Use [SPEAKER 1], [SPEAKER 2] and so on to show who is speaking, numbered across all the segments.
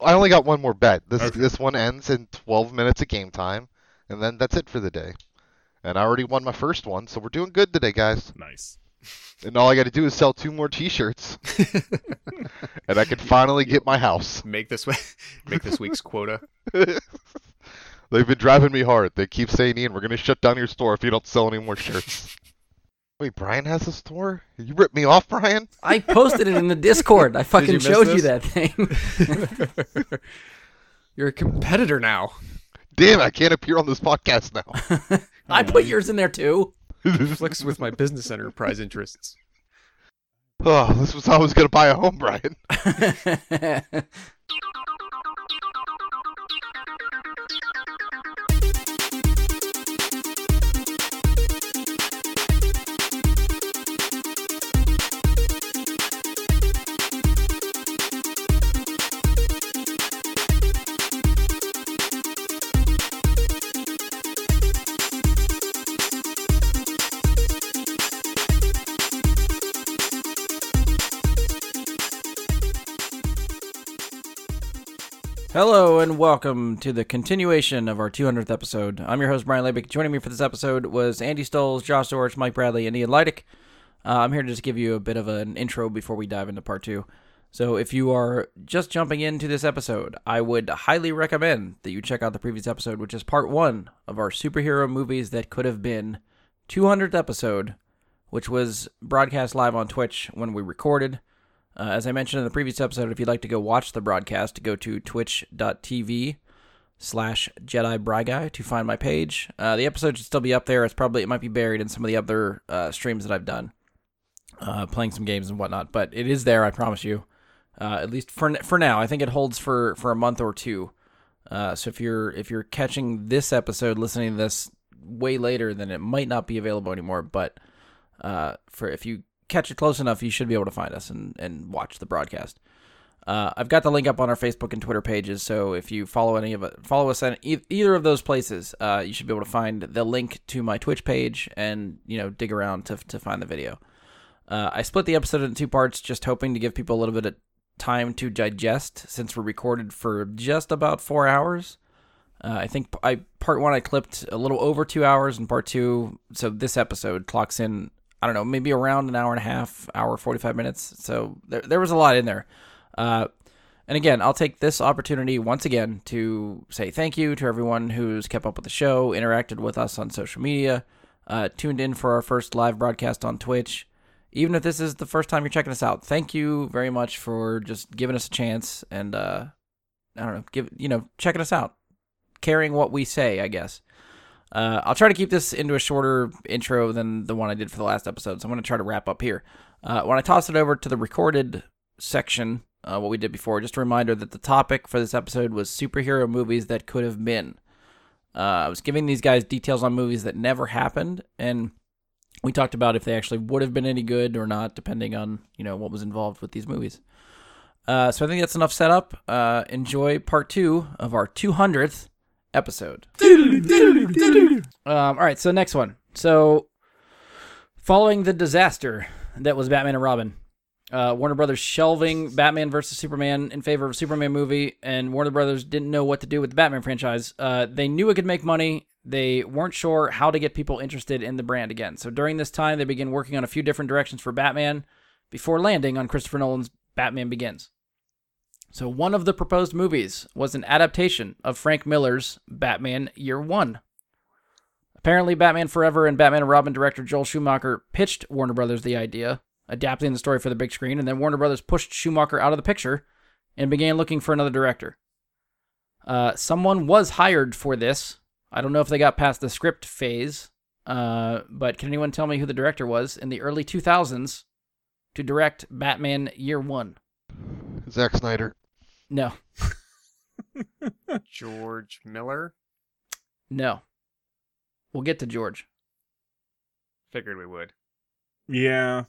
[SPEAKER 1] I only got one more bet. This
[SPEAKER 2] Okay.
[SPEAKER 1] this one ends in 12 minutes of game time, and then that's it for the day. And I already won my first one, so we're doing good today, guys.
[SPEAKER 2] Nice.
[SPEAKER 1] And all I got to do is sell two more T-shirts, and I can finally get my house.
[SPEAKER 3] make this we- make this week's quota.
[SPEAKER 1] They've been driving me hard. They keep saying, "Ian, we're gonna shut down your store if you don't sell any more shirts." Wait, Brian has a store? You ripped me off, Brian?
[SPEAKER 4] I posted it in the Discord. I fucking
[SPEAKER 3] miss
[SPEAKER 4] showed you
[SPEAKER 3] this?
[SPEAKER 4] that thing.
[SPEAKER 3] You're a competitor now.
[SPEAKER 1] Damn, I can't appear on this podcast now.
[SPEAKER 3] Oh,
[SPEAKER 4] I put yours in there too.
[SPEAKER 3] Conflicts with my business enterprise interests.
[SPEAKER 1] oh, this was how I was gonna buy a home, Brian.
[SPEAKER 4] Hello and welcome to the continuation of our 200th episode. I'm your host Brian Labick. Joining me for this episode was Andy Stoles, Josh Dorch, Mike Bradley, and Ian Leidick. Uh, I'm here to just give you a bit of an intro before we dive into part two. So, if you are just jumping into this episode, I would highly recommend that you check out the previous episode, which is part one of our superhero movies that could have been 200th episode, which was broadcast live on Twitch when we recorded. Uh, as I mentioned in the previous episode, if you'd like to go watch the broadcast, go to twitch.tv slash Jedi Bry Guy to find my page. Uh, the episode should still be up there. It's probably, it might be buried in some of the other uh, streams that I've done, uh, playing some games and whatnot, but it is there, I promise you. Uh, at least for for now, I think it holds for, for a month or two. Uh, so if you're if you're catching this episode, listening to this way later, then it might not be available anymore. But uh, for if you catch it close enough, you should be able to find us and, and watch the broadcast. Uh, I've got the link up on our Facebook and Twitter pages, so if you follow any of it, follow us on e- either of those places, uh, you should be able to find the link to my Twitch page and you know dig around to to find the video. Uh, I split the episode into two parts, just hoping to give people a little bit of time to digest, since we're recorded for just about four hours. Uh, I think p- I part one I clipped a little over two hours, and part two, so this episode clocks in. I don't know, maybe around an hour and a half, hour forty five minutes. So there, there was a lot in there. Uh, and again, I'll take this opportunity once again to say thank you to everyone who's kept up with the show, interacted with us on social media, uh, tuned in for our first live broadcast on Twitch. Even if this is the first time you're checking us out, thank you very much for just giving us a chance and uh, I don't know, give you know, checking us out carrying what we say, I guess. Uh, I'll try to keep this into a shorter intro than the one I did for the last episode, so I'm going to try to wrap up here. Uh, when I toss it over to the recorded section, uh, what we did before, just a reminder that the topic for this episode was superhero movies that could have been. Uh, I was giving these guys details on movies that never happened, and we talked about if they actually would have been any good or not, depending on you know what was involved with these movies. Uh, so I think that's enough setup. Uh, enjoy part two of our 200th episode. Um, all right, so next one. So, following the disaster that was Batman and Robin, uh, Warner Brothers shelving Batman versus Superman in favor of Superman movie, and Warner Brothers didn't know what to do with the Batman franchise. Uh, they knew it could make money. They weren't sure how to get people interested in the brand again. So during this time, they began working on a few different directions for Batman before landing on Christopher Nolan's Batman Begins. So one of the proposed movies was an adaptation of Frank Miller's Batman Year One. Apparently, Batman Forever and Batman and Robin director Joel Schumacher pitched Warner Brothers the idea, adapting the story for the big screen, and then Warner Brothers pushed Schumacher out of the picture and began looking for another director. Uh, someone was hired for this. I don't know if they got past the script phase, uh, but can anyone tell me who the director was in the early 2000s to direct Batman Year One?
[SPEAKER 1] Zack Snyder.
[SPEAKER 4] No,
[SPEAKER 3] George Miller.
[SPEAKER 4] no. We'll get to George.
[SPEAKER 3] Figured we would,
[SPEAKER 2] Yeah.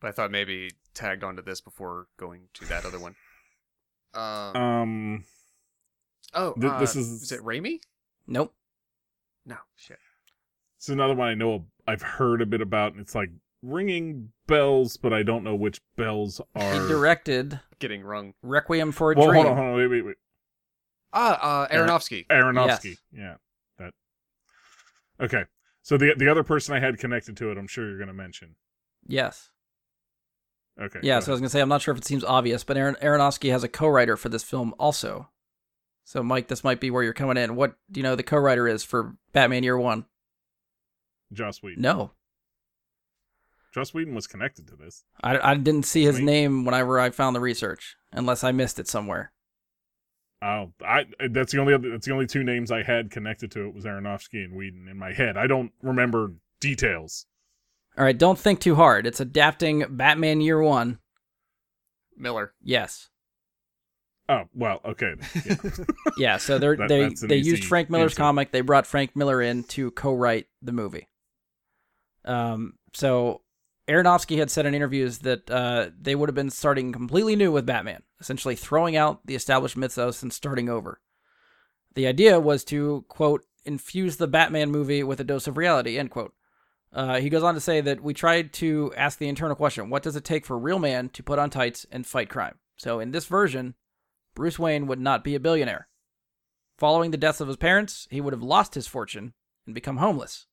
[SPEAKER 3] but I thought maybe tagged onto this before going to that other one. Um.
[SPEAKER 4] Uh,
[SPEAKER 2] Um.
[SPEAKER 3] oh,
[SPEAKER 2] th-
[SPEAKER 3] uh,
[SPEAKER 2] this is-
[SPEAKER 3] is it Raimi?
[SPEAKER 4] Nope.
[SPEAKER 3] No, shit.
[SPEAKER 2] It's another one I know I've heard a bit about, and it's like ringing bells, but I don't know which bells
[SPEAKER 4] He
[SPEAKER 2] are.
[SPEAKER 4] directed
[SPEAKER 3] Getting rung.
[SPEAKER 4] Requiem for a
[SPEAKER 2] well,
[SPEAKER 4] Dream.
[SPEAKER 2] hold on, hold on, wait, wait, wait.
[SPEAKER 3] Ah, uh, Aronofsky.
[SPEAKER 2] Aronofsky. Yeah. That. Okay. So the the other person I had connected to it, I'm sure you're going to mention.
[SPEAKER 4] Yes.
[SPEAKER 2] Okay.
[SPEAKER 4] Yeah,
[SPEAKER 2] go
[SPEAKER 4] so I was gonna say I'm not sure if it seems obvious, but Aaron Aronofsky has a co-writer for this film also. So Mike, this might be where you're coming in. What do you know the co-writer is for Batman Year One?
[SPEAKER 2] ahead. Joss Whedon.
[SPEAKER 4] No,
[SPEAKER 2] Joss Whedon was connected to this.
[SPEAKER 4] I, I didn't see his
[SPEAKER 2] Wait.
[SPEAKER 4] name whenever I found the research, unless I missed it somewhere.
[SPEAKER 2] Oh, I that's the only other, that's the only two names I had connected to it was Aronofsky and Whedon in my head. I don't remember details.
[SPEAKER 4] All right, don't think too hard. It's adapting Batman Year One.
[SPEAKER 3] Miller.
[SPEAKER 4] Yes,
[SPEAKER 2] Oh well, okay. Yeah.
[SPEAKER 4] yeah. So they're,
[SPEAKER 2] That-
[SPEAKER 4] they
[SPEAKER 2] that's an
[SPEAKER 4] they
[SPEAKER 2] easy
[SPEAKER 4] used Frank Miller's
[SPEAKER 2] answer.
[SPEAKER 4] comic. They brought Frank Miller in to co-write the movie. Um. So Aronofsky had said in interviews that uh, they would have been starting completely new with Batman, essentially throwing out the established mythos and starting over. The idea was to quote infuse the Batman movie with a dose of reality. End quote. Uh, he goes on to say that we tried to ask the internal question: What does it take for a real man to put on tights and fight crime? So in this version, Bruce Wayne would not be a billionaire. Following the deaths of his parents, he would have lost his fortune and become homeless.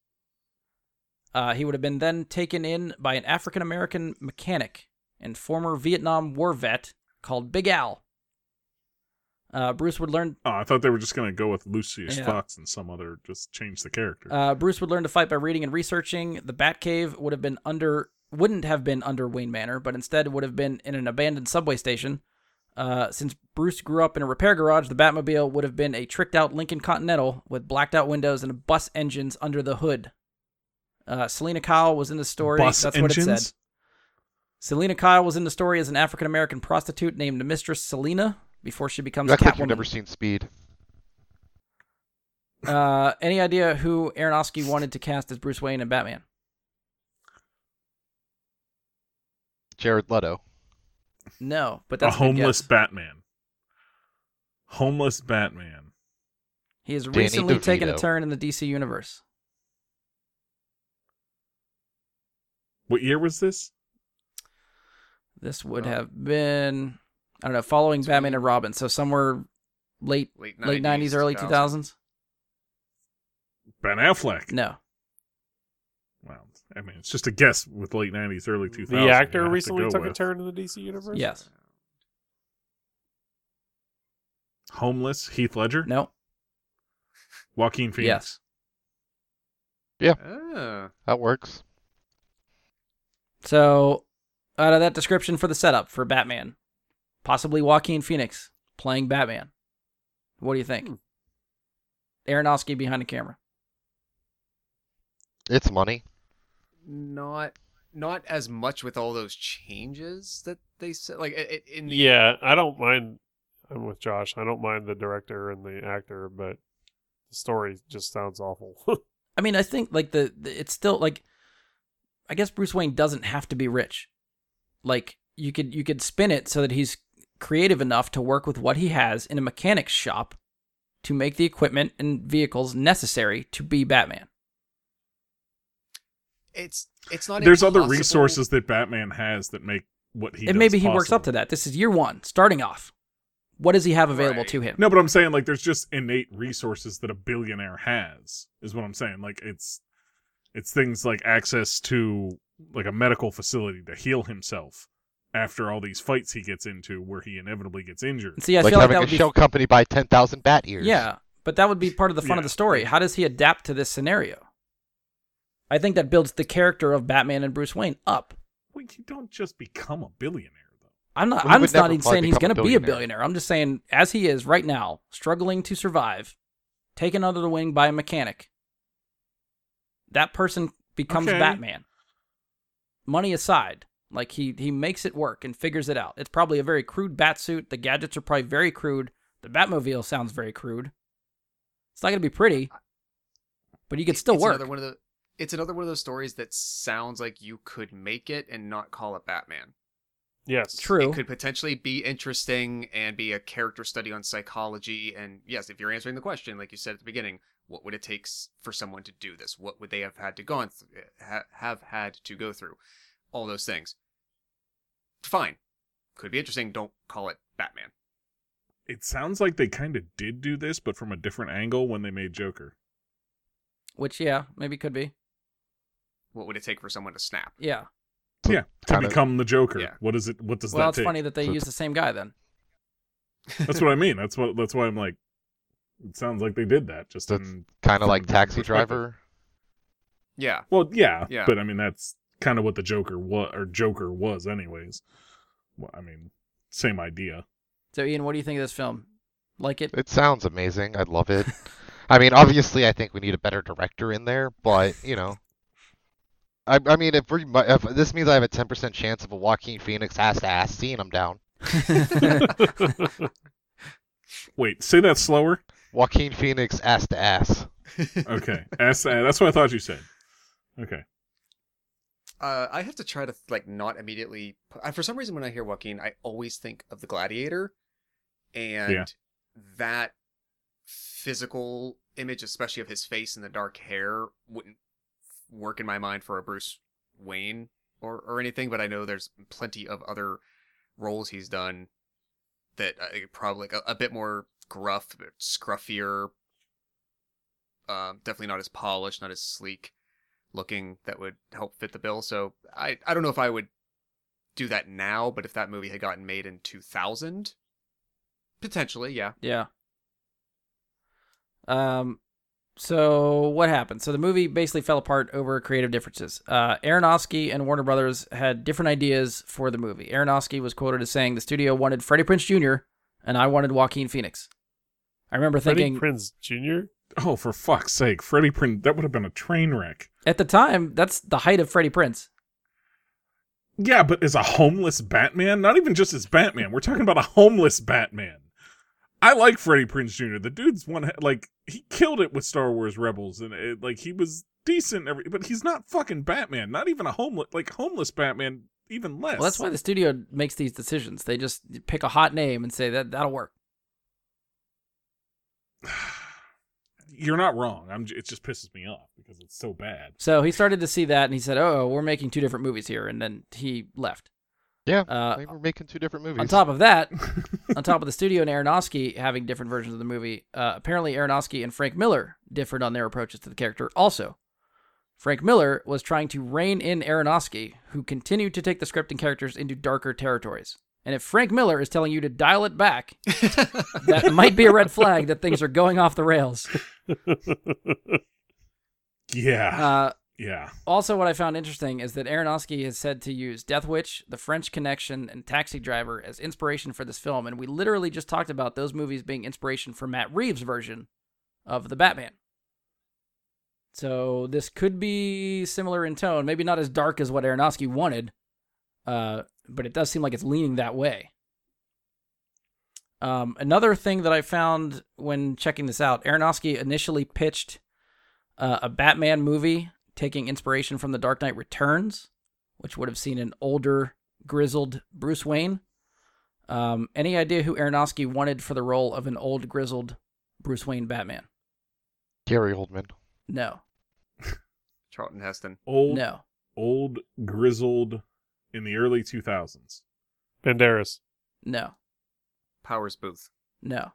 [SPEAKER 4] Uh, he would have been then taken in by an African American mechanic and former Vietnam War vet called Big Al. Uh, Bruce would learn.
[SPEAKER 2] oh, I thought they were just gonna go with Lucius
[SPEAKER 4] Yeah.
[SPEAKER 2] Fox and some other just change the character.
[SPEAKER 4] Uh, Bruce would learn to fight by reading and researching. The Batcave would have been under, wouldn't have been under Wayne Manor, but instead would have been in an abandoned subway station. Uh, since Bruce grew up in a repair garage, the Batmobile would have been a tricked-out Lincoln Continental with blacked-out windows and bus engines under the hood. Uh, Selena Kyle was in the story.
[SPEAKER 2] Bus
[SPEAKER 4] That's
[SPEAKER 2] engines.
[SPEAKER 4] what it said. Selena Kyle was in the story as an African American prostitute named Mistress Selena before she becomes
[SPEAKER 1] That's like
[SPEAKER 4] Catwoman.
[SPEAKER 1] you've never seen Speed.
[SPEAKER 4] Uh, any idea who Aronofsky wanted to cast as Bruce Wayne and Batman?
[SPEAKER 1] Jared Leto.
[SPEAKER 4] No, but
[SPEAKER 2] a
[SPEAKER 4] that's good
[SPEAKER 2] homeless
[SPEAKER 4] guess.
[SPEAKER 2] Batman. Homeless Batman.
[SPEAKER 4] He has
[SPEAKER 1] Danny
[SPEAKER 4] recently taken a
[SPEAKER 1] DeVito.
[SPEAKER 4] turn in the DC universe.
[SPEAKER 2] What year was this?
[SPEAKER 4] This would
[SPEAKER 3] Well-
[SPEAKER 4] have been, I don't know, following Batman and Robin, so somewhere late
[SPEAKER 3] Late 90s,
[SPEAKER 4] late nineties, early two
[SPEAKER 3] 2000s.
[SPEAKER 4] thousands.
[SPEAKER 2] Ben Affleck.
[SPEAKER 4] No,
[SPEAKER 2] Well, I mean, it's just a guess with late '90s, early 2000s.
[SPEAKER 5] The
[SPEAKER 2] You
[SPEAKER 5] actor
[SPEAKER 2] have to
[SPEAKER 5] recently
[SPEAKER 2] go
[SPEAKER 5] took a
[SPEAKER 2] with
[SPEAKER 5] turn in the DC universe.
[SPEAKER 4] yes,
[SPEAKER 2] Homeless Heath Ledger.
[SPEAKER 4] no,
[SPEAKER 2] Joaquin Phoenix.
[SPEAKER 4] yes.
[SPEAKER 3] Ah.
[SPEAKER 1] That works.
[SPEAKER 4] So, out of that description for the setup for Batman, possibly Joaquin Phoenix playing Batman. What do you think?
[SPEAKER 5] Hmm.
[SPEAKER 4] Aronofsky behind the camera.
[SPEAKER 1] It's money.
[SPEAKER 3] not not as much with all those changes that they said. Like it, it- in the
[SPEAKER 5] Yeah, I don't mind. I'm with Josh. I don't mind the director and the actor, but the story just sounds awful.
[SPEAKER 4] I mean, I think like the, the it's still like I guess Bruce Wayne doesn't have to be rich. Like you could you could spin it so that he's creative enough to work with what he has in a mechanics shop to make the equipment and vehicles necessary to be Batman.
[SPEAKER 3] it's it's not.
[SPEAKER 2] There's other
[SPEAKER 3] impossible-
[SPEAKER 2] resources that Batman has that make what he.
[SPEAKER 4] and
[SPEAKER 2] does
[SPEAKER 4] maybe he works
[SPEAKER 2] possible.
[SPEAKER 4] up to that. This is year 1, starting off. What does he have available
[SPEAKER 3] Right.
[SPEAKER 4] to him?
[SPEAKER 2] No, but I'm saying like there's just innate resources that a billionaire has is what I'm saying. Like it's it's things like access to like a medical facility to heal himself after all these fights he gets into where he inevitably gets injured.
[SPEAKER 4] See, I
[SPEAKER 1] like
[SPEAKER 4] feel like
[SPEAKER 1] having
[SPEAKER 4] that
[SPEAKER 1] a
[SPEAKER 4] would be
[SPEAKER 1] shell company buy 10,000 bat ears.
[SPEAKER 4] Yeah, but that would be part of the fun of
[SPEAKER 2] Yeah.
[SPEAKER 4] the story. How does he adapt to this scenario? I think that builds the character of Batman and Bruce Wayne up.
[SPEAKER 2] Like you don't just become a billionaire though.
[SPEAKER 4] I'm not.
[SPEAKER 1] Well, he
[SPEAKER 4] I'm
[SPEAKER 1] would
[SPEAKER 4] not
[SPEAKER 1] never
[SPEAKER 4] even
[SPEAKER 1] probably
[SPEAKER 4] saying he's
[SPEAKER 1] become
[SPEAKER 4] going
[SPEAKER 1] a
[SPEAKER 4] to be a
[SPEAKER 1] billionaire.
[SPEAKER 4] billionaire. I'm just saying, as he is right now, struggling to survive, taken under the wing by a mechanic, that person becomes
[SPEAKER 2] Okay.
[SPEAKER 4] Batman. Money aside, like he he makes it work and figures it out. It's probably a very crude bat suit. The gadgets are probably very crude. The Batmobile sounds very crude. It's not going to be pretty, but you could
[SPEAKER 3] it-
[SPEAKER 4] still
[SPEAKER 3] it's
[SPEAKER 4] work.
[SPEAKER 3] Another one of the. It's another one of those stories that sounds like you could make it and not call it Batman.
[SPEAKER 5] yes.
[SPEAKER 4] True.
[SPEAKER 3] It could potentially be interesting and be a character study on psychology. And yes, if you're answering the question, like you said at the beginning, what would it take s- for someone to do this? What would they have had to gone th- ha- have had to go through? All those things. Fine, could be interesting. Don't call it Batman.
[SPEAKER 2] It sounds like they kind of did do this, but from a different angle when they made Joker.
[SPEAKER 4] Which, yeah, maybe could be.
[SPEAKER 3] What would it take for someone to snap?
[SPEAKER 4] Yeah.
[SPEAKER 2] Yeah, to
[SPEAKER 1] Kinda-
[SPEAKER 2] become the Joker.
[SPEAKER 3] Yeah.
[SPEAKER 2] What is it? What does
[SPEAKER 4] well,
[SPEAKER 2] that
[SPEAKER 4] it's
[SPEAKER 2] take?
[SPEAKER 4] funny that they
[SPEAKER 1] So
[SPEAKER 4] use the same guy then.
[SPEAKER 2] That's what I mean. That's what. That's why I'm like. It sounds like they did that. Just
[SPEAKER 1] That's-
[SPEAKER 2] in,
[SPEAKER 1] Kind of
[SPEAKER 2] From a
[SPEAKER 1] like
[SPEAKER 2] different
[SPEAKER 1] Taxi
[SPEAKER 2] perspective.
[SPEAKER 1] Driver.
[SPEAKER 3] Yeah.
[SPEAKER 2] well, yeah,
[SPEAKER 3] Yeah.
[SPEAKER 2] But I mean, that's kind of what the Joker was, or Joker was, anyways. Well, I mean, same idea.
[SPEAKER 4] So, Ian, what do you think of this film? Like it?
[SPEAKER 1] It sounds amazing. I love it. I mean, obviously, I think we need a better director in there, but you know, I, I mean, if, we, mu- if this means I have a ten percent chance of a Joaquin Phoenix ass to ass scene, I'm down.
[SPEAKER 2] Wait, say that slower.
[SPEAKER 1] Joaquin Phoenix ass to ass.
[SPEAKER 2] Okay, that's that's what I thought you said. Okay,
[SPEAKER 3] Uh, I have to try to like not immediately. I, for some reason, when I hear Joaquin, I always think of the Gladiator, and
[SPEAKER 2] Yeah.
[SPEAKER 3] that physical image, especially of his face and the dark hair, wouldn't work in my mind for a Bruce Wayne or or anything. But I know there's plenty of other roles he's done that I, probably like, a, a bit more gruff, scruffier. Um, definitely not as polished, not as sleek looking that would help fit the bill. So I I don't know if I would do that now, but if that movie had gotten made in 2000, potentially, yeah.
[SPEAKER 4] yeah. Um, so what happened? So the movie basically fell apart over creative differences. Uh, Aronofsky and Warner Brothers had different ideas for the movie. Aronofsky was quoted as saying, "The studio wanted Freddie Prince Jr. and I wanted Joaquin Phoenix." I remember
[SPEAKER 5] Freddie
[SPEAKER 4] thinking
[SPEAKER 5] Prinz Jr.
[SPEAKER 2] Oh, for fuck's sake, Freddie Prinze, that would have been a train wreck.
[SPEAKER 4] at the time that's the height of Freddie Prince.
[SPEAKER 2] Yeah, but as a homeless Batman, not even just as Batman, we're talking about a homeless Batman. I like Freddie Prinze Jr. The dude's one like he killed it with Star Wars Rebels, and it, like he was decent, and every but he's not fucking Batman. Not even a homeless like homeless Batman, even less.
[SPEAKER 4] Well, that's why the studio makes these decisions. They just pick a hot name and say that that'll work.
[SPEAKER 2] You're not wrong. I'm. j- It just pisses me off because it's so bad.
[SPEAKER 4] So he started to see that, and he said, "Oh, we're making two different movies here," and then he left.
[SPEAKER 1] Yeah,
[SPEAKER 4] Uh,
[SPEAKER 1] I mean, we're making two different movies.
[SPEAKER 4] on top of that, on top of the studio and Aronofsky having different versions of the movie, uh, apparently Aronofsky and Frank Miller differed on their approaches to the character. Also, Frank Miller was trying to rein in Aronofsky, who continued to take the script and characters into darker territories. And if Frank Miller is telling you to dial it back, that might be a red flag that things are going off the rails.
[SPEAKER 2] yeah,
[SPEAKER 4] Uh,
[SPEAKER 2] yeah.
[SPEAKER 4] Also, what I found interesting is that Aronofsky has said to use Death Witch, The French Connection, and Taxi Driver as inspiration for this film, and we literally just talked about those movies being inspiration for Matt Reeves' version of the Batman. So this could be similar in tone, maybe not as dark as what Aronofsky wanted, uh, but it does seem like it's leaning that way. Um, another thing that I found when checking this out, Aronofsky initially pitched uh, a Batman movie taking inspiration from The Dark Knight Returns, which would have seen an older, grizzled Bruce Wayne. Um, any idea who Aronofsky wanted for the role of an old, grizzled Bruce Wayne Batman?
[SPEAKER 1] Gary Oldman.
[SPEAKER 4] No,
[SPEAKER 3] Charlton Heston.
[SPEAKER 2] Old,
[SPEAKER 4] no,
[SPEAKER 2] old, grizzled, in the early two thousands.
[SPEAKER 5] Banderas.
[SPEAKER 4] no,
[SPEAKER 3] Powers Booth.
[SPEAKER 4] no.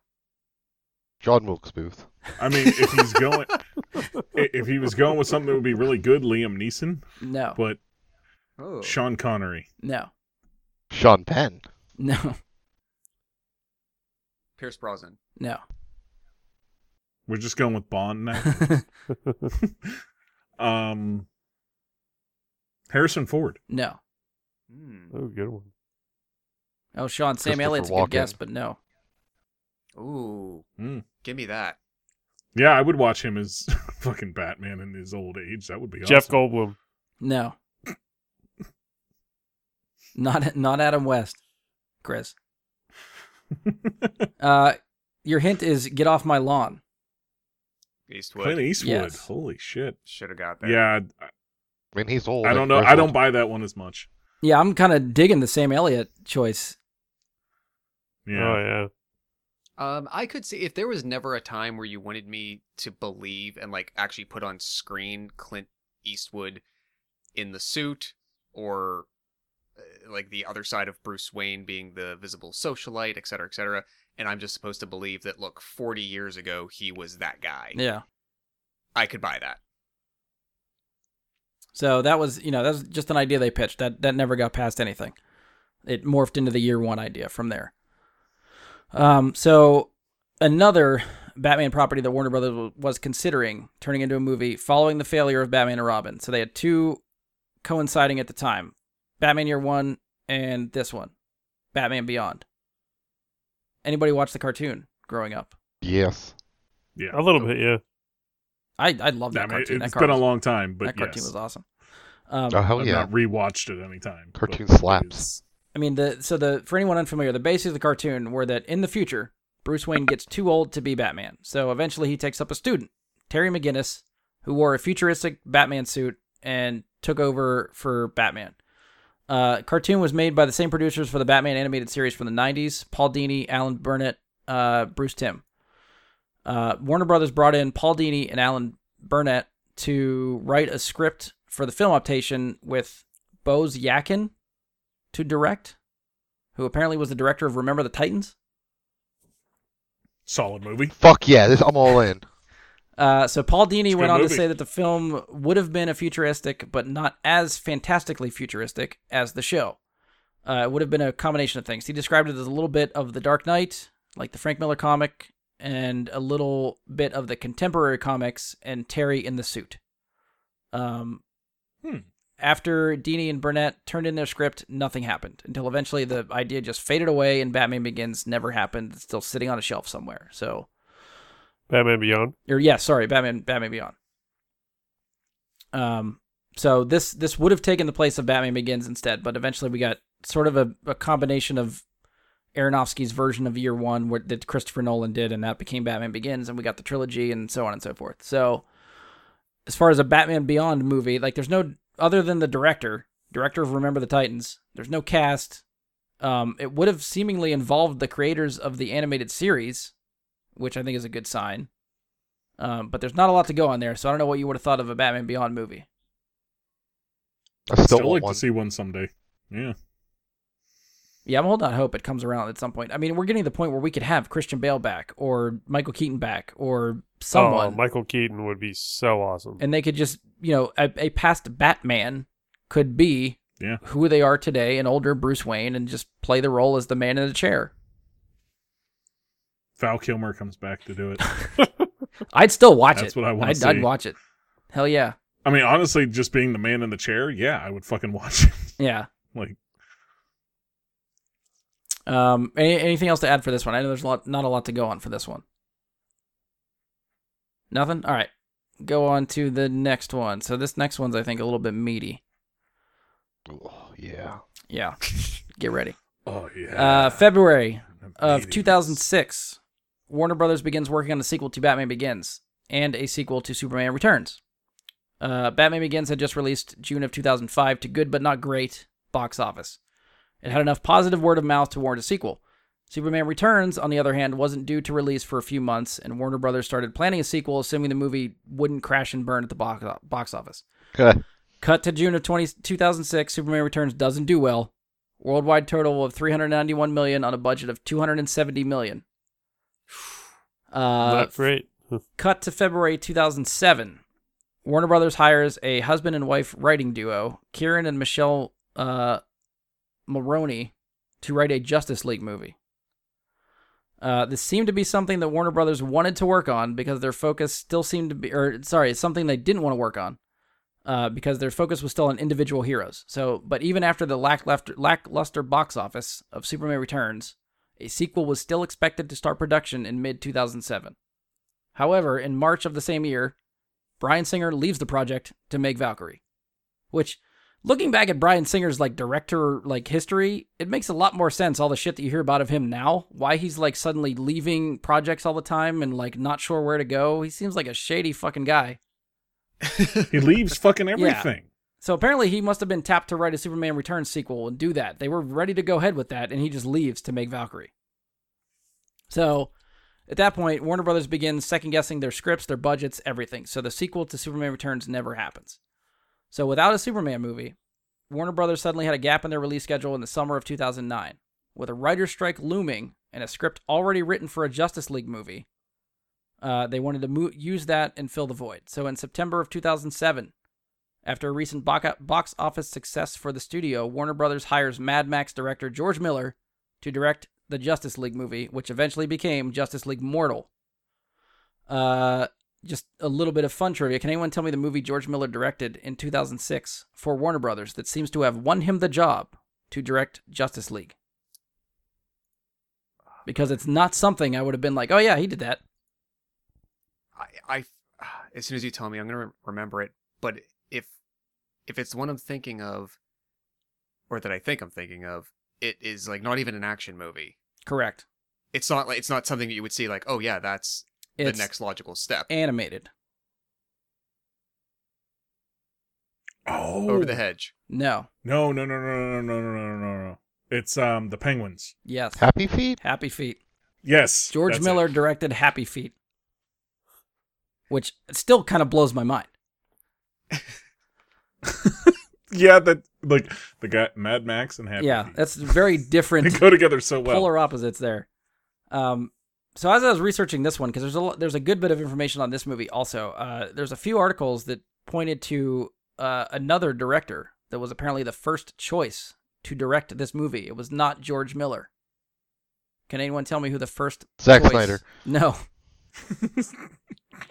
[SPEAKER 1] John Wilkes Booth.
[SPEAKER 2] I mean, if he's going, i- if he was going with something that would be really good, Liam Neeson,
[SPEAKER 4] No,
[SPEAKER 2] but
[SPEAKER 3] Oh.
[SPEAKER 2] Sean Connery.
[SPEAKER 4] no,
[SPEAKER 1] Sean Penn.
[SPEAKER 4] no,
[SPEAKER 3] Pierce Brosnan.
[SPEAKER 4] no.
[SPEAKER 2] We're just going with Bond now. um, Harrison Ford.
[SPEAKER 4] no.
[SPEAKER 3] Hmm.
[SPEAKER 5] Oh, good one.
[SPEAKER 4] Oh, Sean, Sam
[SPEAKER 1] Christopher
[SPEAKER 4] Elliott's a good
[SPEAKER 1] Walken.
[SPEAKER 4] guess, but no.
[SPEAKER 3] Ooh,
[SPEAKER 2] Hmm.
[SPEAKER 3] give me that.
[SPEAKER 2] Yeah, I would watch him as fucking Batman in his old age. That would be
[SPEAKER 5] Jeff
[SPEAKER 2] awesome.
[SPEAKER 5] Goldblum.
[SPEAKER 4] No. Not not Adam West, Chris. uh, your hint is get off my lawn.
[SPEAKER 2] Clint
[SPEAKER 3] Eastwood.
[SPEAKER 2] Eastwood.
[SPEAKER 4] Yes.
[SPEAKER 2] Holy shit.
[SPEAKER 3] Should have got that.
[SPEAKER 2] Yeah, I,
[SPEAKER 1] I mean, he's old.
[SPEAKER 2] I
[SPEAKER 1] and
[SPEAKER 2] don't know. I don't
[SPEAKER 1] grizzled.
[SPEAKER 2] buy that one as much.
[SPEAKER 4] Yeah, I'm kind of digging the Sam Elliott choice.
[SPEAKER 2] Yeah,
[SPEAKER 5] Oh
[SPEAKER 3] Um, I could see if there was never a time where you wanted me to believe and like actually put on screen Clint Eastwood in the suit or uh, like the other side of Bruce Wayne being the visible socialite, et cetera, et cetera. And I'm just supposed to believe that look, 40 years ago he was that guy.
[SPEAKER 4] Yeah.
[SPEAKER 3] I could buy that.
[SPEAKER 4] So that was, you know, that was just an idea they pitched. That that never got past anything. It morphed into the year one idea from there. Um, so another Batman property that Warner Brothers w- was considering turning into a movie following the failure of Batman and Robin. So they had two coinciding at the time: Batman Year One and this one, Batman Beyond. Anybody watch the cartoon growing up?
[SPEAKER 1] Yes.
[SPEAKER 2] Yeah,
[SPEAKER 5] A little bit, yeah.
[SPEAKER 4] I I love that
[SPEAKER 2] I mean,
[SPEAKER 4] cartoon.
[SPEAKER 2] it's
[SPEAKER 4] that
[SPEAKER 2] been
[SPEAKER 4] cartoon,
[SPEAKER 2] a long time, but
[SPEAKER 4] that cartoon
[SPEAKER 2] yes.
[SPEAKER 4] was awesome. Um,
[SPEAKER 1] Oh hell
[SPEAKER 2] I've
[SPEAKER 1] yeah.
[SPEAKER 2] not rewatched it any time. but
[SPEAKER 1] Cartoon
[SPEAKER 2] it
[SPEAKER 1] slaps.
[SPEAKER 2] is-
[SPEAKER 4] I mean, the so the for anyone unfamiliar, the basis of the cartoon were that in the future, Bruce Wayne gets too old to be Batman, so eventually he takes up a student, Terry McGinnis, who wore a futuristic Batman suit and took over for Batman. Uh, cartoon was made by the same producers for the Batman animated series from the '90s: Paul Dini, Alan Burnett, uh, Bruce Timm. Uh, Warner Brothers brought in Paul Dini and Alan Burnett to write a script for the film adaptation with Bose Yakin to direct, who apparently was the director of Remember the Titans.
[SPEAKER 2] solid movie.
[SPEAKER 1] Fuck yeah, this I'm all in.
[SPEAKER 4] Uh, so Paul Dini
[SPEAKER 2] It's a
[SPEAKER 4] went
[SPEAKER 2] good
[SPEAKER 4] on to
[SPEAKER 2] movie.
[SPEAKER 4] say that the film would have been a futuristic, but not as fantastically futuristic as the show. Uh, it would have been a combination of things. He described it as a little bit of the Dark Knight, like the Frank Miller comic, and a little bit of the contemporary comics and Terry in the suit. Um,
[SPEAKER 2] Hmm.
[SPEAKER 4] after Dini and Burnett turned in their script, nothing happened until eventually the idea just faded away and Batman Begins never happened. It's still sitting on a shelf somewhere. So,
[SPEAKER 5] Batman Beyond.
[SPEAKER 4] or yeah, sorry, Batman, Batman Beyond. Um, so this this would have taken the place of Batman Begins instead, but eventually we got sort of a, a combination of Aronofsky's version of Year One, where that Christopher Nolan did, and that became Batman Begins, and we got the trilogy and so on and so forth. So, as far as a Batman Beyond movie, like there's no other than the director, director of Remember the Titans. There's no cast. Um, it would have seemingly involved the creators of the animated series, which I think is a good sign. Um, but there's not a lot to go on there, so I don't know what you would have thought of a Batman Beyond movie.
[SPEAKER 1] I still, want
[SPEAKER 2] Still, like
[SPEAKER 1] one.
[SPEAKER 2] to see one someday. Yeah,
[SPEAKER 4] Yeah, I'm holding out hope it comes around at some point. I mean, we're getting to the point where we could have Christian Bale back or Michael Keaton back or someone,
[SPEAKER 5] Oh, Michael Keaton would be so awesome.
[SPEAKER 4] and they could just, you know, a, a past Batman could be
[SPEAKER 2] yeah.
[SPEAKER 4] who they are today, an older Bruce Wayne, and just play the role as the man in the chair.
[SPEAKER 2] Val Kilmer comes back to do it.
[SPEAKER 4] I'd still watch
[SPEAKER 2] That's
[SPEAKER 4] it.
[SPEAKER 2] what I wanna
[SPEAKER 4] I'd, I'd
[SPEAKER 2] see.
[SPEAKER 4] watch it. Hell yeah,
[SPEAKER 2] I mean, honestly, just being the man in the chair, yeah, I would fucking watch it.
[SPEAKER 4] yeah.
[SPEAKER 2] like,
[SPEAKER 4] Um, any, anything else to add for this one? I know there's a lot, not a lot to go on for this one. Nothing. All right, go on to the next one. So this next one's, I think, a little bit meaty.
[SPEAKER 1] Oh, yeah.
[SPEAKER 4] Yeah, get ready.
[SPEAKER 2] oh yeah.
[SPEAKER 4] Uh, February of
[SPEAKER 2] Meetings.
[SPEAKER 4] 2006, Warner Brothers begins working on a sequel to Batman Begins and a sequel to Superman Returns. Uh, Batman Begins had just released June of 2005 to good but not great box office. It had enough positive word of mouth to warrant a sequel. Superman Returns, on the other hand, wasn't due to release for a few months, and Warner Brothers started planning a sequel, assuming the movie wouldn't crash and burn at the box, box office.
[SPEAKER 1] Uh,
[SPEAKER 4] Cut to June of 20, 2006, Superman Returns doesn't do well. Worldwide total of 391 million on a budget of 270 million. Uh,
[SPEAKER 5] Not great.
[SPEAKER 4] cut to February 2007. Warner Brothers hires a husband and wife writing duo, Kieran and Michelle uh, Maroney, to write a Justice League movie. Uh, this seemed to be something that Warner Brothers wanted to work on because their focus still seemed to be, or sorry, it's something they didn't want to work on uh, because their focus was still on individual heroes. So, but even after the lackluster, lackluster box office of Superman Returns, a sequel was still expected to start production in mid 2007. However, in March of the same year, Brian Singer leaves the project to make Valkyrie. Which, looking back at Brian Singer's like director like history, it makes a lot more sense all the shit that you hear about of him now. Why he's like suddenly leaving projects all the time and like not sure where to go. He seems like a shady fucking guy.
[SPEAKER 2] he leaves fucking everything.
[SPEAKER 4] So apparently he must have been tapped to write a Superman Returns sequel and do that. They were ready to go ahead with that, and he just leaves to make Valkyrie. So at that point, Warner Brothers begins second guessing their scripts, their budgets, everything. So the sequel to Superman Returns never happens. So without a Superman movie, Warner Brothers suddenly had a gap in their release schedule in the summer of 2009. With a writer's strike looming and a script already written for a Justice League movie, uh, they wanted to mo- use that and fill the void. So in September of 2007, after a recent boca- box office success for the studio, Warner Brothers hires Mad Max director George Miller to direct the Justice League movie, which eventually became Justice League Mortal. Uh, just a little bit of fun trivia. Can anyone tell me the movie George Miller directed in 2006 for Warner Brothers that seems to have won him the job to direct Justice League? Because it's not something I would have been like, oh yeah, he did that.
[SPEAKER 3] I, I as soon as you tell me, I'm gonna rem- remember it. But if if it's the one I'm thinking of, or that I think I'm thinking of, it is like not even an action movie.
[SPEAKER 4] Correct.
[SPEAKER 3] It's not like it's not something that you would see like, oh yeah, that's
[SPEAKER 4] It's
[SPEAKER 3] the next logical step
[SPEAKER 4] animated.
[SPEAKER 2] Oh,
[SPEAKER 3] over the hedge.
[SPEAKER 4] No.
[SPEAKER 2] No, no, no, no, no, no, no, no, no, no. It's um the Penguins.
[SPEAKER 4] Yes.
[SPEAKER 1] Happy Feet?
[SPEAKER 4] Happy Feet.
[SPEAKER 2] Yes,
[SPEAKER 4] George
[SPEAKER 2] that's
[SPEAKER 4] Miller
[SPEAKER 2] It.
[SPEAKER 4] directed Happy Feet, which still kind of blows my mind.
[SPEAKER 2] Yeah, that like the guy Mad Max and Happy.
[SPEAKER 4] yeah,
[SPEAKER 2] Feet.
[SPEAKER 4] that's very
[SPEAKER 2] they
[SPEAKER 4] different.
[SPEAKER 2] go together so well.
[SPEAKER 4] polar opposites there. Um, so as I was researching this one, because there's a lo- there's a good bit of information on this movie also. Uh, there's a few articles that pointed to uh, another director that was apparently the first choice to direct this movie. It was not George Miller. Can anyone tell me who the first?
[SPEAKER 1] Zack
[SPEAKER 4] choice-
[SPEAKER 1] Snyder.
[SPEAKER 4] No.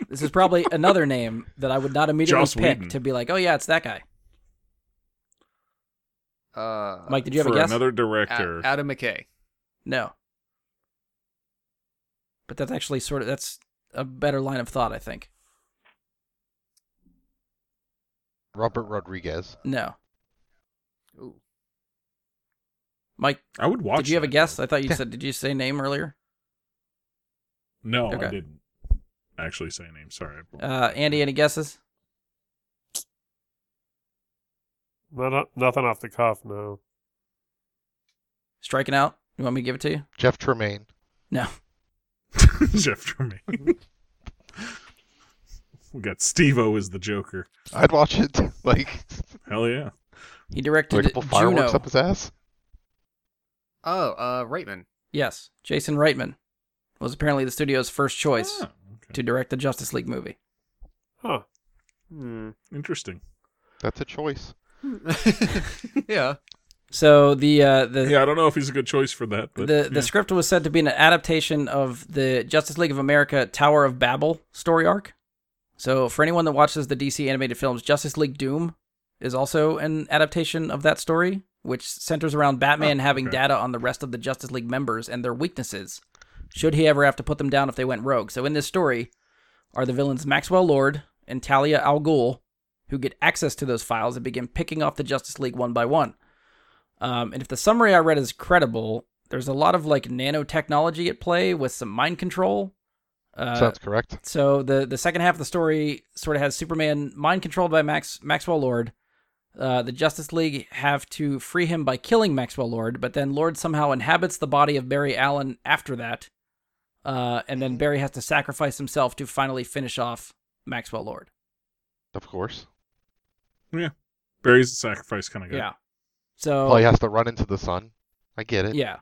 [SPEAKER 4] this is probably another name that I would not immediately
[SPEAKER 2] Joss
[SPEAKER 4] pick
[SPEAKER 2] Whedon.
[SPEAKER 4] to be like, oh yeah, it's that guy.
[SPEAKER 3] Uh,
[SPEAKER 4] Mike, did you have
[SPEAKER 2] for
[SPEAKER 4] a guess? Uh,
[SPEAKER 2] another
[SPEAKER 3] A-
[SPEAKER 2] director.
[SPEAKER 3] Adam McKay.
[SPEAKER 4] No. But that's actually sort of that's a better line of thought, I think.
[SPEAKER 1] Robert Rodriguez.
[SPEAKER 4] No.
[SPEAKER 3] Ooh,
[SPEAKER 4] Mike,
[SPEAKER 2] I would watch.
[SPEAKER 4] did you have a
[SPEAKER 2] that,
[SPEAKER 4] guess?
[SPEAKER 2] though.
[SPEAKER 4] I thought you said did you say name earlier?
[SPEAKER 2] No,
[SPEAKER 4] Okay.
[SPEAKER 2] I didn't actually say a name. Sorry.
[SPEAKER 4] Uh Andy, any guesses?
[SPEAKER 5] Not, nothing off the cuff, no.
[SPEAKER 4] Striking out? You want me to give it to you?
[SPEAKER 1] Jeff Tremaine.
[SPEAKER 4] No.
[SPEAKER 2] Jeff Tremaine. we got Steve O as the Joker.
[SPEAKER 1] I'd watch it. Like,
[SPEAKER 2] Hell yeah.
[SPEAKER 4] He directed
[SPEAKER 1] inflatable fireworks
[SPEAKER 4] Juno.
[SPEAKER 1] up his ass?
[SPEAKER 3] oh, uh, Reitman.
[SPEAKER 4] Yes. Jason Reitman was apparently the studio's first choice
[SPEAKER 2] Ah, okay.
[SPEAKER 4] to direct the Justice League movie.
[SPEAKER 5] Huh.
[SPEAKER 3] Hmm.
[SPEAKER 2] Interesting.
[SPEAKER 1] That's a choice.
[SPEAKER 3] yeah.
[SPEAKER 4] So the uh the
[SPEAKER 2] Yeah, I don't know if he's a good choice for that, but
[SPEAKER 4] the, the
[SPEAKER 2] yeah.
[SPEAKER 4] script was said to be an adaptation of the Justice League of America Tower of Babel story arc. So, for anyone that watches the DC animated films, Justice League Doom is also an adaptation of that story, which centers around Batman
[SPEAKER 2] Oh,
[SPEAKER 4] having
[SPEAKER 2] okay.
[SPEAKER 4] data on the rest of the Justice League members and their weaknesses, should he ever have to put them down if they went rogue. So, in this story, are the villains Maxwell Lord and Talia al Ghul, who get access to those files and begin picking off the Justice League one by one. Um, and if the summary I read is credible, there's a lot of like nanotechnology at play with some mind control. Uh,
[SPEAKER 1] Sounds correct.
[SPEAKER 4] so the the second half of the story sort of has Superman mind controlled by Max Maxwell Lord. Uh, the Justice League have to free him by killing Maxwell Lord, but then Lord somehow inhabits the body of Barry Allen after that, uh, and then Barry has to sacrifice himself to finally finish off Maxwell Lord.
[SPEAKER 1] Of course.
[SPEAKER 2] Barry's a sacrifice kind of guy.
[SPEAKER 4] Yeah. So
[SPEAKER 1] Well, he has to run into the sun. I get it.
[SPEAKER 4] oh. Yeah.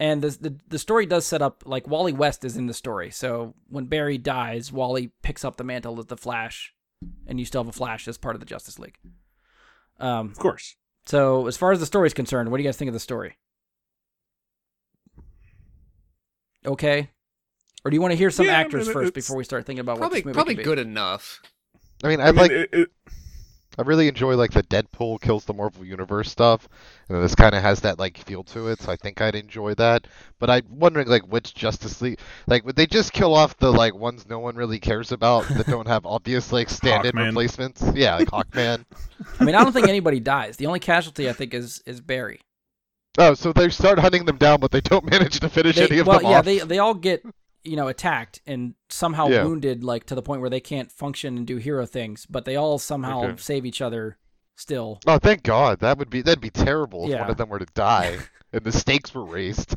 [SPEAKER 4] And the, the the story does set up like Wally West is in the story. So when Barry dies, Wally picks up the mantle as the Flash, and you still have a Flash as part of the Justice League. Um.
[SPEAKER 2] Of course.
[SPEAKER 4] So as far as the story's concerned, what do you guys think of the story? Okay. Or do you want to hear some
[SPEAKER 2] Yeah, I
[SPEAKER 4] actors
[SPEAKER 2] mean,
[SPEAKER 4] first
[SPEAKER 2] it's-
[SPEAKER 4] before we start thinking about
[SPEAKER 3] Probably
[SPEAKER 4] what this movie
[SPEAKER 3] probably
[SPEAKER 4] could be?
[SPEAKER 3] good enough.
[SPEAKER 1] I mean, I,
[SPEAKER 2] I mean,
[SPEAKER 1] like.
[SPEAKER 2] it, it,
[SPEAKER 1] I really enjoy like the Deadpool kills the Marvel Universe stuff, and then this kind of has that like feel to it. So I think I'd enjoy that. But I'm wondering like which Justice League, like would they just kill off the like ones no one really cares about that don't have obvious like stand-in
[SPEAKER 2] Hawkman.
[SPEAKER 1] replacements? Yeah, like Hawkman.
[SPEAKER 4] I mean, I don't think anybody dies. The only casualty I think is is Barry.
[SPEAKER 1] Oh, so they start hunting them down, but they don't manage to finish
[SPEAKER 4] They-
[SPEAKER 1] any of
[SPEAKER 4] well,
[SPEAKER 1] them
[SPEAKER 4] yeah,
[SPEAKER 1] off.
[SPEAKER 4] they they all get you know attacked and somehow
[SPEAKER 1] Yeah.
[SPEAKER 4] wounded, like to the point where they can't function and do hero things, but they all somehow
[SPEAKER 1] Okay.
[SPEAKER 4] save each other. Still,
[SPEAKER 1] Oh, thank God! That would be that'd be terrible if one
[SPEAKER 4] Yeah.
[SPEAKER 1] of them were to die and the stakes were raised.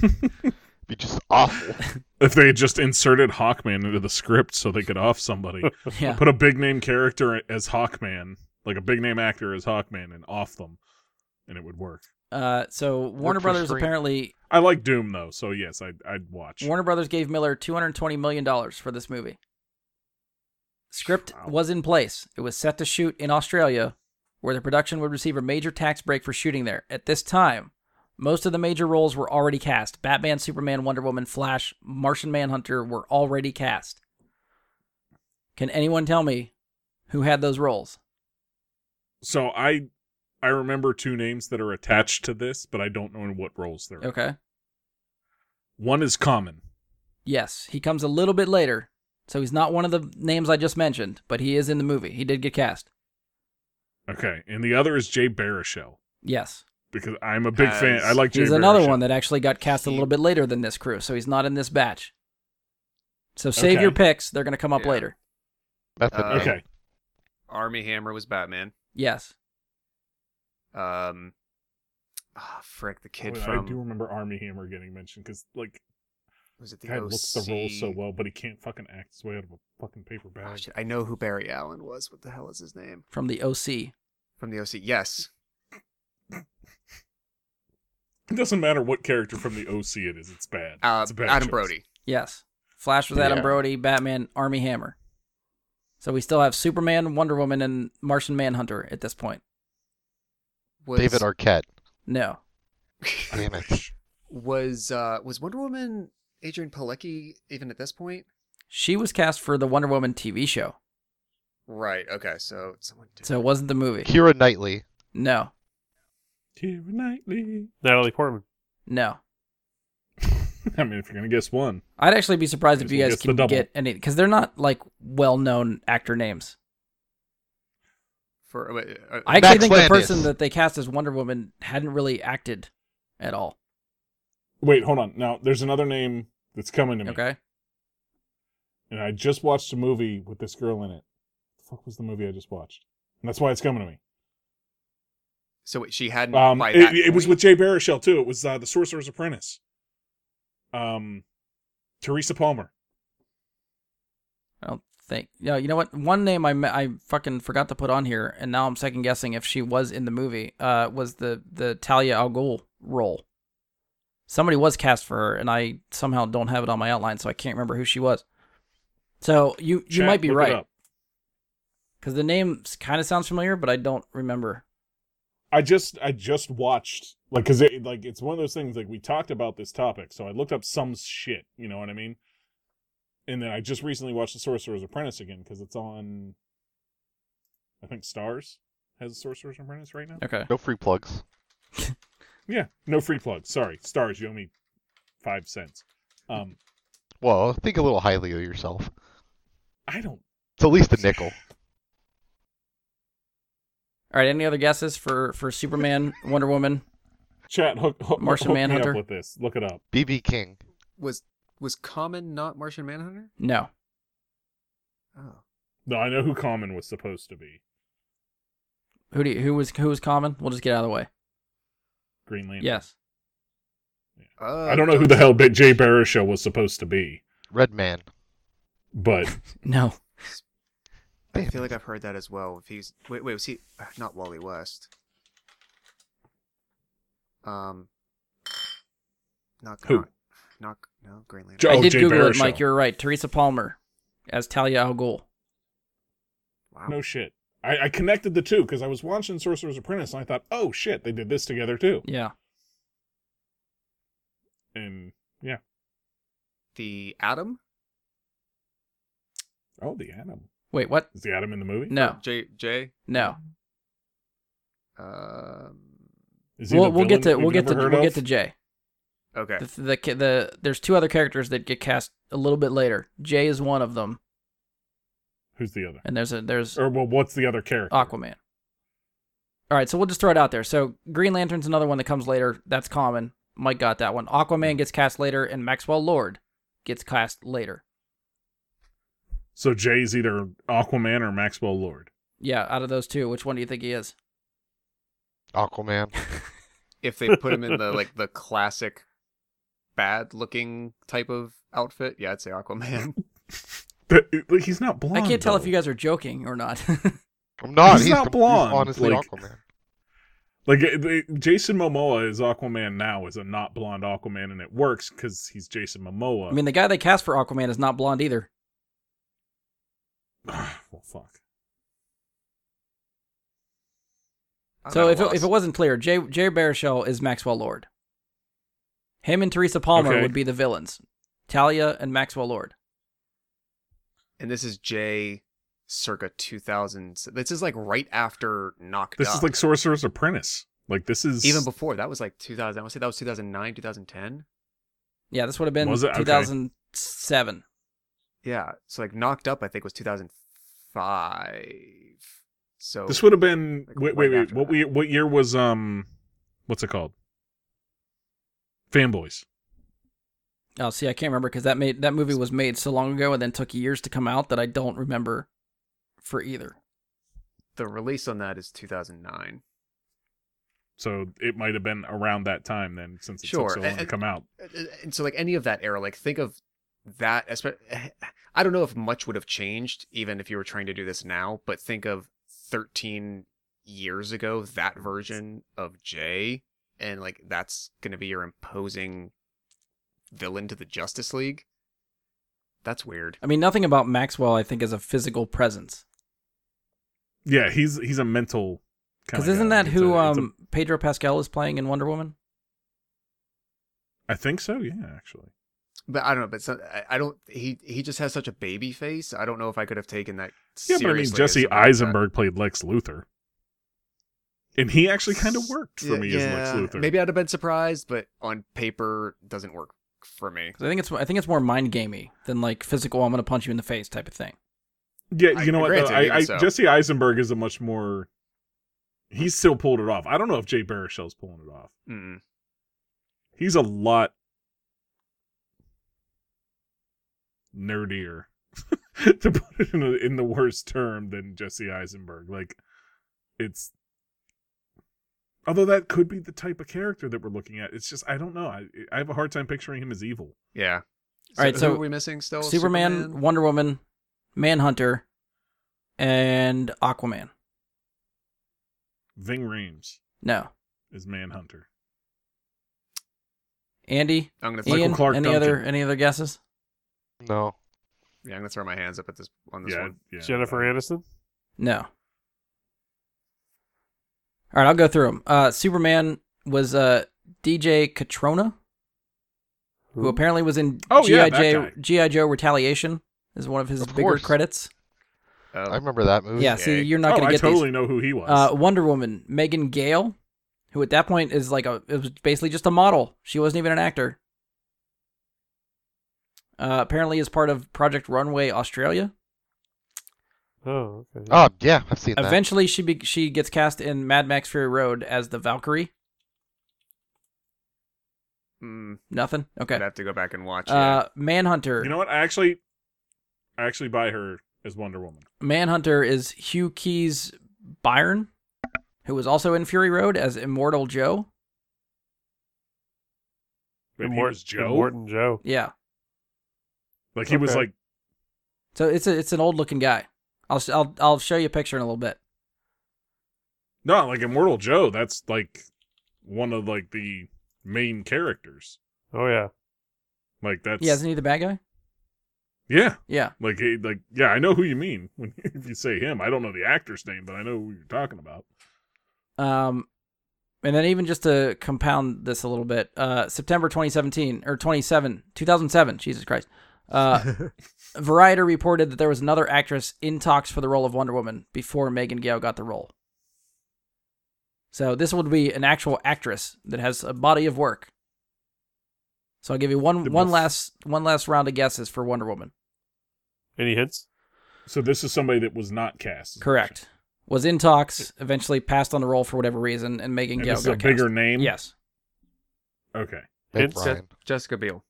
[SPEAKER 1] be just awful.
[SPEAKER 2] if they had just inserted Hawkman into the script so they could off somebody,
[SPEAKER 4] yeah,
[SPEAKER 2] put a big name character as Hawkman, like a big name actor as Hawkman and off them, and it would work.
[SPEAKER 4] Uh, so Warner
[SPEAKER 1] for
[SPEAKER 4] Brothers
[SPEAKER 1] stream.
[SPEAKER 4] apparently
[SPEAKER 2] I like Doom though, so yes, I'd I'd watch.
[SPEAKER 4] Warner Brothers gave Miller two hundred twenty million dollars for this movie. Script
[SPEAKER 2] Wow.
[SPEAKER 4] was in place. It was set to shoot in Australia, where the production would receive a major tax break for shooting there. At this time, most of the major roles were already cast. Batman, Superman, Wonder Woman, Flash, Martian Manhunter were already cast. Can anyone tell me who had those roles?
[SPEAKER 2] so I I remember two names that are attached to this, but I don't know in what roles they're. in.
[SPEAKER 4] Okay.
[SPEAKER 2] One is Common.
[SPEAKER 4] Yes, he comes a little bit later, so he's not one of the names I just mentioned, but he is in the movie. He did get cast.
[SPEAKER 2] Okay, and the other is Jay Baruchel
[SPEAKER 4] Yes.
[SPEAKER 2] because I'm a big
[SPEAKER 3] As-
[SPEAKER 2] fan. I like Jay.
[SPEAKER 4] He's another
[SPEAKER 2] Baruchel.
[SPEAKER 4] one that actually got cast a little bit later than this crew, so he's not in this batch. So save
[SPEAKER 2] Okay.
[SPEAKER 4] your picks; they're going to come up
[SPEAKER 3] Yeah.
[SPEAKER 4] later.
[SPEAKER 1] Method
[SPEAKER 3] Uh,
[SPEAKER 1] Man.
[SPEAKER 2] Okay,
[SPEAKER 3] Army Hammer was Batman.
[SPEAKER 4] Yes,
[SPEAKER 3] Um, ah, frick, the kid
[SPEAKER 2] Wait, I do
[SPEAKER 3] from
[SPEAKER 2] remember Army Hammer getting mentioned because like
[SPEAKER 3] was it the
[SPEAKER 2] the guy
[SPEAKER 3] OC?
[SPEAKER 2] looks the role so well, but he can't fucking act his way out of a fucking paper bag.
[SPEAKER 3] Oh, shit, I know who Barry Allen was. What the hell is his name
[SPEAKER 4] from the OC.
[SPEAKER 3] from the OC? Yes,
[SPEAKER 2] It doesn't matter what character from the OC it is. It's bad.
[SPEAKER 3] uh,
[SPEAKER 2] it's a bad
[SPEAKER 3] Adam
[SPEAKER 2] choice.
[SPEAKER 3] Brody.
[SPEAKER 4] Yes, Flash was Adam
[SPEAKER 1] Yeah.
[SPEAKER 4] Brody, Batman, Army Hammer. So we still have Superman, Wonder Woman, and Martian Manhunter at this point.
[SPEAKER 3] Was,
[SPEAKER 1] David Arquette.
[SPEAKER 4] No,
[SPEAKER 1] Damn it.
[SPEAKER 3] was uh, was Wonder Woman Adrian Pilecki even at this point?
[SPEAKER 4] she was cast for the Wonder Woman TV show,
[SPEAKER 3] Right. Okay. So someone. Did
[SPEAKER 4] so it wasn't the movie.
[SPEAKER 1] Kira Knightley.
[SPEAKER 4] No,
[SPEAKER 2] Keira Knightley.
[SPEAKER 5] Natalie Portman.
[SPEAKER 4] no.
[SPEAKER 2] I mean, if you're gonna guess one,
[SPEAKER 4] I'd actually be surprised if
[SPEAKER 2] Guess
[SPEAKER 4] you
[SPEAKER 2] we'll
[SPEAKER 4] guys
[SPEAKER 2] guess the
[SPEAKER 4] can
[SPEAKER 2] double.
[SPEAKER 4] get any because they're not like well-known actor names.
[SPEAKER 3] for. wait, uh,
[SPEAKER 4] I actually
[SPEAKER 1] Max
[SPEAKER 4] think the
[SPEAKER 1] Landis.
[SPEAKER 4] person that they cast as Wonder Woman hadn't really acted at all.
[SPEAKER 2] wait, hold on. Now there's another name that's coming to me.
[SPEAKER 4] Okay.
[SPEAKER 2] and I just watched a movie with this girl in it. The fuck was the movie I just watched? And that's why it's coming to me.
[SPEAKER 3] so wait, she hadn't.
[SPEAKER 2] Um,
[SPEAKER 3] by
[SPEAKER 2] it,
[SPEAKER 3] that
[SPEAKER 2] it was
[SPEAKER 3] point-
[SPEAKER 2] with Jay Baruchel too. It was uh, the Sorcerer's Apprentice. Um, Teresa Palmer.
[SPEAKER 4] I don't think. No, you know what? One name I me- I fucking forgot to put on here, and now I'm second guessing if she was in the movie. Uh, was the the Talia al Ghul role? Somebody was cast for her, and I somehow don't have it on my outline, so I can't remember who she was. So you you
[SPEAKER 2] Chat,
[SPEAKER 4] might be
[SPEAKER 2] look it
[SPEAKER 4] right
[SPEAKER 2] up.
[SPEAKER 4] because the name kind of sounds familiar, but I don't remember.
[SPEAKER 2] I just I just watched like because it, like it's one of those things like we talked about this topic, so I looked up some shit. You know what I mean? And then I just recently watched The Sorcerer's Apprentice again because it's on. I think Stars has The Sorcerer's Apprentice right now.
[SPEAKER 4] Okay.
[SPEAKER 1] No free plugs.
[SPEAKER 2] Yeah, no free plug. Sorry, stars. You owe me five cents. Um,
[SPEAKER 1] Well, think a little highly of yourself.
[SPEAKER 2] I don't.
[SPEAKER 1] It's at least a nickel.
[SPEAKER 4] All right. Any other guesses for for Superman, Wonder Woman?
[SPEAKER 2] Chat hook, hook,
[SPEAKER 4] Martian
[SPEAKER 2] hook
[SPEAKER 4] Manhunter?
[SPEAKER 2] me up with this. Look it up.
[SPEAKER 1] BB King.
[SPEAKER 3] was was Common not Martian Manhunter?
[SPEAKER 4] No.
[SPEAKER 3] Oh,
[SPEAKER 2] No, I know who Common was supposed to be.
[SPEAKER 4] Who do you, who was who was common? We'll just get out of the way.
[SPEAKER 2] Green Lantern.
[SPEAKER 4] Yes.
[SPEAKER 3] uh,
[SPEAKER 2] I don't know who the hell Big Jay Baruchel was supposed to be,
[SPEAKER 1] Red Man.
[SPEAKER 2] but
[SPEAKER 4] No.
[SPEAKER 3] I
[SPEAKER 1] Damn
[SPEAKER 3] feel like I've heard that as well. If he's wait, wait, was he uh, not Wally West? Um, not
[SPEAKER 2] Who?
[SPEAKER 3] Not, not no Green Lantern.
[SPEAKER 2] Jo-
[SPEAKER 4] I
[SPEAKER 2] Oh,
[SPEAKER 4] did
[SPEAKER 2] Jay
[SPEAKER 4] Google it, Mike.
[SPEAKER 2] Baruchel.
[SPEAKER 4] You're right. Teresa Palmer as Talia al Ghul.
[SPEAKER 3] wow.
[SPEAKER 2] no shit. I, I connected the two because I was watching Sorcerer's Apprentice and I thought, oh shit, they did this together too.
[SPEAKER 4] Yeah.
[SPEAKER 2] And yeah,
[SPEAKER 3] the Atom.
[SPEAKER 2] oh the Atom
[SPEAKER 4] Wait, what?
[SPEAKER 2] is the Atom in the movie?
[SPEAKER 4] No.
[SPEAKER 3] J J.
[SPEAKER 4] No.
[SPEAKER 3] Um.
[SPEAKER 2] Is he
[SPEAKER 4] We'll,
[SPEAKER 2] the
[SPEAKER 4] we'll get to
[SPEAKER 2] villain
[SPEAKER 4] we'll
[SPEAKER 2] we've
[SPEAKER 4] get to
[SPEAKER 2] never heard
[SPEAKER 4] we'll
[SPEAKER 2] of?
[SPEAKER 4] get to Jay.
[SPEAKER 3] Okay.
[SPEAKER 4] The, the ki- the there's two other characters that get cast a little bit later. Jay is one of them,
[SPEAKER 2] Who's the other?
[SPEAKER 4] and there's a there's
[SPEAKER 2] Or well, what's the other character?
[SPEAKER 4] Aquaman. All right, so we'll just throw it out there. So Green Lantern's another one that comes later. That's common. Mike got that one. Aquaman gets cast later, and Maxwell Lord gets cast later.
[SPEAKER 2] So Jay's either Aquaman or Maxwell Lord.
[SPEAKER 4] Yeah, out of those two, which one do you think he is?
[SPEAKER 1] Aquaman.
[SPEAKER 3] If they put him in the like the classic bad looking type of outfit, yeah, I'd say Aquaman.
[SPEAKER 2] But, uh, he's not blonde.
[SPEAKER 4] I can't tell
[SPEAKER 2] though.
[SPEAKER 4] if you guys are joking or not.
[SPEAKER 1] I'm not.
[SPEAKER 2] He's
[SPEAKER 1] He's,
[SPEAKER 2] not
[SPEAKER 1] com-
[SPEAKER 2] blonde,
[SPEAKER 1] He's honestly,
[SPEAKER 2] like-
[SPEAKER 1] Aquaman.
[SPEAKER 2] Like it- it- Jason Momoa is Aquaman now is a not blonde Aquaman, and it works because he's Jason Momoa.
[SPEAKER 4] I mean, the guy they cast for Aquaman is not blonde either.
[SPEAKER 2] well, fuck.
[SPEAKER 3] I'm
[SPEAKER 4] So
[SPEAKER 3] at a
[SPEAKER 4] if it, if
[SPEAKER 3] loss.
[SPEAKER 4] it wasn't clear, Jay Jay Baruchel is Maxwell Lord. Him and Teresa Palmer
[SPEAKER 2] Okay.
[SPEAKER 4] would be the villains. Talia and Maxwell Lord.
[SPEAKER 3] and this is J, circa 2000. So This is like right after Knocked
[SPEAKER 2] This
[SPEAKER 3] Up.
[SPEAKER 2] is like Sorcerer's Apprentice. Like this is
[SPEAKER 3] even before that was like 2000. I want to say that was 2009, 2010.
[SPEAKER 4] Yeah, this would have been
[SPEAKER 2] Was it? Okay.
[SPEAKER 4] 2007.
[SPEAKER 3] Yeah, so like Knocked Up, I think was 2005. So
[SPEAKER 2] This would have been
[SPEAKER 3] Like,
[SPEAKER 2] wait
[SPEAKER 3] right
[SPEAKER 2] wait wait
[SPEAKER 3] after
[SPEAKER 2] what
[SPEAKER 3] that.
[SPEAKER 2] we what year was um what's it called? Fanboys.
[SPEAKER 4] Oh, see, I can't remember because that made that movie was made so long ago and then took years to come out that I don't remember for either.
[SPEAKER 3] the release on that is 2009.
[SPEAKER 2] So it might have been around that time then since it
[SPEAKER 3] Sure,
[SPEAKER 2] took so long to
[SPEAKER 3] and-
[SPEAKER 2] come out.
[SPEAKER 3] And- And so like any of that era, like think of that. espe- I don't know if much would have changed even if you were trying to do this now, but think of 13 years ago that version of Jay, and like that's gonna be your imposing villain to the Justice League. That's weird.
[SPEAKER 4] I mean, nothing about Maxwell I think is a physical presence.
[SPEAKER 2] Yeah, he's he's a mental kind
[SPEAKER 4] Because
[SPEAKER 2] of
[SPEAKER 4] isn't that who
[SPEAKER 2] I
[SPEAKER 4] um, Pedro Pascal is playing in Wonder Woman?
[SPEAKER 2] think so, yeah, actually.
[SPEAKER 3] But I don't know. But so, I- I don't. He he just has such a baby face. I don't know if I could have taken that.
[SPEAKER 2] Yeah, but I mean
[SPEAKER 3] seriously as
[SPEAKER 2] Jesse
[SPEAKER 3] something like that.
[SPEAKER 2] Eisenberg played Lex Luthor. And he actually kind of worked for
[SPEAKER 3] Yeah,
[SPEAKER 2] me as
[SPEAKER 3] yeah.
[SPEAKER 2] Lex Luthor.
[SPEAKER 3] Maybe I'd have been surprised, but on paper doesn't work for me.
[SPEAKER 4] 'Cause I think it's I think it's more mind gamey than like physical. I'm gonna punch you in the face type of thing.
[SPEAKER 2] Yeah,
[SPEAKER 3] I-
[SPEAKER 2] you know what?
[SPEAKER 3] granted,
[SPEAKER 2] though, I, I,
[SPEAKER 3] even so.
[SPEAKER 2] Jesse Eisenberg is a much more. He still pulled it off. I don't know if Jay Baruchel's pulling it off.
[SPEAKER 3] Mm.
[SPEAKER 2] He's a lot nerdier, to put it in, a, in the worst term, than Jesse Eisenberg. Like, it's. Although that could be the type of character that we're looking at, it's just I don't know. I I have a hard time picturing him as evil.
[SPEAKER 3] Yeah.
[SPEAKER 4] All right, so
[SPEAKER 3] who are we missing still?
[SPEAKER 4] Superman, Wonder Woman, Manhunter, and Aquaman.
[SPEAKER 2] Ving Rhames
[SPEAKER 4] No,
[SPEAKER 2] is Manhunter.
[SPEAKER 4] Andy,
[SPEAKER 3] I'm gonna
[SPEAKER 2] Michael
[SPEAKER 4] Ian,
[SPEAKER 2] Clark
[SPEAKER 4] any
[SPEAKER 2] Duncan.
[SPEAKER 4] other any other guesses?
[SPEAKER 1] No.
[SPEAKER 3] Yeah, I'm gonna throw my hands up at this on this
[SPEAKER 2] Yeah,
[SPEAKER 3] one.
[SPEAKER 2] yeah.
[SPEAKER 5] Jennifer Aniston.
[SPEAKER 4] No. All right, I'll go through them. Uh, Superman was uh, DJ Catrona, who apparently was in
[SPEAKER 2] Oh,
[SPEAKER 4] GI
[SPEAKER 2] yeah, that
[SPEAKER 4] Joe
[SPEAKER 2] guy.
[SPEAKER 4] GI Joe Retaliation is one of his
[SPEAKER 1] Of
[SPEAKER 4] bigger
[SPEAKER 1] course.
[SPEAKER 4] credits.
[SPEAKER 3] Oh,
[SPEAKER 1] I remember that movie.
[SPEAKER 4] Yeah,
[SPEAKER 3] Okay.
[SPEAKER 4] see, you're not
[SPEAKER 2] Oh,
[SPEAKER 4] gonna
[SPEAKER 2] I
[SPEAKER 4] get these.
[SPEAKER 2] totally know who he was.
[SPEAKER 4] Uh, Wonder Woman, Megan Gale, who at that point is like a it was basically just a model. She wasn't even an actor. Uh, apparently, is part of Project Runway Australia.
[SPEAKER 5] Oh, okay.
[SPEAKER 1] Oh yeah, I've seen that.
[SPEAKER 4] Eventually, she be- she gets cast in Mad Max Fury Road as the Valkyrie.
[SPEAKER 3] mm,
[SPEAKER 4] Nothing. Okay.
[SPEAKER 3] I'd have to go back and watch.
[SPEAKER 4] Uh, Manhunter.
[SPEAKER 2] You know what? I actually, I actually buy her as Wonder Woman.
[SPEAKER 4] Manhunter is Hugh Keys Byron, who was also in Fury Road as Immortal Joe.
[SPEAKER 2] Wait, he
[SPEAKER 5] Mort-
[SPEAKER 2] was Joe.
[SPEAKER 5] Morton Joe.
[SPEAKER 4] Yeah.
[SPEAKER 2] Like he was
[SPEAKER 5] Okay.
[SPEAKER 2] like
[SPEAKER 4] So it's a it's an old looking guy. I'll s- I'll I'll show you a picture in a little bit.
[SPEAKER 2] no, like Immortal Joe. That's like one of like the main characters.
[SPEAKER 5] Oh yeah.
[SPEAKER 2] Like that's
[SPEAKER 4] Yeah, isn't he the bad guy?
[SPEAKER 2] yeah.
[SPEAKER 4] Yeah.
[SPEAKER 2] Like he like yeah. I know who you mean when if you say him. I don't know the actor's name, but I know who you're talking about.
[SPEAKER 4] Um, and then even just to compound this a little bit, uh, September 2017 or 27, 2007, Jesus Christ. Uh, Variety reported that there was another actress in talks for the role of Wonder Woman before Megan Gale got the role. So this would be an actual actress that has a body of work. So I'll give you one
[SPEAKER 2] The
[SPEAKER 4] one
[SPEAKER 2] most-
[SPEAKER 4] last one last round of guesses for Wonder Woman.
[SPEAKER 5] Any hints?
[SPEAKER 2] So this is somebody that was not cast.
[SPEAKER 4] Correct. Was in talks, eventually passed on the role for whatever reason, and Megan
[SPEAKER 2] And
[SPEAKER 4] Gale
[SPEAKER 2] this is a
[SPEAKER 4] got
[SPEAKER 2] bigger
[SPEAKER 4] cast.
[SPEAKER 2] name.
[SPEAKER 4] Yes.
[SPEAKER 2] Okay.
[SPEAKER 1] Meg
[SPEAKER 5] It's-
[SPEAKER 1] Ryan.
[SPEAKER 3] Jessica Biel.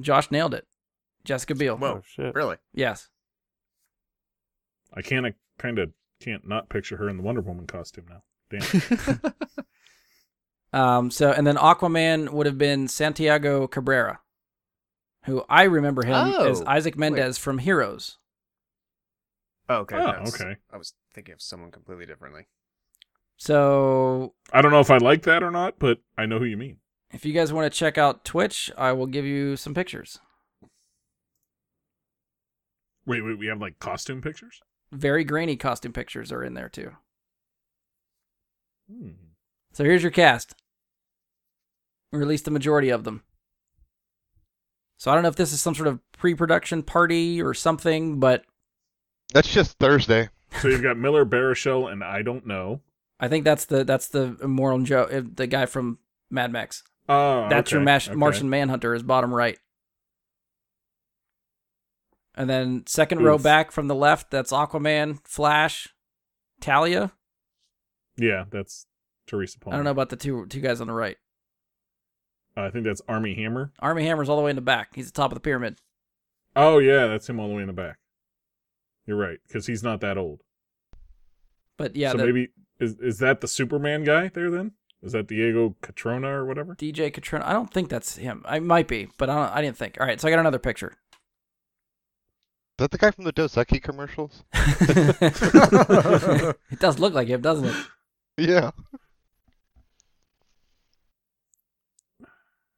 [SPEAKER 4] Josh nailed it. Jessica Biel.
[SPEAKER 3] Whoa.
[SPEAKER 5] Oh shit.
[SPEAKER 3] Really?
[SPEAKER 4] Yes.
[SPEAKER 2] I can't. I kind of can't not picture her in the Wonder Woman costume now. Damn.
[SPEAKER 4] Um, so and then Aquaman would have been Santiago Cabrera, who I remember him
[SPEAKER 3] Oh,
[SPEAKER 4] as Isaac Mendez from Heroes.
[SPEAKER 3] Oh, okay.
[SPEAKER 2] Oh,
[SPEAKER 3] that's-
[SPEAKER 2] okay.
[SPEAKER 3] I was thinking of someone completely differently.
[SPEAKER 4] So
[SPEAKER 2] I don't know if I like that or not, but I know who you mean.
[SPEAKER 4] if you guys want to check out Twitch, I will give you some pictures.
[SPEAKER 2] Wait, wait, we have like costume pictures?
[SPEAKER 4] Very grainy costume pictures are in there too.
[SPEAKER 2] Hmm.
[SPEAKER 4] So here's your cast. Or at least the majority of them. So I don't know if this is some sort of pre-production party or something, but
[SPEAKER 1] That's just Thursday.
[SPEAKER 2] So you've got Miller, Baruchel, and I don't know.
[SPEAKER 4] I think that's the that's the immoral Joe, uh, the guy from Mad Max.
[SPEAKER 2] Oh,
[SPEAKER 4] That's your
[SPEAKER 2] okay,
[SPEAKER 4] Mash-
[SPEAKER 2] okay.
[SPEAKER 4] Martian Manhunter is bottom right. And then second row
[SPEAKER 2] Oof.
[SPEAKER 4] back from the left, that's Aquaman, Flash, Talia.
[SPEAKER 2] Yeah, that's Teresa Palmer. Uh,
[SPEAKER 4] I don't know about the two two guys on the right.
[SPEAKER 2] I think that's Army Hammer.
[SPEAKER 4] Army Hammer's all the way in the back. He's the top of the pyramid.
[SPEAKER 2] Oh yeah, that's him all the way in the back. You're right, because he's not that old.
[SPEAKER 4] But yeah,
[SPEAKER 2] so
[SPEAKER 4] the
[SPEAKER 2] maybe is is that the Superman guy there then? Is that Diego Catrona or whatever?
[SPEAKER 4] DJ Katrina. I don't think that's him. I might be, but I don't, I didn't think. All right, so I got another picture.
[SPEAKER 1] Is that the guy from the Dos Equis commercials?
[SPEAKER 4] it does look like him, doesn't it?
[SPEAKER 1] Yeah.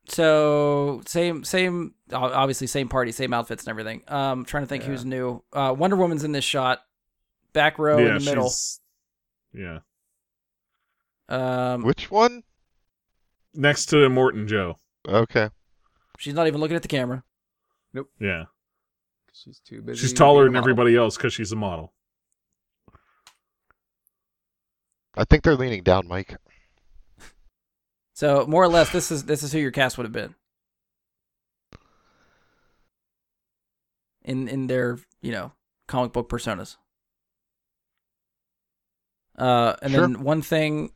[SPEAKER 4] So same, same, ob- obviously same party, same outfits and everything. Um, trying to think
[SPEAKER 5] Yeah.
[SPEAKER 4] who's new. Uh, Wonder Woman's in this shot, back row
[SPEAKER 2] yeah,
[SPEAKER 4] in the middle.
[SPEAKER 2] she's- Yeah,
[SPEAKER 4] Um,
[SPEAKER 1] Which one?
[SPEAKER 2] next to Morton Joe.
[SPEAKER 1] Okay.
[SPEAKER 4] she's not even looking at the camera.
[SPEAKER 2] Yeah,
[SPEAKER 3] She's too busy.
[SPEAKER 2] she's taller than
[SPEAKER 3] being a model.
[SPEAKER 2] everybody else because she's a model.
[SPEAKER 1] I think they're leaning down, Mike.
[SPEAKER 4] So more or less, this is this is who your cast would have been. In in their you know comic book personas. Uh, and
[SPEAKER 1] Sure.
[SPEAKER 4] then one thing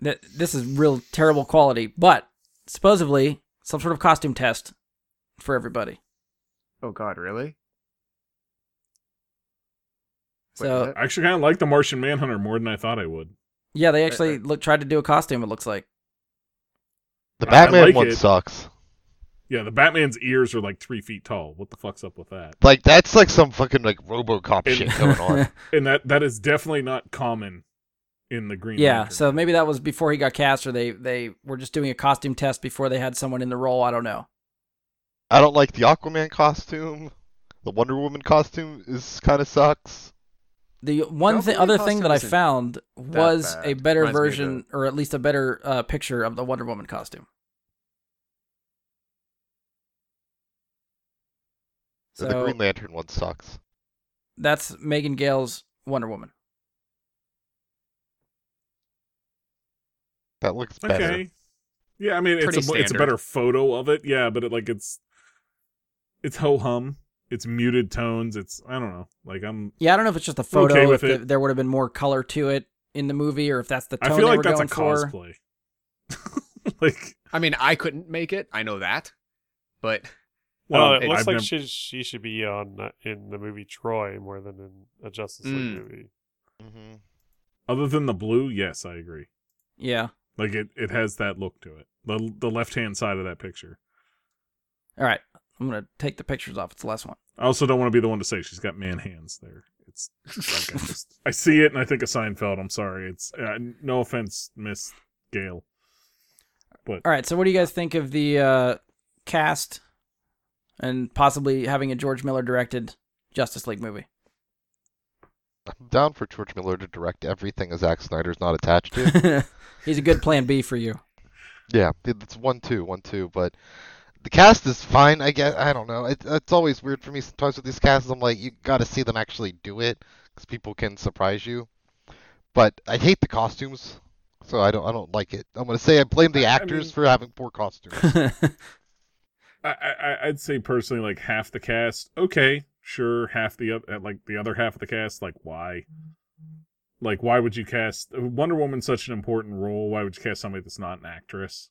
[SPEAKER 4] that this is real terrible quality, but supposedly some sort of costume test for everybody.
[SPEAKER 3] Oh God, really?
[SPEAKER 4] So
[SPEAKER 3] what?
[SPEAKER 2] I actually kind of like the Martian Manhunter more than I thought I would.
[SPEAKER 4] yeah, they actually look, tried to do a costume. It looks like
[SPEAKER 1] The
[SPEAKER 2] I- I
[SPEAKER 1] Batman
[SPEAKER 2] like
[SPEAKER 1] one
[SPEAKER 2] it.
[SPEAKER 1] sucks.
[SPEAKER 2] Yeah, the Batman's ears are like three feet tall. What the fuck's up with that?
[SPEAKER 1] Like that's like some fucking like RoboCop
[SPEAKER 2] And-
[SPEAKER 1] shit going on.
[SPEAKER 2] And that that is definitely not common in the Green.
[SPEAKER 4] yeah,
[SPEAKER 2] Lantern.
[SPEAKER 4] so maybe that was before he got cast, or they they were just doing a costume test before they had someone in the role. I don't know.
[SPEAKER 1] I don't like the Aquaman costume. The Wonder Woman costume is kind of sucks.
[SPEAKER 4] The one
[SPEAKER 3] Don't
[SPEAKER 4] thing,
[SPEAKER 3] believe
[SPEAKER 4] other thing
[SPEAKER 3] costume
[SPEAKER 4] that I
[SPEAKER 3] isn't
[SPEAKER 4] found was
[SPEAKER 3] bad.
[SPEAKER 4] a better
[SPEAKER 3] Reminds me of
[SPEAKER 4] version, or at least a better uh, picture of the Wonder Woman costume.
[SPEAKER 1] the
[SPEAKER 4] So
[SPEAKER 1] Green Lantern one sucks.
[SPEAKER 4] that's Megan Gale's Wonder Woman.
[SPEAKER 1] That looks better.
[SPEAKER 2] Okay. Yeah, I mean it's
[SPEAKER 3] Pretty
[SPEAKER 2] a it's a
[SPEAKER 3] standard.
[SPEAKER 2] better photo of it. Yeah, but it like it's it's ho hum. It's muted tones. It's I don't know. Like I'm
[SPEAKER 4] Yeah, I don't know if it's just a photo,
[SPEAKER 2] okay
[SPEAKER 4] if
[SPEAKER 2] with
[SPEAKER 4] the-
[SPEAKER 2] it.
[SPEAKER 4] there would have been more color to it in the movie, or if that's the tone
[SPEAKER 2] I feel
[SPEAKER 4] they
[SPEAKER 2] like
[SPEAKER 4] were
[SPEAKER 2] that's a
[SPEAKER 4] going for.
[SPEAKER 2] cosplay. like
[SPEAKER 3] I mean, I couldn't make it. I know that, but
[SPEAKER 5] Well,
[SPEAKER 2] no,
[SPEAKER 5] Oh, it looks
[SPEAKER 2] I've
[SPEAKER 5] like
[SPEAKER 2] never-
[SPEAKER 5] she she should be on uh, in the movie Troy more than in a Justice League
[SPEAKER 3] Mm.
[SPEAKER 5] movie.
[SPEAKER 1] hmm
[SPEAKER 2] other than the blue, yes, I agree.
[SPEAKER 4] Yeah.
[SPEAKER 2] Like it it has that look to it. The the left hand side of that picture.
[SPEAKER 4] All right, I'm gonna take the pictures off. It's the last one.
[SPEAKER 2] I also don't want to be the one to say she's got man hands there. It's like I, just, I see it and I think of Seinfeld. I'm sorry. It's uh, no offense, Miss Gale.
[SPEAKER 4] All right, so what do you guys think of the uh, cast, and possibly having a George Miller directed Justice League movie?
[SPEAKER 1] I'm down for George Miller to direct everything as Zack Snyder's not attached to.
[SPEAKER 4] He's a good plan B for you.
[SPEAKER 1] yeah, it's one two, one two. But the cast is fine. I guess I don't know. It, it's always weird for me sometimes with these casts. I'm like, you got to see them actually do it because people can surprise you. But I hate the costumes, so I don't. I don't like it. I'm gonna say I blame the
[SPEAKER 2] I- I
[SPEAKER 1] actors
[SPEAKER 2] mean-
[SPEAKER 1] for having poor costumes.
[SPEAKER 2] I, I I'd say personally like half the cast. Okay, sure. Half the other like the other half of the cast. Like why? Like why would you cast uh, Wonder Woman's such an important role? Why would you cast somebody that's not an actress?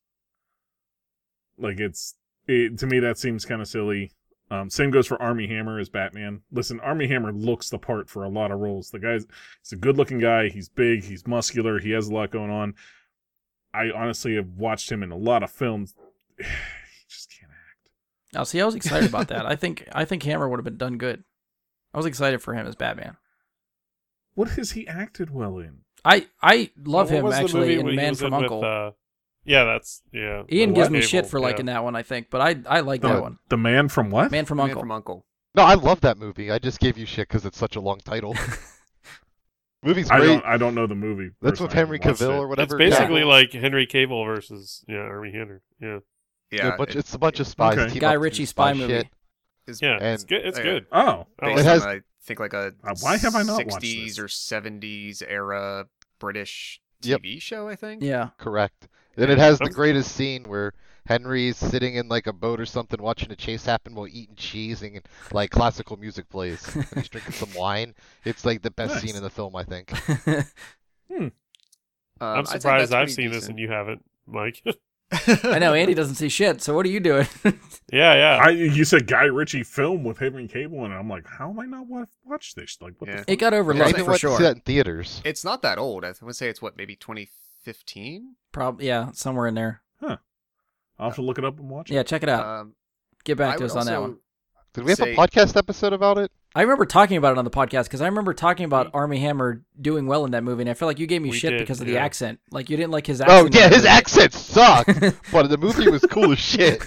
[SPEAKER 2] Like it's it, to me that seems kind of silly. Um, same goes for Army Hammer as Batman. Listen, Army Hammer looks the part for a lot of roles. The guy's he's a good-looking guy. He's big. He's muscular. He has a lot going on. I honestly have watched him in a lot of films. he just can't act.
[SPEAKER 4] Oh, now, see, I was excited about that. I think I think Hammer would have been done good. I was excited for him as Batman.
[SPEAKER 2] What has he acted well in?
[SPEAKER 4] I I love
[SPEAKER 5] What
[SPEAKER 4] him
[SPEAKER 5] was the
[SPEAKER 4] actually
[SPEAKER 5] movie
[SPEAKER 4] in
[SPEAKER 5] when he
[SPEAKER 4] Man
[SPEAKER 5] was
[SPEAKER 4] from
[SPEAKER 5] with,
[SPEAKER 4] Uncle.
[SPEAKER 5] uh, yeah, that's yeah.
[SPEAKER 4] Ian
[SPEAKER 5] with
[SPEAKER 4] gives me
[SPEAKER 5] Cable,
[SPEAKER 4] shit for
[SPEAKER 5] yeah.
[SPEAKER 4] liking that one, I think, but I I like that
[SPEAKER 2] The-
[SPEAKER 4] one.
[SPEAKER 2] The man from what?
[SPEAKER 4] Man from
[SPEAKER 3] Man
[SPEAKER 4] Uncle.
[SPEAKER 3] from Uncle.
[SPEAKER 1] No, I love that movie. I just gave you shit because it's such a long title. Movie's
[SPEAKER 2] I
[SPEAKER 1] great.
[SPEAKER 2] don't. I don't know the movie.
[SPEAKER 1] That's with
[SPEAKER 2] personally. I
[SPEAKER 1] Henry
[SPEAKER 2] haven't watched
[SPEAKER 1] Cavill
[SPEAKER 2] it.
[SPEAKER 1] or whatever.
[SPEAKER 5] It's
[SPEAKER 1] Yeah.
[SPEAKER 5] basically like Henry Cable versus yeah, Army Hammer. Yeah,
[SPEAKER 1] Yeah,
[SPEAKER 3] Yeah,
[SPEAKER 1] a bunch-
[SPEAKER 3] it
[SPEAKER 1] it's a bunch of spies.
[SPEAKER 2] Okay.
[SPEAKER 1] team
[SPEAKER 4] Guy
[SPEAKER 1] up to do
[SPEAKER 4] Ritchie spy movie.
[SPEAKER 1] shit.
[SPEAKER 3] is
[SPEAKER 5] yeah,
[SPEAKER 1] And-
[SPEAKER 5] it's good. It's
[SPEAKER 3] Yeah.
[SPEAKER 5] good.
[SPEAKER 2] Oh,
[SPEAKER 5] I
[SPEAKER 3] based
[SPEAKER 1] It
[SPEAKER 5] like
[SPEAKER 1] has-
[SPEAKER 3] on I think like a
[SPEAKER 2] Uh, why have I not watched
[SPEAKER 3] 60s
[SPEAKER 2] this?
[SPEAKER 3] or 70s era British
[SPEAKER 1] Yep.
[SPEAKER 3] TV show, I think.
[SPEAKER 4] Yeah.
[SPEAKER 1] Correct. And it has the
[SPEAKER 5] I'm-
[SPEAKER 1] greatest scene where Henry's sitting in like a boat or something, watching a chase happen while eating cheese and like classical music plays. and he's drinking some wine. It's like the best scene
[SPEAKER 2] Nice.
[SPEAKER 1] in the film, I think.
[SPEAKER 3] Um,
[SPEAKER 5] I'm
[SPEAKER 3] I'd say that's
[SPEAKER 5] surprised I've
[SPEAKER 3] pretty
[SPEAKER 5] seen this and
[SPEAKER 3] decent.
[SPEAKER 5] you haven't, Mike.
[SPEAKER 4] I know Andy doesn't see shit, so what are you doing?
[SPEAKER 5] yeah, yeah.
[SPEAKER 2] I you said Guy Ritchie film with Henry Cable in it. I'm like, how am I not wa- watched this? Like, what
[SPEAKER 3] Yeah.
[SPEAKER 2] the
[SPEAKER 4] it got
[SPEAKER 1] Yeah, I
[SPEAKER 4] overlooked
[SPEAKER 1] even
[SPEAKER 4] for
[SPEAKER 1] went to see that
[SPEAKER 4] sure.
[SPEAKER 1] in theaters.
[SPEAKER 3] It's not that old. I would say it's what maybe 2015.
[SPEAKER 4] Prob yeah, somewhere in there.
[SPEAKER 2] I'll have to look it up and watch it.
[SPEAKER 4] Yeah, check it
[SPEAKER 5] Uh,
[SPEAKER 4] out.
[SPEAKER 3] Um,
[SPEAKER 4] Get
[SPEAKER 3] I
[SPEAKER 4] back to
[SPEAKER 3] would
[SPEAKER 4] us on that
[SPEAKER 3] also-
[SPEAKER 4] one.
[SPEAKER 1] Did we have
[SPEAKER 3] say-
[SPEAKER 1] a podcast episode about it?
[SPEAKER 4] I remember talking about it on the podcast because I remember talking
[SPEAKER 2] Mm.
[SPEAKER 4] about Army Hammer doing well in that movie, and I feel like you gave me
[SPEAKER 5] We
[SPEAKER 4] shit
[SPEAKER 5] did,
[SPEAKER 4] because of the
[SPEAKER 5] yeah.
[SPEAKER 4] accent. Like you didn't like his
[SPEAKER 1] Oh
[SPEAKER 4] accent.
[SPEAKER 1] yeah, his accent
[SPEAKER 4] accent.
[SPEAKER 1] sucked, but the movie was cool as shit.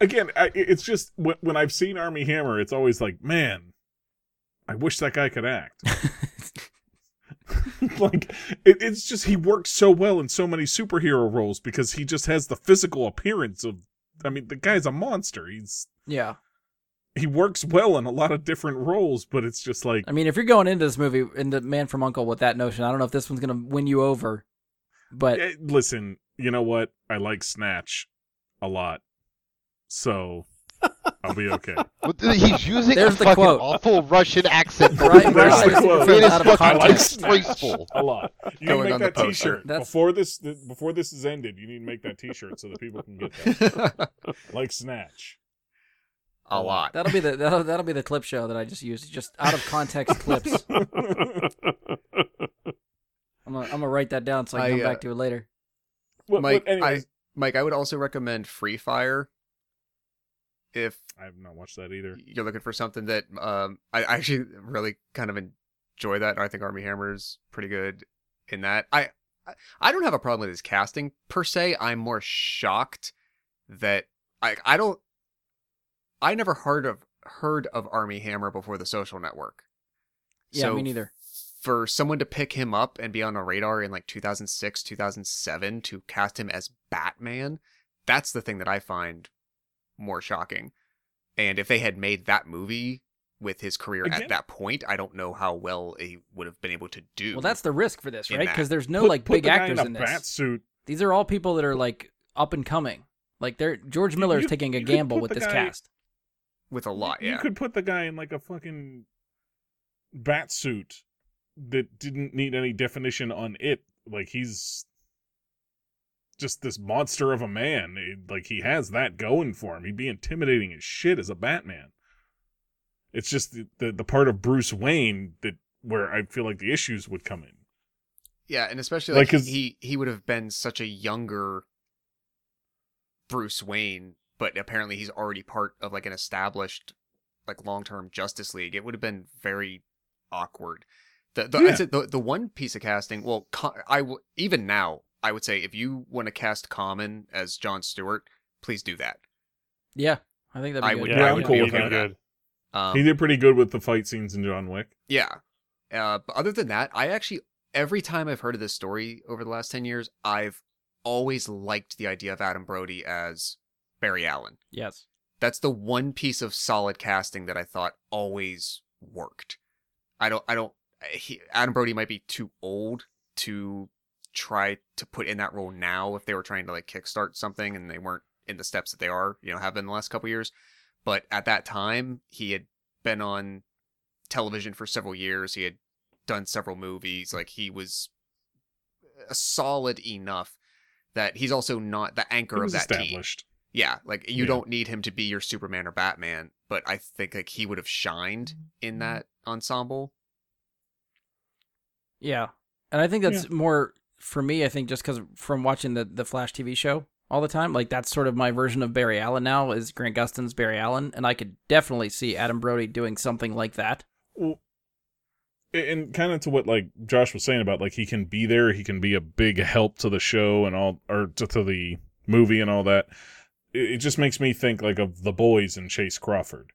[SPEAKER 2] Again, I, it- it's just when, when I've seen Army Hammer, it's always like, man, I wish that guy could act. like, it, it's just he works so well in so many superhero roles because he just has the physical appearance of. I mean, the guy's a monster. He's
[SPEAKER 4] yeah.
[SPEAKER 2] he works well in a lot of different roles, but it's just like
[SPEAKER 4] I mean, if you're going into this movie in the Man from Uncle with that notion, I don't know if this one's gonna win you over, but
[SPEAKER 2] Eh, listen, you know what? I like Snatch a lot, so I'll be okay.
[SPEAKER 1] But th- He's using
[SPEAKER 4] There's
[SPEAKER 1] a
[SPEAKER 4] the
[SPEAKER 1] fucking
[SPEAKER 4] quote.
[SPEAKER 1] awful Russian accent. for
[SPEAKER 4] Right,
[SPEAKER 1] the
[SPEAKER 4] right.
[SPEAKER 1] movie.
[SPEAKER 2] There's the quote.
[SPEAKER 1] It is
[SPEAKER 4] Out of
[SPEAKER 1] fucking
[SPEAKER 4] context.
[SPEAKER 1] disgraceful.
[SPEAKER 2] a lot. You
[SPEAKER 3] Going
[SPEAKER 2] need to
[SPEAKER 3] on the
[SPEAKER 2] make that
[SPEAKER 3] poster.
[SPEAKER 2] T-shirt
[SPEAKER 4] That's-
[SPEAKER 2] before this. th- Before this is ended, you need to make that T-shirt so that people can get that. Like Snatch.
[SPEAKER 3] a lot.
[SPEAKER 4] that'll be the that'll, that'll be the clip show that I just used. Just out of context clips. I'm gonna, I'm gonna write that down so I can
[SPEAKER 3] I,
[SPEAKER 4] come
[SPEAKER 3] uh,
[SPEAKER 4] back to it later.
[SPEAKER 2] What,
[SPEAKER 3] Mike,
[SPEAKER 2] what, anyways,
[SPEAKER 3] Mike, I would also recommend Free Fire. If
[SPEAKER 2] I... have not watched that either.
[SPEAKER 3] you're looking for something that um, I I actually really kind of enjoy that. I think Army Hammer's pretty good in that. I I- I don't have a problem with his casting per se. I'm more shocked that I I don't I never heard of heard of Army Hammer before The Social Network.
[SPEAKER 4] Yeah,
[SPEAKER 3] So
[SPEAKER 4] me neither.
[SPEAKER 3] For someone to pick him up and be on a radar in like 2006, 2007 to cast him as Batman, that's the thing that I find more shocking. And if they had made that movie with his career
[SPEAKER 2] Again-
[SPEAKER 3] at that point, I don't know how well he would have been able to do.
[SPEAKER 4] Well, that's the risk for this,
[SPEAKER 3] in
[SPEAKER 4] right?
[SPEAKER 3] that.
[SPEAKER 4] Because there's no
[SPEAKER 2] Put-
[SPEAKER 4] like
[SPEAKER 2] put
[SPEAKER 4] big
[SPEAKER 2] the guy
[SPEAKER 4] actors
[SPEAKER 2] in a
[SPEAKER 4] in this.
[SPEAKER 2] bat suit.
[SPEAKER 4] These are all people that are like up and coming. Like they're George
[SPEAKER 2] You-
[SPEAKER 4] Miller is
[SPEAKER 2] you-
[SPEAKER 4] taking a
[SPEAKER 2] you could
[SPEAKER 4] gamble
[SPEAKER 2] put
[SPEAKER 4] with
[SPEAKER 2] the
[SPEAKER 4] this
[SPEAKER 2] guy-
[SPEAKER 4] cast.
[SPEAKER 3] with a lot.
[SPEAKER 2] You
[SPEAKER 3] Yeah,
[SPEAKER 2] could put the guy in like a fucking bat suit that didn't need any definition on it. Like he's just this monster of a man. It- like he has that going for him. He'd be intimidating as shit as a Batman. It's just the the, the part of Bruce Wayne that where I feel like the issues would come in.
[SPEAKER 3] yeah, and especially
[SPEAKER 2] Like
[SPEAKER 3] like,
[SPEAKER 2] his-
[SPEAKER 3] he he would have been such a younger Bruce Wayne, but apparently he's already part of like an established like long term Justice League. It would have been very awkward. The the,
[SPEAKER 2] Yeah.
[SPEAKER 3] I'd say the the one piece of casting. Well, co- I w- even now I would say if you want to cast Common as John Stewart, please do that.
[SPEAKER 4] Yeah, I think that'd be
[SPEAKER 3] I
[SPEAKER 4] good.
[SPEAKER 3] would-
[SPEAKER 5] yeah,
[SPEAKER 2] Yeah,
[SPEAKER 5] I
[SPEAKER 2] I'm
[SPEAKER 5] would
[SPEAKER 2] cool
[SPEAKER 5] be
[SPEAKER 2] with
[SPEAKER 5] okay
[SPEAKER 2] that.
[SPEAKER 5] good.
[SPEAKER 3] Um,
[SPEAKER 2] he did pretty good with the fight scenes in John Wick.
[SPEAKER 3] Yeah. Uh, but other than that, I actually every time I've heard of this story over the last ten years, I've always liked the idea of Adam Brody as Barry Allen.
[SPEAKER 4] Yes.
[SPEAKER 3] That's the one piece of solid casting that I thought always worked. I don't. I don't. He, Adam Brody might be too old to try to put in that role now if they were trying to like kickstart something and they weren't in the steps that they are, you know, have been the last couple years. But at that time, he had been on television for several years. He had done several movies. Like he was uh, solid enough that he's also not the
[SPEAKER 2] He
[SPEAKER 3] anchor of
[SPEAKER 2] was
[SPEAKER 3] that team.
[SPEAKER 2] established.
[SPEAKER 3] Yeah, like you
[SPEAKER 2] Yeah.
[SPEAKER 3] don't need him to be your Superman or Batman, but I think like he would have shined in that ensemble.
[SPEAKER 4] Yeah, and I think that's more for me. I think just because from watching the the Flash TV show all the time. Like that's sort of my version of Barry Allen now is Grant Gustin's Barry Allen, and I could definitely see Adam Brody doing something like that.
[SPEAKER 2] Well, and- and kind of to what like Josh was saying about like he can be there, he can be a big help to the show and all, or to, to the movie and all that. It, it just makes me think like of the boys and Chase Crawford.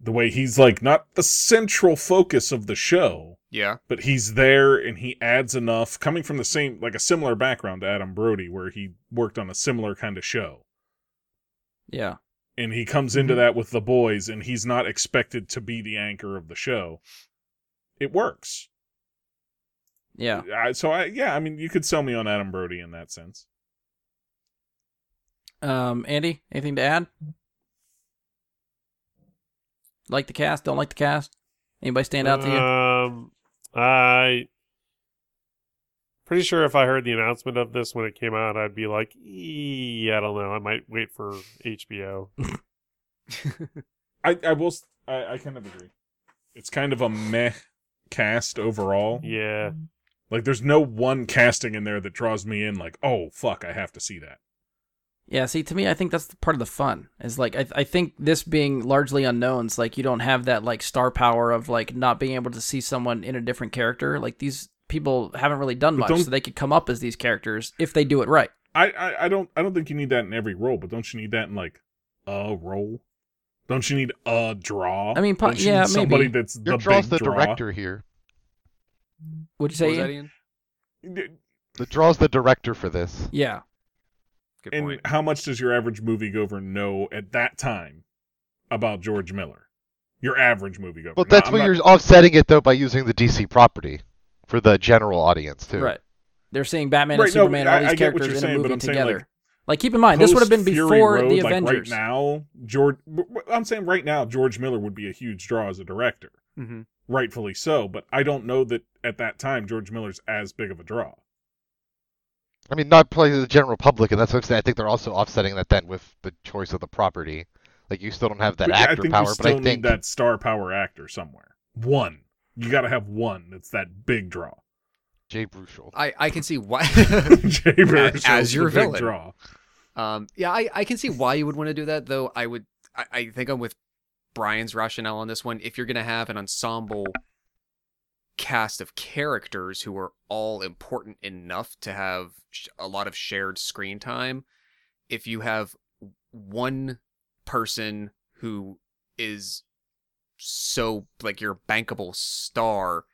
[SPEAKER 2] The way he's like not the central focus of the show,
[SPEAKER 3] Yeah.
[SPEAKER 2] but he's there and he adds enough coming from the same like a similar background to Adam Brody where he worked on a similar kind of show
[SPEAKER 4] Yeah,
[SPEAKER 2] and he comes
[SPEAKER 4] Mm-hmm.
[SPEAKER 2] into that with the boys and he's not expected to be the anchor of the show it works
[SPEAKER 4] yeah.
[SPEAKER 2] I, so i yeah i mean you could sell me on adam brody in that sense
[SPEAKER 4] Um, Andy, anything to add? Like the cast? Don't like the cast? Anybody stand out to you?
[SPEAKER 5] Um, I pretty sure if I heard the announcement of this when it came out, I'd be like, "Eee, I don't know. I might wait for HBO.
[SPEAKER 3] Uh,
[SPEAKER 2] i i will s- i, I kind of agree it's kind of a meh cast overall
[SPEAKER 5] Yeah,
[SPEAKER 2] like there's no one casting in there that draws me in like oh fuck i have to see that
[SPEAKER 4] Yeah, see, to me, I think that's the part of the fun. Is like, I, I think this being largely unknowns, like, you don't have that, like, star power of, like, not being able to see someone in a different character. Like, these people haven't really done
[SPEAKER 2] But
[SPEAKER 4] much,
[SPEAKER 2] don't-
[SPEAKER 4] so they could come up as these characters if they do it right.
[SPEAKER 2] I, I i don't i don't think you need that in every role but don't you need that in like a role don't you need a draw?
[SPEAKER 4] I mean, po-
[SPEAKER 2] Don't you
[SPEAKER 4] yeah,
[SPEAKER 2] need somebody
[SPEAKER 4] maybe.
[SPEAKER 2] that's the
[SPEAKER 1] Your draw's
[SPEAKER 2] big
[SPEAKER 1] the
[SPEAKER 2] draw?
[SPEAKER 1] director here.
[SPEAKER 4] Would you
[SPEAKER 3] What
[SPEAKER 4] say?
[SPEAKER 3] was that,
[SPEAKER 4] Ian?
[SPEAKER 3] Ian?
[SPEAKER 1] The draw's the director for this.
[SPEAKER 4] yeah.
[SPEAKER 3] Good
[SPEAKER 2] and
[SPEAKER 3] point.
[SPEAKER 2] how much does your average moviegoer know at that time about George Miller? Your average moviegoer.
[SPEAKER 1] But
[SPEAKER 2] Now,
[SPEAKER 1] that's
[SPEAKER 2] I'm
[SPEAKER 1] what
[SPEAKER 2] not-
[SPEAKER 1] you're offsetting it though by using the DC property for the general audience too.
[SPEAKER 4] Right. They're seeing Batman
[SPEAKER 2] Right,
[SPEAKER 4] and
[SPEAKER 2] no,
[SPEAKER 4] Superman,
[SPEAKER 2] I-
[SPEAKER 4] all these
[SPEAKER 2] I get what
[SPEAKER 4] characters in
[SPEAKER 2] you're saying,
[SPEAKER 4] a
[SPEAKER 2] but
[SPEAKER 4] movie
[SPEAKER 2] I'm saying,
[SPEAKER 4] together.
[SPEAKER 2] like,
[SPEAKER 4] like, keep in mind, this would have been
[SPEAKER 2] post-Fury
[SPEAKER 4] before
[SPEAKER 2] Road,
[SPEAKER 4] the
[SPEAKER 2] like,
[SPEAKER 4] Avengers.
[SPEAKER 2] right now, George. w- w- I'm saying right now, George Miller would be a huge draw as a director,
[SPEAKER 4] Mm-hmm.
[SPEAKER 3] hmm
[SPEAKER 2] rightfully so. But I don't know that at that time George Miller's as big of a draw.
[SPEAKER 1] I mean, not playing to the general public, and that's what I'm saying. I think they're also offsetting that then with the choice of the property. Like you still don't have that
[SPEAKER 2] But yeah, I
[SPEAKER 1] actor
[SPEAKER 2] think
[SPEAKER 1] power,
[SPEAKER 2] you
[SPEAKER 1] but
[SPEAKER 2] still
[SPEAKER 1] I
[SPEAKER 2] need
[SPEAKER 1] think
[SPEAKER 2] that star power actor somewhere. One, you got to have one that's that big draw.
[SPEAKER 1] Jay Bruchel.
[SPEAKER 3] I I can see why.
[SPEAKER 2] Jay Baruchel's
[SPEAKER 3] as
[SPEAKER 2] the
[SPEAKER 3] your
[SPEAKER 2] big
[SPEAKER 3] villain.
[SPEAKER 2] draw.
[SPEAKER 3] um, yeah, I I can see why you would want to do that though. I would. I, I think I'm with Brian's rationale on this one. If you're gonna have an ensemble cast of characters who are all important enough to have sh- a lot of shared screen time, if you have one person who is so like your bankable star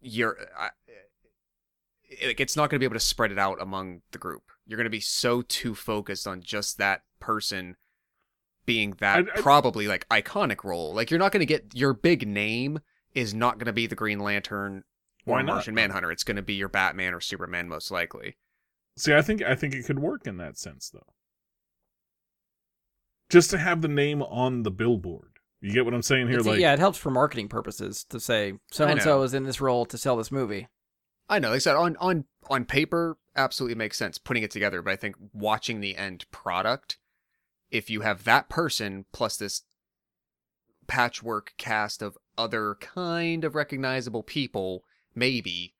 [SPEAKER 3] you're I, eh, like it's not going to be able to spread it out among the group you're going to be so too focused on just that person being that
[SPEAKER 2] I- I-
[SPEAKER 3] probably like iconic role like you're not going to get your big name is not going to be the green lantern or
[SPEAKER 2] Why not?
[SPEAKER 3] martian manhunter it's going to be your batman or superman most likely
[SPEAKER 2] See, I think I think it could work in that sense though. Just to have the name on the billboard. You get what I'm saying here?
[SPEAKER 4] It's-
[SPEAKER 2] like
[SPEAKER 4] yeah, it helps for marketing purposes to say so and so
[SPEAKER 3] know.
[SPEAKER 4] is in this role to sell this movie.
[SPEAKER 3] I know, like I said, on on on paper, absolutely makes sense putting it together. But I think watching the end product, if you have that person plus this patchwork cast of other kind of recognizable people, maybe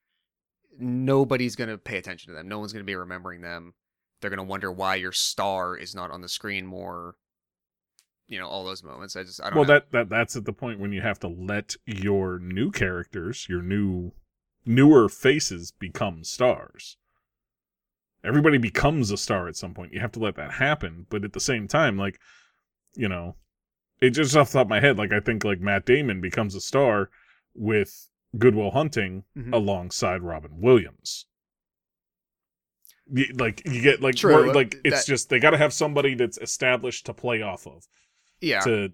[SPEAKER 3] nobody's gonna pay attention to them. No one's gonna be remembering them. They're gonna wonder why your star is not on the screen more. You know, all those moments. I just I don't
[SPEAKER 2] well
[SPEAKER 3] know.
[SPEAKER 2] that, that that's at the point when you have to let your new characters, your new newer faces become stars. Everybody becomes a star at some point. You have to let that happen, but at the same time, like, you know, it just off the top of my head, like I think like Matt Damon becomes a star with Goodwill Hunting
[SPEAKER 3] Mhm.
[SPEAKER 2] alongside Robin Williams. Y- Like you get like
[SPEAKER 3] True,
[SPEAKER 2] where-
[SPEAKER 3] uh,
[SPEAKER 2] like it's
[SPEAKER 3] that-
[SPEAKER 2] just they got to have somebody that's established to play off of
[SPEAKER 3] yeah.
[SPEAKER 2] to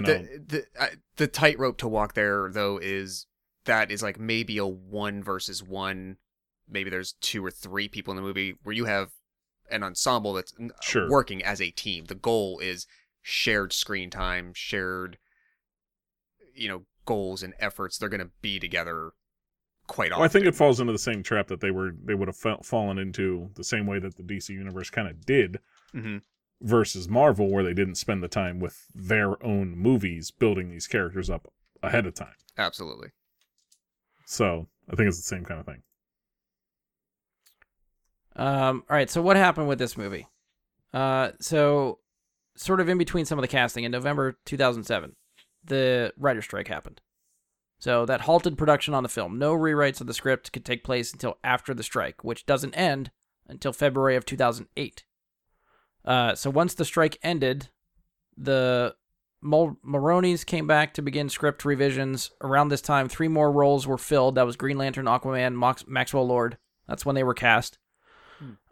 [SPEAKER 3] the,
[SPEAKER 2] know
[SPEAKER 3] the the, I- the tightrope to walk there though is that is like maybe a one versus one maybe there's two or three people in the movie where you have an ensemble that's n-
[SPEAKER 2] Sure.
[SPEAKER 3] working as a team the goal is shared screen time shared you know goals and efforts they're going to be together quite often
[SPEAKER 2] Well, I think it falls into the same trap that they were they would have fa- fallen into the same way that the DC universe kind of did
[SPEAKER 3] hmm
[SPEAKER 2] versus Marvel, where they didn't spend the time with their own movies building these characters up ahead of time.
[SPEAKER 3] absolutely
[SPEAKER 2] So I think it's the same kind of thing.
[SPEAKER 4] Um, all right, so what happened with this movie? Uh, so, sort of in between some of the casting, in November 2007, the writer's strike happened. So, that halted production on the film. No rewrites of the script could take place until after the strike, which doesn't end until February of 2008. Uh, so, once the strike ended, the Mul- Maroney's came back to begin script revisions. Around this time, three more roles were filled. That was Green Lantern, Aquaman, Mox- Maxwell Lord. That's when they were cast.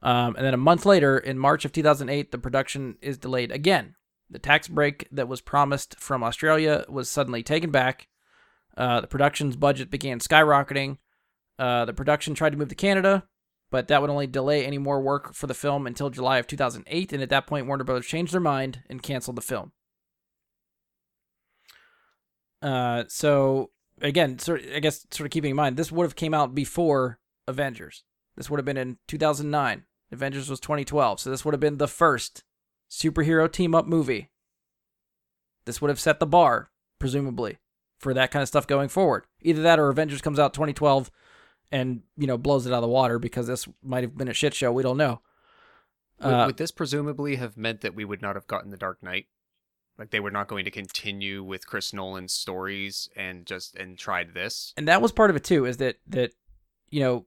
[SPEAKER 4] Um, and then a month later, in March of 2008, the production is delayed again. The tax break that was promised from Australia was suddenly taken back. Uh, the production's budget began skyrocketing. Uh, the production tried to move to Canada, but that would only delay any more work for the film until July of 2008. And at that point, Warner Brothers changed their mind and canceled the film. Uh, so again, sort I guess sort of keeping in mind this would have came out before Avengers. This would have been in 2009. Avengers was 2012, so this would have been the first superhero team up movie. This would have set the bar, presumably, for that kind of stuff going forward. Either that or Avengers comes out 2012 and, you know, blows it out of the water because this might have been a shit show. We don't know.
[SPEAKER 3] Would,
[SPEAKER 4] Uh,
[SPEAKER 3] would this presumably have meant that we would not have gotten the Dark Knight? Like they were not going to continue with Chris Nolan's stories and just and tried this.
[SPEAKER 4] and that was part of it too is that that you know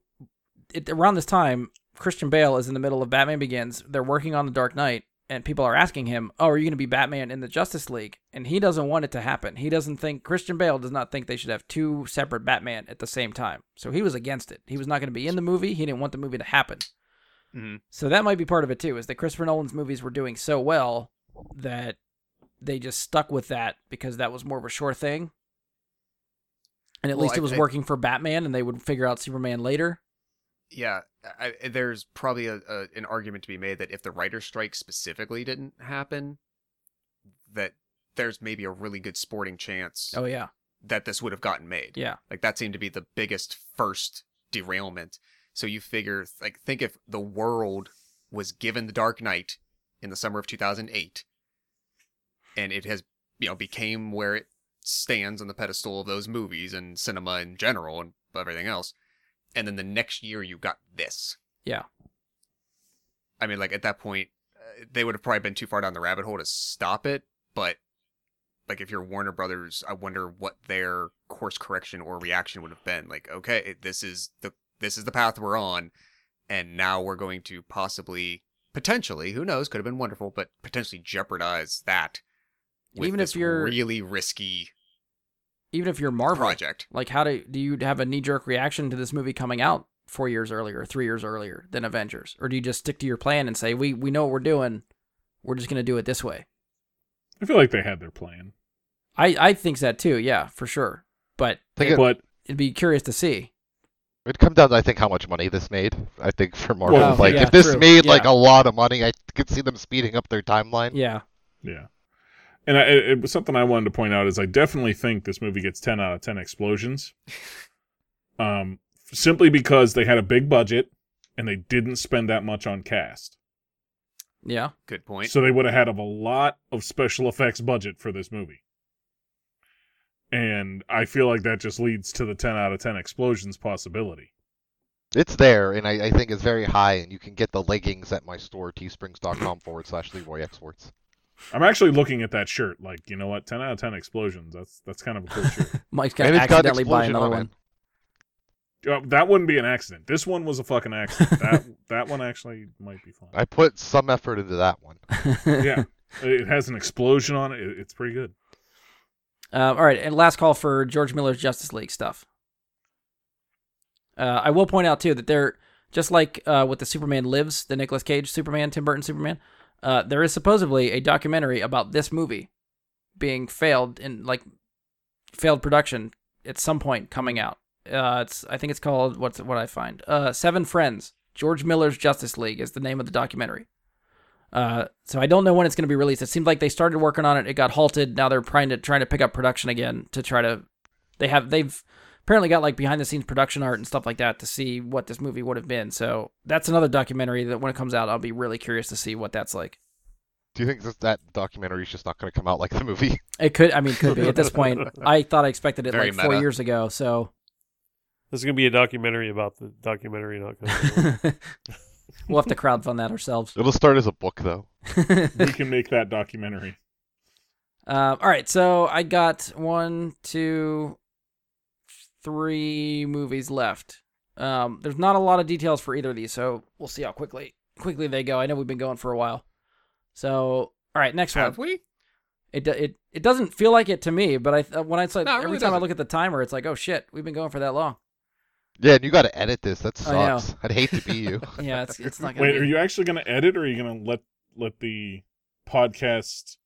[SPEAKER 4] it, around this time christian bale is in the middle of batman begins they're working on the dark knight and people are asking him oh are you going to be batman in the justice league and he doesn't want it to happen he doesn't think christian bale does not think they should have two separate batman at the same time so he was against it he was not going to be in the movie he didn't want the movie to happen
[SPEAKER 3] Mhm.
[SPEAKER 4] so that might be part of it too is that christopher nolan's movies were doing so well that they just stuck with that because that was more of a sure thing and at
[SPEAKER 3] Well,
[SPEAKER 4] least
[SPEAKER 3] I
[SPEAKER 4] it was
[SPEAKER 3] think-
[SPEAKER 4] working for Batman, and they would figure out Superman later.
[SPEAKER 3] Yeah, I, I- there's probably a, a, an argument to be made that if the writer's strike specifically didn't happen, that there's maybe a really good sporting chance
[SPEAKER 4] Oh yeah,
[SPEAKER 3] that this would have gotten made.
[SPEAKER 4] yeah.
[SPEAKER 3] Like that seemed to be the biggest first derailment. So you figure like think if the world was given the Dark Knight in the summer of 2008 and it has you know became where it stands on the pedestal of those movies and cinema in general and everything else. And then the next year you got this.
[SPEAKER 4] Yeah.
[SPEAKER 3] I mean like at that point uh, they would have probably been too far down the rabbit hole to stop it, but like if you're Warner Brothers, I wonder what their course correction or reaction would have been. Like, okay, this is the this is the path we're on, and now we're going to possibly potentially, who knows, could have been wonderful, but potentially jeopardize that. With
[SPEAKER 4] Even if
[SPEAKER 3] this
[SPEAKER 4] you're-
[SPEAKER 3] really risky
[SPEAKER 4] Even if you're Marvel,
[SPEAKER 3] project,
[SPEAKER 4] like how do do you have a knee jerk reaction to this movie coming out four years earlier, three years earlier than Avengers, or do you just stick to your plan and say we we know what we're doing, we're just gonna do it this way?
[SPEAKER 2] I feel like they had their plan,
[SPEAKER 4] I I think that too, yeah, for sure. But
[SPEAKER 1] I think it,
[SPEAKER 2] but
[SPEAKER 4] it'd be curious to see.
[SPEAKER 1] would come down to I think how much money this made. I think for Marvel,
[SPEAKER 2] Well,
[SPEAKER 1] like
[SPEAKER 4] yeah,
[SPEAKER 1] if this
[SPEAKER 4] true.
[SPEAKER 1] made like
[SPEAKER 4] Yeah.
[SPEAKER 1] a lot of money, I could see them speeding up their timeline.
[SPEAKER 4] Yeah,
[SPEAKER 2] Yeah. And I, it it was something I wanted to point out is I definitely think this movie gets 10 out of 10 explosions. um, simply because they had a big budget and they didn't spend that much on cast.
[SPEAKER 4] yeah,
[SPEAKER 3] good point.
[SPEAKER 2] So they would have had a lot of special effects budget for this movie. And I feel like that just leads to the 10 out of 10 explosions possibility.
[SPEAKER 1] It's there, and I, I think it's very high, and you can get the leggings at my store, teesprings.com forward slash Leroy Exports.
[SPEAKER 2] I'm actually looking at that shirt like, you know what? 10 out of 10 explosions. That's that's kind of a cool shirt.
[SPEAKER 4] Mike's gonna
[SPEAKER 1] And it's got an
[SPEAKER 4] accidentally buy
[SPEAKER 1] explosion
[SPEAKER 4] another
[SPEAKER 1] on it.
[SPEAKER 4] one.
[SPEAKER 2] Uh, that wouldn't be an accident. This one was a fucking accident. that that one actually might be fun.
[SPEAKER 1] I put some effort into that one.
[SPEAKER 2] yeah, it has an explosion on it. It- It's pretty good.
[SPEAKER 4] Um, all right, and last call for George Miller's Justice League stuff. Uh, I will point out too that there, just like uh, with the Superman Lives, the Nicolas Cage Superman, Tim Burton Superman, uh, there is supposedly a documentary about this movie being failed in like failed production at some point coming out. Uh, it's I think it's called what's what I find uh, Seven Friends. George Miller's Justice League is the name of the documentary. Uh, so I don't know when it's going to be released. It seemed like they started working on it. It got halted. Now they're trying to trying to pick up production again to try to. They have they've apparently got like behind the scenes production art and stuff like that to see what this movie would have been. So that's another documentary that when it comes out, I'll be really curious to see what that's like.
[SPEAKER 1] Do you think this, that documentary is just not going to come out like the movie?
[SPEAKER 4] It could. I mean, could be at this point. I thought I expected it
[SPEAKER 3] Very
[SPEAKER 4] like four
[SPEAKER 3] meta.
[SPEAKER 4] years ago. So
[SPEAKER 5] This is gonna be a documentary about the documentary not coming. out.
[SPEAKER 4] We'll have to crowdfund that ourselves.
[SPEAKER 1] It'll start as a book though.
[SPEAKER 2] we can make that documentary.
[SPEAKER 4] Um, all right, so I got one, two, three movies left. Um, there's not a lot of details for either of these, so we'll see how quickly quickly they go. I know we've been going for a while. So, all right, next one.
[SPEAKER 3] Have we?
[SPEAKER 4] It do- it it doesn't feel like it to me, but I th- when I saw
[SPEAKER 3] No, it
[SPEAKER 4] every
[SPEAKER 3] really
[SPEAKER 4] time I
[SPEAKER 3] doesn't.
[SPEAKER 4] look at the timer, it's like, oh shit, we've been going for that long.
[SPEAKER 1] Yeah, and you got to edit this. That
[SPEAKER 4] I know.
[SPEAKER 1] sucks. I'd hate to be you.
[SPEAKER 4] Yeah, it's it's not gonna.
[SPEAKER 2] Wait,
[SPEAKER 4] be...
[SPEAKER 2] are you actually going to edit, or are you going to let let the podcast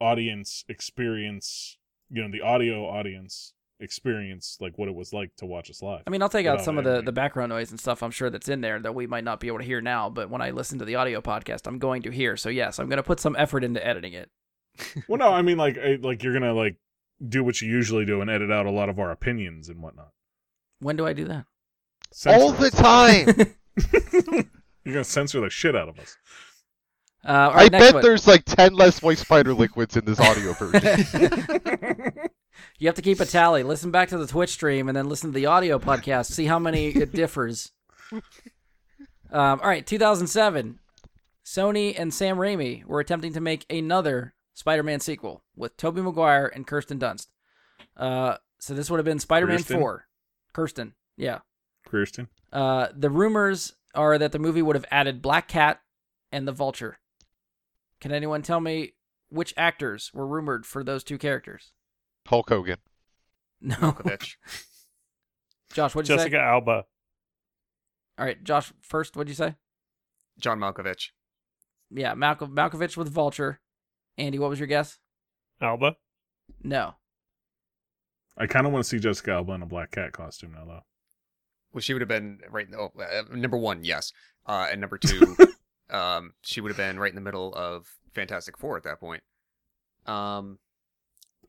[SPEAKER 2] audience experience, you know, the audio audience experience, like what it was like to watch us live?
[SPEAKER 4] I mean, I'll take out
[SPEAKER 2] without
[SPEAKER 4] some of the,
[SPEAKER 2] editing.
[SPEAKER 4] the background noise and stuff I'm sure that's in there that we might not be able to hear now, but when I listen to the audio podcast, I'm going to hear. So, yes, I'm going to put some effort into editing it.
[SPEAKER 2] well, no, I mean, like, I, like you're going to like do what you usually do and edit out a lot of our opinions and whatnot.
[SPEAKER 4] When do I do that?
[SPEAKER 1] All
[SPEAKER 2] Censor
[SPEAKER 1] the time.
[SPEAKER 4] uh,
[SPEAKER 2] us. you're going to censor the shit out of us.
[SPEAKER 4] Uh, all right,
[SPEAKER 1] I
[SPEAKER 4] next
[SPEAKER 1] bet
[SPEAKER 4] one.
[SPEAKER 1] there's like ten less white spider liquids in this audio version.
[SPEAKER 4] You have to keep a tally. Listen back to the Twitch stream and then listen to the audio podcast. See how many it differs. Um, all right, 2007. Sony and Sam Raimi were attempting to make another Spider-Man sequel with Tobey Maguire and Kirsten Dunst. Uh, so this would have been Spider-Man
[SPEAKER 2] Kirsten?
[SPEAKER 4] 4. Kirsten, yeah.
[SPEAKER 2] Kirsten,
[SPEAKER 4] Uh, the rumors are that the movie would have added Black Cat and the Vulture. Can anyone tell me which actors were rumored for those two characters?
[SPEAKER 1] Hulk Hogan.
[SPEAKER 4] No,
[SPEAKER 3] Malkovich.
[SPEAKER 4] Josh, what'd you say?
[SPEAKER 5] Jessica Alba.
[SPEAKER 4] All right, Josh. First, what'd you say?
[SPEAKER 3] John Malkovich.
[SPEAKER 4] Yeah, Malko- Malkovich with Vulture. Andy, what was your guess?
[SPEAKER 5] Alba.
[SPEAKER 4] No.
[SPEAKER 2] I kind of want to see Jessica Alba in a black cat costume now, though.
[SPEAKER 3] Well, she would have been right. Oh, uh, number one, yes, uh, and number two, um, she would have been right in the middle of Fantastic Four at that point. Um,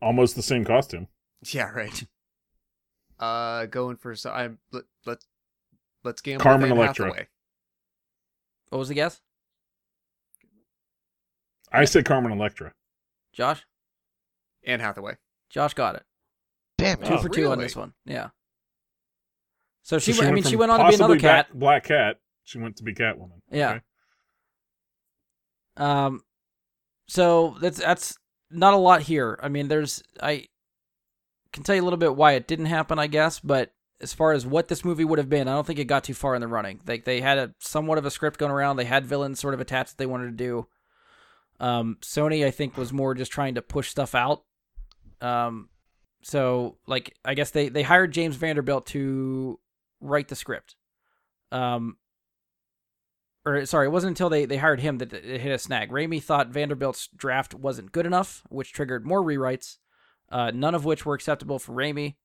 [SPEAKER 2] Almost the same costume.
[SPEAKER 3] yeah, right. Uh, going for so I'm let let let's gamble.
[SPEAKER 2] Carmen
[SPEAKER 3] Anne
[SPEAKER 2] Electra.
[SPEAKER 3] Hathaway.
[SPEAKER 4] What was the guess?
[SPEAKER 2] I said Carmen Electra.
[SPEAKER 4] Josh.
[SPEAKER 3] Anne Hathaway.
[SPEAKER 4] Josh got it.
[SPEAKER 1] Damn it.
[SPEAKER 4] Two
[SPEAKER 5] Oh,
[SPEAKER 4] for two on this
[SPEAKER 3] really?
[SPEAKER 4] one. Yeah. So she.
[SPEAKER 2] So
[SPEAKER 4] went- I mean,
[SPEAKER 2] from
[SPEAKER 4] she went on to be
[SPEAKER 2] possibly
[SPEAKER 4] another cat.
[SPEAKER 2] Ba- Black Cat. She went to be Catwoman.
[SPEAKER 4] Yeah. Um, so that's that's not a lot here. I mean, there's I can tell you a little bit why it didn't happen, I guess. But as far as what this movie would have been, I don't think it got too far in the running. Like they had a somewhat of a script going around. They had villains sort of attached that they wanted to do. Um, Sony, I think, was more just trying to push stuff out. Um, so like I guess they they hired James Vanderbilt to write the script. Um, or sorry, it wasn't until they, they hired him that it it hit a snag. Raimi thought Vanderbilt's draft wasn't good enough, which triggered more rewrites, uh, none of which were acceptable for Raimi.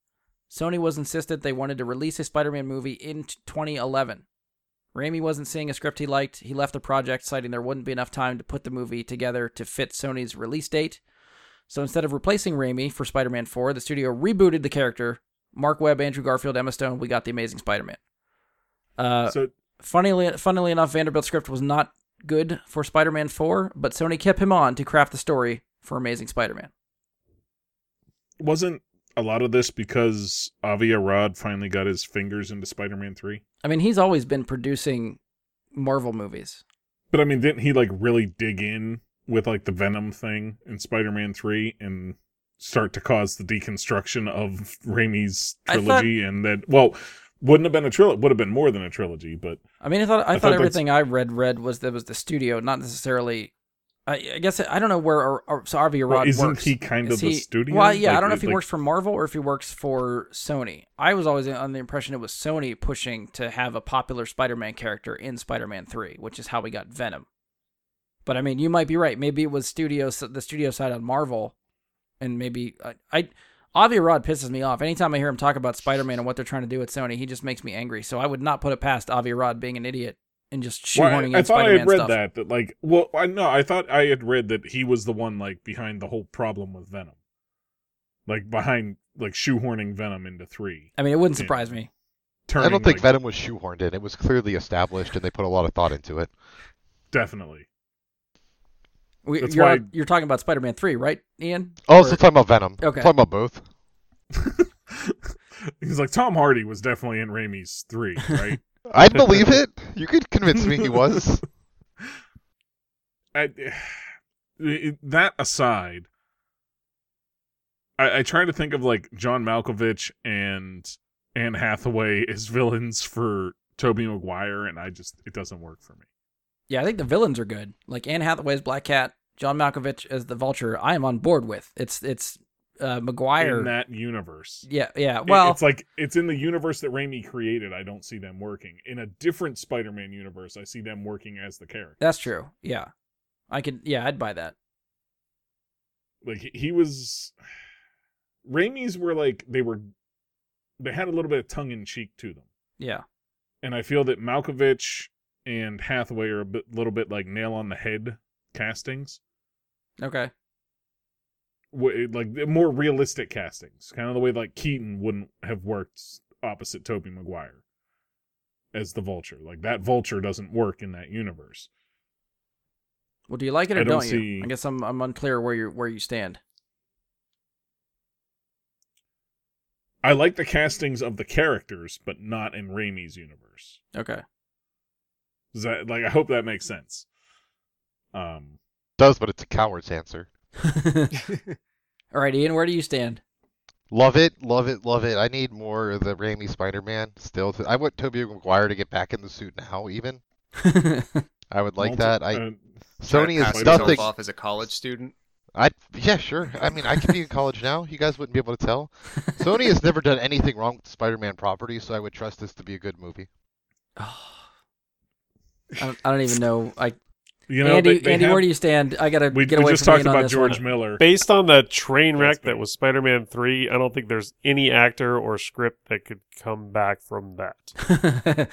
[SPEAKER 4] Sony was insistent they wanted to release a Spider Man movie in t- 2011. Raimi wasn't seeing a script he liked. He left the project, citing there wouldn't be enough time to put the movie together to fit Sony's release date. So instead of replacing Raimi for Spider Man 4, the studio rebooted the character. Mark Webb, Andrew Garfield, Emma Stone, we got the amazing Spider Man. Uh,
[SPEAKER 2] So
[SPEAKER 4] Funnily, funnily enough, Vanderbilt's script was not good for Spider-Man 4, but Sony kept him on to craft the story for Amazing Spider-Man.
[SPEAKER 2] wasn't a lot of this because Avi Arad finally got his fingers into Spider-Man 3?
[SPEAKER 4] I mean, he's always been producing Marvel movies.
[SPEAKER 2] But I mean, didn't he like really dig in with like the Venom thing in Spider-Man 3 and start to cause the deconstruction of Raimi's
[SPEAKER 4] I thought-
[SPEAKER 2] trilogy and that well, wouldn't have been a trilogy, would have been more than a trilogy, but
[SPEAKER 4] I mean, I thought I,
[SPEAKER 2] I
[SPEAKER 4] thought,
[SPEAKER 2] thought that's-
[SPEAKER 4] everything I read read was that was the studio, not necessarily. I, I guess I don't know where Ar- Ar- so Avi
[SPEAKER 2] well,
[SPEAKER 4] Arad
[SPEAKER 2] isn't
[SPEAKER 4] works.
[SPEAKER 2] he kind
[SPEAKER 4] Is
[SPEAKER 2] of the
[SPEAKER 4] he-
[SPEAKER 2] studio?
[SPEAKER 4] Well, yeah, I
[SPEAKER 2] Like,
[SPEAKER 4] don't know if he
[SPEAKER 2] like-
[SPEAKER 4] works for Marvel or if he works for Sony. I was always on the impression it was Sony pushing to have a popular Spider-Man character in Spider-Man Three, which is how we got Venom. But I mean, you might be right. Maybe it was studio the studio side on Marvel, and maybe I. I Avi Arad pisses me off. Anytime I hear him talk about Spider-Man and what they're trying to do at Sony, he just makes me angry. So I would not put it past Avi Arad being an idiot and just
[SPEAKER 2] Well, I-
[SPEAKER 4] shoehorning
[SPEAKER 2] I,
[SPEAKER 4] in
[SPEAKER 2] thought I
[SPEAKER 4] Spider-Man
[SPEAKER 2] had read
[SPEAKER 4] stuff.
[SPEAKER 2] that that like well I no I thought I had read that he was the one like behind the whole problem with Venom, like behind like shoehorning Venom into three.
[SPEAKER 4] I mean, it wouldn't
[SPEAKER 2] Yeah.
[SPEAKER 4] surprise me.
[SPEAKER 1] I
[SPEAKER 2] Turning,
[SPEAKER 1] don't think
[SPEAKER 2] like,
[SPEAKER 1] Venom was shoehorned in. It was clearly established, and they put a lot of thought into it.
[SPEAKER 2] definitely.
[SPEAKER 4] We,
[SPEAKER 2] That's
[SPEAKER 4] you're,
[SPEAKER 2] why-
[SPEAKER 4] you're talking about Spider-Man Three, right, Ian?
[SPEAKER 1] Also,
[SPEAKER 4] Or-
[SPEAKER 1] talking about Venom.
[SPEAKER 4] Okay.
[SPEAKER 1] Talking about both.
[SPEAKER 2] He's like Tom Hardy was definitely in Raimi's three, right?
[SPEAKER 1] I'd believe it. You could convince me he was.
[SPEAKER 2] I, eh, it- that aside, I, I try to think of like John Malkovich and Anne Hathaway as villains for Toby Maguire, and I just it doesn't work for me.
[SPEAKER 4] Yeah, I think the villains are good. Like Anne Hathaway's Black Cat, John Malkovich as the Vulture. I am on board with. It's it's uh,
[SPEAKER 2] In
[SPEAKER 4] McGuire.
[SPEAKER 2] that universe,
[SPEAKER 4] yeah, yeah.
[SPEAKER 2] It-
[SPEAKER 4] Well,
[SPEAKER 2] it's like it's in the universe that Raimi created. I don't see them working in a different Spider-Man universe. I see them working as the character.
[SPEAKER 4] that's true. Yeah, I could. Yeah, I'd buy that.
[SPEAKER 2] like he- he was Raimi's were like they were they had a little bit of tongue in cheek to them.
[SPEAKER 4] Yeah,
[SPEAKER 2] And I feel that Malkovich and Hathaway are a bit, little bit like nail on the head castings.
[SPEAKER 4] okay.
[SPEAKER 2] Wh- Like they're more realistic castings, kind of the way like Keaton wouldn't have worked opposite Toby Maguire as the vulture. Like that vulture doesn't work in that universe.
[SPEAKER 4] Well, do you like it or
[SPEAKER 2] I don't
[SPEAKER 4] don't, you?
[SPEAKER 2] see-
[SPEAKER 4] I guess I'm I'm unclear where you where you stand.
[SPEAKER 2] I like the castings of the characters, but not in Raimi's universe.
[SPEAKER 4] Okay.
[SPEAKER 2] Does that like I hope that makes sense. Um
[SPEAKER 1] Does, but it's a coward's answer.
[SPEAKER 4] All right, Ian, where do you stand?
[SPEAKER 1] Love it, love it, love it. I need more of the Raimi Spider-Man still. To, I want Tobey Maguire to get back in the suit now. Even I would like
[SPEAKER 2] multi-
[SPEAKER 1] that. I
[SPEAKER 2] uh,
[SPEAKER 3] Trying to
[SPEAKER 1] Sony
[SPEAKER 2] pass
[SPEAKER 1] is
[SPEAKER 3] himself
[SPEAKER 1] nothing.
[SPEAKER 3] off as a college student.
[SPEAKER 1] I yeah, sure. I mean, I could be in college now. You guys wouldn't be able to tell. Sony has never done anything wrong with the Spider-Man property, so I would trust this to be a good movie.
[SPEAKER 4] I don't, I don't even know. I
[SPEAKER 2] you know,
[SPEAKER 4] Andy,
[SPEAKER 2] they, they
[SPEAKER 4] Andy,
[SPEAKER 2] have-
[SPEAKER 4] where do you stand? I gotta
[SPEAKER 2] we,
[SPEAKER 4] get
[SPEAKER 2] we
[SPEAKER 4] away
[SPEAKER 2] just
[SPEAKER 4] from
[SPEAKER 2] talked
[SPEAKER 4] Ian on
[SPEAKER 2] about
[SPEAKER 4] this
[SPEAKER 2] George
[SPEAKER 4] one.
[SPEAKER 2] Miller.
[SPEAKER 5] Based on the train wreck
[SPEAKER 2] That's
[SPEAKER 5] that
[SPEAKER 2] me.
[SPEAKER 5] was Spider Man 3, I don't think there's any actor or script that could come back from that.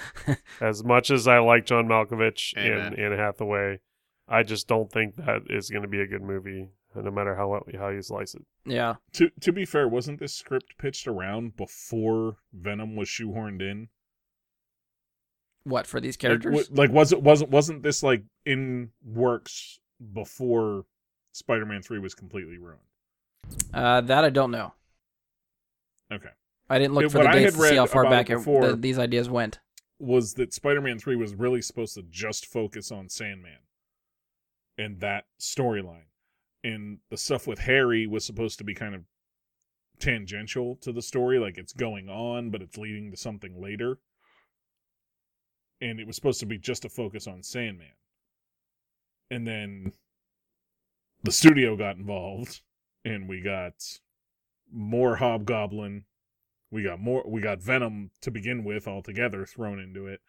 [SPEAKER 5] As much as I like John Malkovich
[SPEAKER 3] Amen.
[SPEAKER 5] and Anne Hathaway, I just don't think that is going to be a good movie, no matter how how you slice it.
[SPEAKER 4] yeah.
[SPEAKER 2] To to be fair, wasn't this script pitched around before Venom was shoehorned in?
[SPEAKER 4] What for these
[SPEAKER 2] Like,
[SPEAKER 4] characters?
[SPEAKER 2] wa- like was it wasn't wasn't this like in works before Spider-Man 3 was completely ruined?
[SPEAKER 4] Uh, that I don't know.
[SPEAKER 2] Okay.
[SPEAKER 4] I didn't look
[SPEAKER 2] It-
[SPEAKER 4] for
[SPEAKER 2] what
[SPEAKER 4] the
[SPEAKER 2] I
[SPEAKER 4] dates
[SPEAKER 2] had
[SPEAKER 4] to see
[SPEAKER 2] read
[SPEAKER 4] how far
[SPEAKER 2] about it
[SPEAKER 4] back it-
[SPEAKER 2] before-
[SPEAKER 4] the, these ideas went.
[SPEAKER 2] Was that Spider-Man 3 was really supposed to just focus on Sandman and that storyline. And the stuff with Harry was supposed to be kind of tangential to the story, like it's going on, but it's leading to something later. And it was supposed to be just a focus on Sandman. And then the studio got involved, and we got more Hobgoblin. We got more. We got Venom to begin with altogether thrown into it,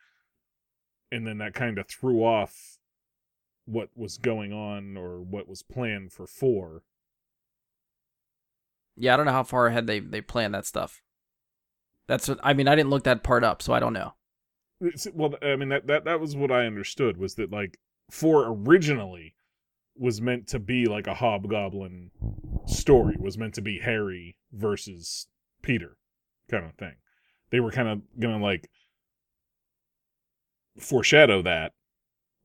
[SPEAKER 2] and then that kind of threw off what was going on or what was planned for four.
[SPEAKER 4] Yeah, I don't know how far ahead they they planned that stuff. That's what I mean. I didn't look that part up, so I don't know.
[SPEAKER 2] It's, well, I mean that that that was what I understood was that like four originally was meant to be like a hobgoblin story was meant to be Harry versus Peter kind of thing. They were kind of gonna like foreshadow that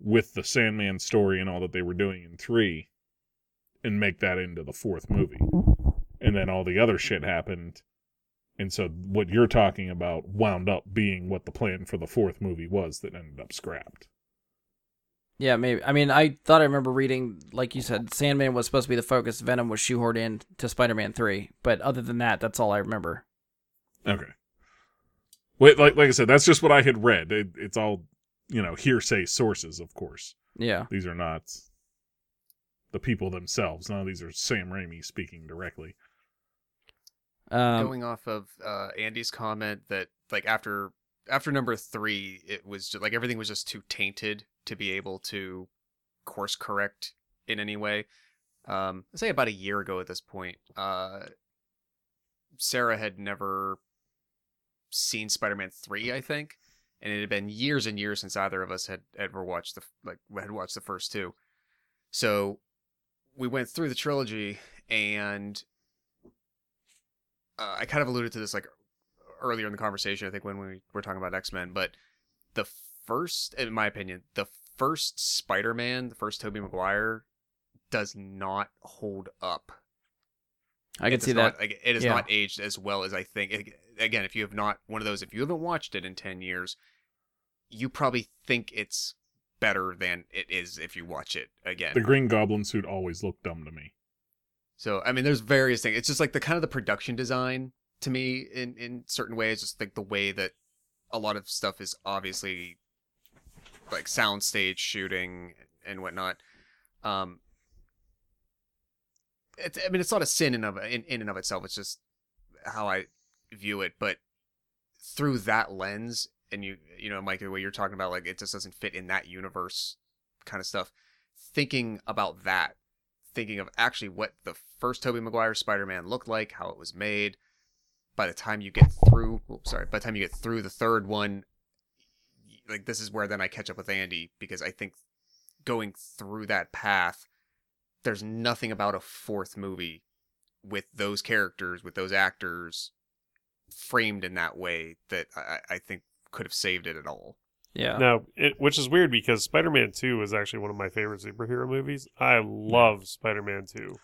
[SPEAKER 2] with the Sandman story and all that they were doing in three, and make that into the fourth movie, and then all the other shit happened. And so what you're talking about wound up being what the plan for the fourth movie was that ended up scrapped.
[SPEAKER 4] Yeah, maybe. I mean, I thought I remember reading, like you said, Sandman was supposed to be the focus. Venom was shoehorned in to Spider-Man three, but other than that, that's all I remember.
[SPEAKER 2] Okay. Wait, like like I said, that's just what I had read. It, it's all you know hearsay sources, of course.
[SPEAKER 4] Yeah,
[SPEAKER 2] These are not the people themselves. None of these are Sam Raimi speaking directly.
[SPEAKER 4] um,
[SPEAKER 3] going off of uh, Andy's comment that like after after number three, it was just like everything was just too tainted to be able to course correct in any way. Um, I'd say about a year ago at this point, uh, Sarah had never seen Spider-Man three, I think, and it had been years and years since either of us had ever watched the f- like had watched the first two. So we went through the trilogy and uh, I kind of alluded to this like earlier in the conversation. I think when we were talking about X Men, but the first, in my opinion, the first Spider Man, the first Tobey Maguire, does not hold up.
[SPEAKER 4] I
[SPEAKER 3] It
[SPEAKER 4] can
[SPEAKER 3] does
[SPEAKER 4] see
[SPEAKER 3] not-
[SPEAKER 4] that.
[SPEAKER 3] like, it is
[SPEAKER 4] Yeah.
[SPEAKER 3] not aged as well as I think. Ag- Again, if you have not one of those, if you haven't watched it in ten years, you probably think it's better than it is if you watch it again.
[SPEAKER 2] The Green Goblin suit always looked dumb to me.
[SPEAKER 3] So I mean, there's various things. It's just like the kind of the production design to me in in certain ways, just like the way that a lot of stuff is obviously like soundstage shooting and whatnot. Um, it's, I mean, it's not a sin in of in, in and of itself. It's just how I view it, but through that lens, and you you know, Mike, the way you're talking about, like it just doesn't fit in that universe kind of stuff. Thinking about that thinking of actually what the first Toby Maguire Spider-Man looked like, how it was made. By the time you get through, oh, sorry, by the time you get through the third one, like this is where then I catch up with Andy because I think going through that path, there's nothing about a fourth movie with those characters, with those actors framed in that way that I, I think could have saved it at all.
[SPEAKER 4] Yeah.
[SPEAKER 5] Now, it, which is weird because Spider-Man Two is actually one of my favorite superhero movies. I love Spider-Man Two.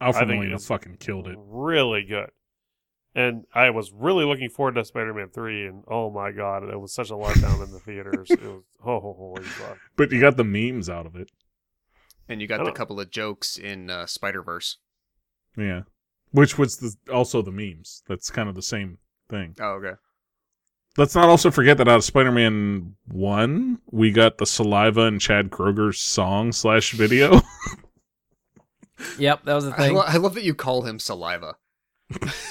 [SPEAKER 2] Alfred
[SPEAKER 5] think
[SPEAKER 2] Molina
[SPEAKER 5] it's-
[SPEAKER 2] fucking killed it.
[SPEAKER 5] Really good. And I was really looking forward to Spider-Man Three, and oh my god, it was such a letdown in the theaters. It was oh, holy fuck.
[SPEAKER 2] But you got the memes out of it.
[SPEAKER 3] And you got the
[SPEAKER 5] Oh.
[SPEAKER 3] couple of jokes in uh, Spider Verse.
[SPEAKER 2] Yeah. Which was the, also the memes. That's kind of the same thing.
[SPEAKER 3] Oh, okay.
[SPEAKER 2] Let's not also forget that out of Spider Man 1, we got the Saliva and Chad Kroger song slash video.
[SPEAKER 4] Yep, that was the
[SPEAKER 3] I,
[SPEAKER 4] thing.
[SPEAKER 3] lo- I love that you call him Saliva.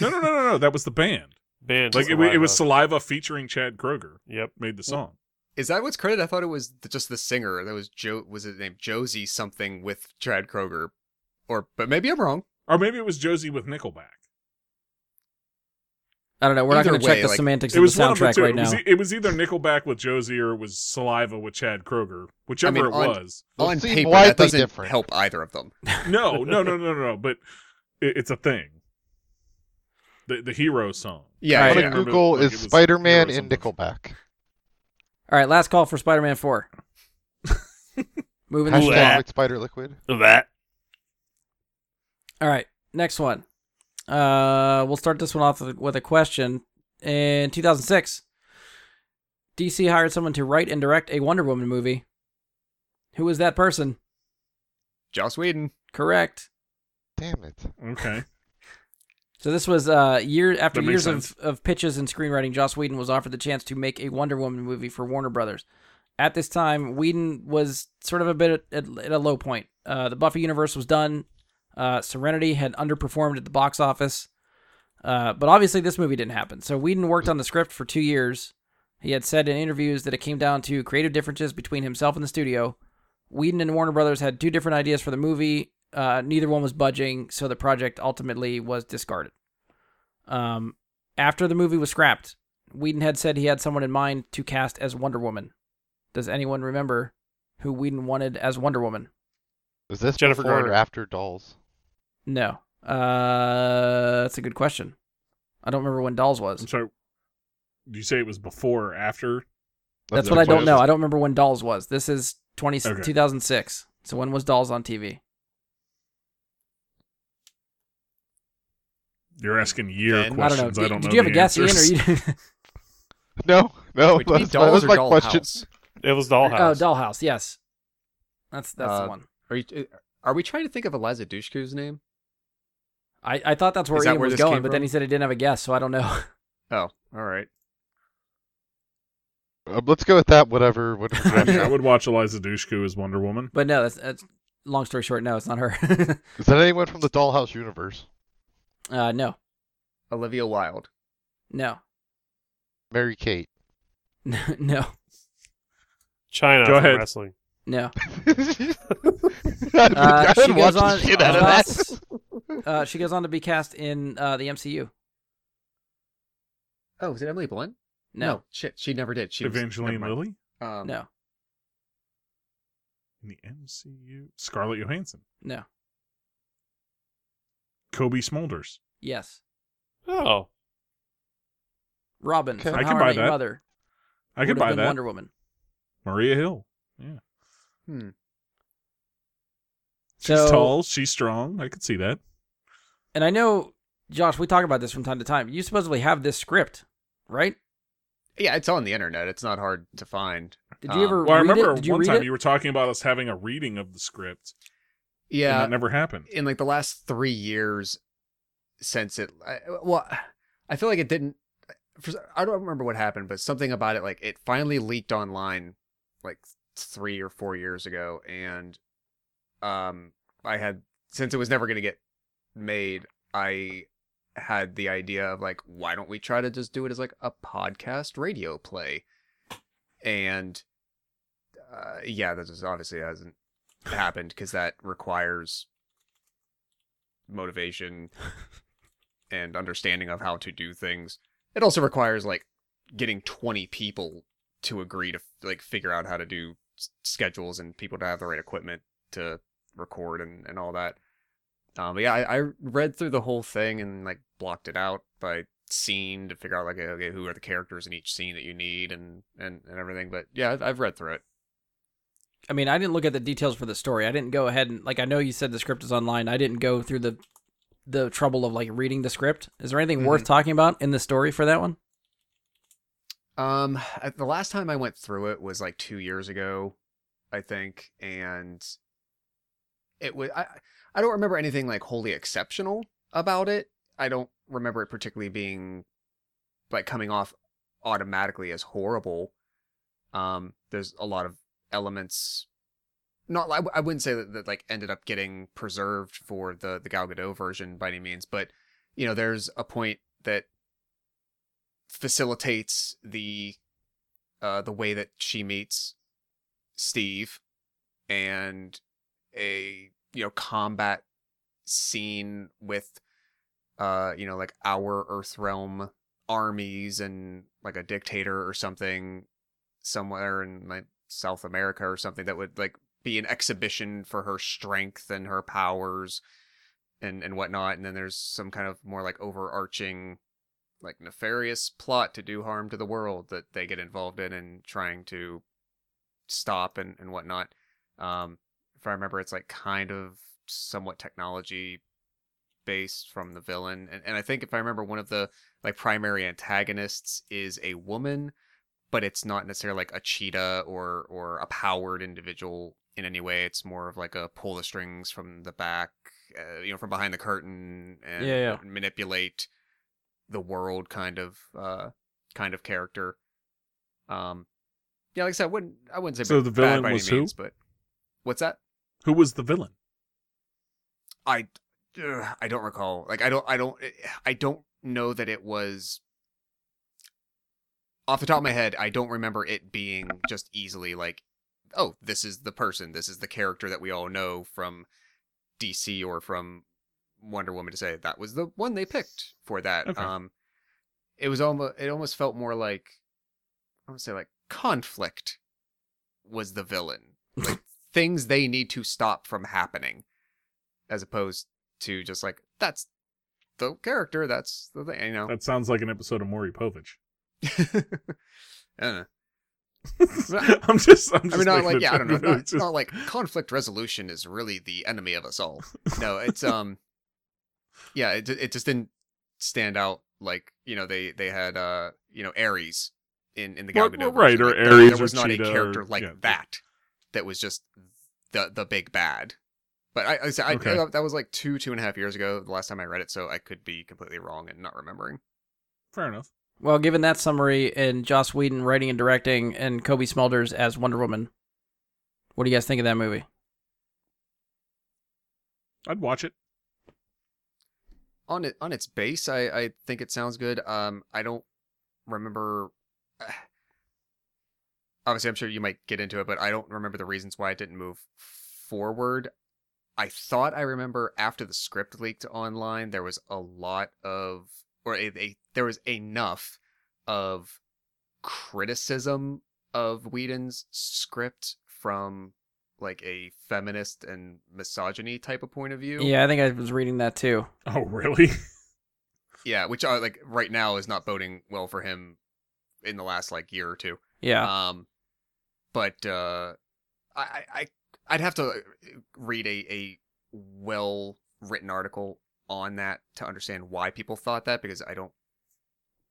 [SPEAKER 2] no, no, no, no, no. That was the band.
[SPEAKER 5] Banned
[SPEAKER 2] Like, it, wa-
[SPEAKER 5] Saliva.
[SPEAKER 2] it was Saliva featuring Chad Kroger
[SPEAKER 5] Yep.
[SPEAKER 2] made the song.
[SPEAKER 3] Is that what's credited? I thought it was th- just the singer. That was Joe. Was his name Josie something with Chad Kroger, or but maybe I'm wrong.
[SPEAKER 2] Or maybe it was Josie with Nickelback.
[SPEAKER 4] I don't know. We're not
[SPEAKER 3] Either
[SPEAKER 4] going to check
[SPEAKER 3] way,
[SPEAKER 4] the
[SPEAKER 3] like,
[SPEAKER 4] semantics
[SPEAKER 2] It
[SPEAKER 4] of the
[SPEAKER 2] was one of the
[SPEAKER 4] soundtrack
[SPEAKER 2] two.
[SPEAKER 4] right
[SPEAKER 2] it, was,
[SPEAKER 4] now.
[SPEAKER 2] e- it was either Nickelback with Josie or it was Saliva with Chad Kroger, whichever
[SPEAKER 3] mean,
[SPEAKER 2] it
[SPEAKER 3] on-
[SPEAKER 2] was.
[SPEAKER 1] Those
[SPEAKER 3] On
[SPEAKER 1] seem
[SPEAKER 3] paper,
[SPEAKER 1] widely
[SPEAKER 3] that doesn't
[SPEAKER 1] different.
[SPEAKER 3] help either of them.
[SPEAKER 2] No, no, no, no, no, no. But it, it's a thing. The the hero song.
[SPEAKER 3] Yeah,
[SPEAKER 4] All
[SPEAKER 1] I'm
[SPEAKER 4] right.
[SPEAKER 3] yeah.
[SPEAKER 1] gonna
[SPEAKER 2] yeah.
[SPEAKER 1] Google
[SPEAKER 2] Like, it
[SPEAKER 1] is
[SPEAKER 2] was
[SPEAKER 1] Spider-Man
[SPEAKER 2] Heroes
[SPEAKER 1] in
[SPEAKER 2] and-
[SPEAKER 1] Nickelback.
[SPEAKER 4] All right, last call for Spider-Man Four. Moving. this
[SPEAKER 1] Hashtag
[SPEAKER 5] that.
[SPEAKER 1] Lick Spider Liquid.
[SPEAKER 5] That.
[SPEAKER 4] All right, next one. Uh, we'll start this one off with with a question. In 2006, DC hired someone to write and direct a Wonder Woman movie. Who was that person?
[SPEAKER 3] Joss Whedon.
[SPEAKER 4] Correct.
[SPEAKER 1] Damn it.
[SPEAKER 2] Okay.
[SPEAKER 4] So this was uh, year after
[SPEAKER 2] That makes
[SPEAKER 4] years of, of pitches and screenwriting. Joss Whedon was offered the chance to make a Wonder Woman movie for Warner Brothers. At this time, Whedon was sort of a bit at, at a low point. Uh, the Buffy universe was done. Uh, Serenity had underperformed at the box office. Uh, but obviously, this movie didn't happen. So Whedon worked on the script for two years. He had said in interviews that it came down to creative differences between himself and the studio. Whedon and Warner Brothers had two different ideas for the movie. Uh, neither one was budging, so the project ultimately was discarded. Um, after the movie was scrapped, Whedon had said he had someone in mind to cast as Wonder Woman. Does anyone remember who Whedon wanted as Wonder Woman?
[SPEAKER 1] Is this
[SPEAKER 5] Jennifer
[SPEAKER 1] before
[SPEAKER 5] Garner.
[SPEAKER 1] or after Dolls?
[SPEAKER 4] No. Uh, that's a good question. I don't remember when Dolls was.
[SPEAKER 2] I'm sorry. Did you say it was before or after?
[SPEAKER 4] That's
[SPEAKER 1] the
[SPEAKER 4] what I don't
[SPEAKER 1] question.
[SPEAKER 4] know. I don't remember when Dolls was. This is 20,
[SPEAKER 2] Okay.
[SPEAKER 4] 2006. So when was Dolls on TV?
[SPEAKER 2] You're asking
[SPEAKER 3] Then- I
[SPEAKER 2] year
[SPEAKER 4] I don't
[SPEAKER 2] questions.
[SPEAKER 4] know.
[SPEAKER 2] I
[SPEAKER 4] Did,
[SPEAKER 2] don't know.
[SPEAKER 4] did you have a
[SPEAKER 2] the
[SPEAKER 4] guess, Ian? Or
[SPEAKER 2] answers.
[SPEAKER 4] you...
[SPEAKER 1] No, no.
[SPEAKER 3] Wait, do you mean
[SPEAKER 1] that's my,
[SPEAKER 3] dolls
[SPEAKER 1] that's
[SPEAKER 3] or
[SPEAKER 1] my
[SPEAKER 3] dollhouse?
[SPEAKER 1] question.
[SPEAKER 5] It was Dollhouse.
[SPEAKER 4] Oh, Dollhouse. Yes. That's that's
[SPEAKER 3] Uh,
[SPEAKER 4] the one.
[SPEAKER 3] Are you? Are we trying to think of Eliza Dushku's name?
[SPEAKER 4] I, I thought that's where
[SPEAKER 3] is that
[SPEAKER 4] Ian
[SPEAKER 3] where
[SPEAKER 4] was
[SPEAKER 3] this
[SPEAKER 4] going,
[SPEAKER 3] came
[SPEAKER 4] but then
[SPEAKER 3] from?
[SPEAKER 4] he said he didn't have a guess, so I don't know.
[SPEAKER 3] Oh, all right.
[SPEAKER 1] Um, let's go with that. Whatever. whatever
[SPEAKER 2] I, mean, I
[SPEAKER 1] direction.
[SPEAKER 2] would watch Eliza Dushku as Wonder Woman.
[SPEAKER 4] But no, that's, that's long story short. No, it's not her.
[SPEAKER 1] Is that anyone from the Dollhouse universe?
[SPEAKER 4] uh, no,
[SPEAKER 3] Olivia Wilde.
[SPEAKER 4] no,
[SPEAKER 1] Mary Kate.
[SPEAKER 4] no,
[SPEAKER 5] China
[SPEAKER 2] Go
[SPEAKER 5] from
[SPEAKER 2] ahead.
[SPEAKER 5] wrestling.
[SPEAKER 4] no.
[SPEAKER 1] I
[SPEAKER 4] Uh, she
[SPEAKER 1] didn't watch
[SPEAKER 4] goes
[SPEAKER 1] the
[SPEAKER 4] on.
[SPEAKER 1] shit out of that.
[SPEAKER 4] uh, uh, she goes on to be cast in uh, the MCU.
[SPEAKER 3] Oh, is it Emily Blunt?
[SPEAKER 4] No,
[SPEAKER 3] shit, she never did. She was-
[SPEAKER 2] Evangeline
[SPEAKER 3] never mind.
[SPEAKER 2] Lilly
[SPEAKER 3] Um,
[SPEAKER 4] no,
[SPEAKER 2] in the MCU. Scarlett Johansson.
[SPEAKER 4] no.
[SPEAKER 2] Kobe Smulders.
[SPEAKER 4] Yes,
[SPEAKER 5] Oh,
[SPEAKER 4] Robin
[SPEAKER 1] Okay.
[SPEAKER 4] from
[SPEAKER 2] I
[SPEAKER 4] How
[SPEAKER 2] can
[SPEAKER 4] I
[SPEAKER 2] buy
[SPEAKER 4] Met Your
[SPEAKER 2] that.
[SPEAKER 4] Mother.
[SPEAKER 2] I could
[SPEAKER 4] would've
[SPEAKER 2] buy
[SPEAKER 4] been
[SPEAKER 2] that.
[SPEAKER 4] Wonder Woman.
[SPEAKER 2] Maria Hill.
[SPEAKER 3] Hmm.
[SPEAKER 2] She's
[SPEAKER 4] So-
[SPEAKER 2] tall. She's strong. I could see that.
[SPEAKER 4] And I know, Josh, we talk about this from time to time. You supposedly have this script, right?
[SPEAKER 3] Yeah, it's on the internet. It's not hard to find.
[SPEAKER 4] Did you
[SPEAKER 1] Um,
[SPEAKER 4] ever
[SPEAKER 2] Uh, Well, I
[SPEAKER 4] read
[SPEAKER 2] remember
[SPEAKER 4] it? Did you
[SPEAKER 2] one
[SPEAKER 4] read
[SPEAKER 2] time
[SPEAKER 4] it?
[SPEAKER 2] you were talking about us having a reading of the script, and
[SPEAKER 3] Yeah,
[SPEAKER 2] that never happened.
[SPEAKER 3] in like the last three years since it I, uh, well i feel like it didn't uh, for, i don't remember what happened but something about it like it finally leaked online like three or four years ago and um i had since it was never going to get made i had the idea of like why don't we try to just do it as like a podcast radio play and uh, yeah that just obviously hasn't happened because that requires motivation and understanding of how to do things. It also requires like getting 20 people to agree to like figure out how to do s- schedules and people to have the right equipment to record and, and all that. Um, but yeah, I, I read through the whole thing and like blocked it out by scene to figure out like okay who are the characters in each scene that you need and and, and everything. But yeah, I've, I've read through it.
[SPEAKER 4] I mean, I didn't look at the details for the story. I didn't go ahead and like. I know you said the script is online. I didn't go through the the trouble of like reading the script. Is there anything worth talking about in the story for that one?
[SPEAKER 3] Um, I- the last time I went through it was like two years ago, I think, and it was I I don't remember anything like wholly exceptional about it. I don't remember it particularly being like coming off automatically as horrible. Um, there's a lot of elements. Not I, w- I wouldn't say that, that like ended up getting preserved for the the Gal Gadot version by any means, but you know there's a point that facilitates the uh the way that she meets Steve and a you know combat scene with uh you know like our earth realm armies and like a dictator or something somewhere in like South America or something that would like be an exhibition for her strength and her powers and and whatnot and then there's some kind of more like overarching like nefarious plot to do harm to the world that they get involved in and trying to stop and, and whatnot. Um, if I remember, it's like kind of somewhat technology based from the villain. And, and I think if I remember, one of the like primary antagonists is a woman, but it's not necessarily like a cheetah or, or a powered individual in any way. It's more of like a pull the strings from the back, uh, you know, from behind the curtain and
[SPEAKER 4] Yeah, yeah.
[SPEAKER 3] manipulate the world kind of, uh, kind of character. Um, yeah, like I said, I wouldn't I wouldn't say
[SPEAKER 2] So
[SPEAKER 3] ba-
[SPEAKER 2] the
[SPEAKER 3] bad
[SPEAKER 2] villain
[SPEAKER 3] by any
[SPEAKER 2] was who?
[SPEAKER 3] means, but what's that?
[SPEAKER 2] Who was the villain?
[SPEAKER 3] I ugh, I don't recall. Like I don't I don't I don't know that it was off the top of my head. I don't remember it being just easily like, oh, this is the person, this is the character that we all know from DC or from Wonder Woman to say that was the one they picked for that.
[SPEAKER 2] Okay.
[SPEAKER 3] Um, it was almost it almost felt more like I would say like conflict was the villain, like things they need to stop from happening, as opposed to just like that's the character, that's the thing, you know.
[SPEAKER 2] That sounds like an episode of Maury Povich.
[SPEAKER 3] I don't know.
[SPEAKER 2] I'm just, I'm just
[SPEAKER 3] I mean, not
[SPEAKER 2] making
[SPEAKER 3] like
[SPEAKER 2] a
[SPEAKER 3] yeah, I don't know.
[SPEAKER 2] joke.
[SPEAKER 3] Not,
[SPEAKER 2] It's
[SPEAKER 3] it's
[SPEAKER 2] just-
[SPEAKER 3] not like conflict resolution is really the enemy of us all. No, it's um, yeah, it it just didn't stand out like you know they they had uh you know Ares in in the Gal
[SPEAKER 2] Well,
[SPEAKER 3] Gadot
[SPEAKER 2] well,
[SPEAKER 3] version.
[SPEAKER 2] right, or
[SPEAKER 3] Like, there-
[SPEAKER 2] Ares
[SPEAKER 3] There
[SPEAKER 2] or
[SPEAKER 3] was not
[SPEAKER 2] Cheetah
[SPEAKER 3] a
[SPEAKER 2] or-
[SPEAKER 3] character like
[SPEAKER 2] yeah.
[SPEAKER 3] that that was just the the big bad. But I, I, said- I,
[SPEAKER 2] Okay.
[SPEAKER 3] I that was like two two and a half years ago the last time I read it, so I could be completely wrong and not remembering.
[SPEAKER 2] fair enough.
[SPEAKER 4] Well, given that summary and Joss Whedon writing and directing and Kobe Smulders as Wonder Woman, what do you guys think of that movie?
[SPEAKER 2] I'd watch it.
[SPEAKER 3] on it on its base i i think it sounds good um i don't remember obviously i'm sure you might get into it but i don't remember the reasons why it didn't move forward i thought i remember after the script leaked online there was a lot of or a, a there was enough of criticism of Whedon's script from like a feminist and misogyny type of point of view
[SPEAKER 4] Yeah, I think I was reading that too.
[SPEAKER 2] Oh, really?
[SPEAKER 3] yeah, which uh, like right now is not boding well for him in the last like year or two.
[SPEAKER 4] Yeah,
[SPEAKER 3] Um, but uh, I I I- I'd have to uh, read a a well written article on that to understand why people thought that because I don't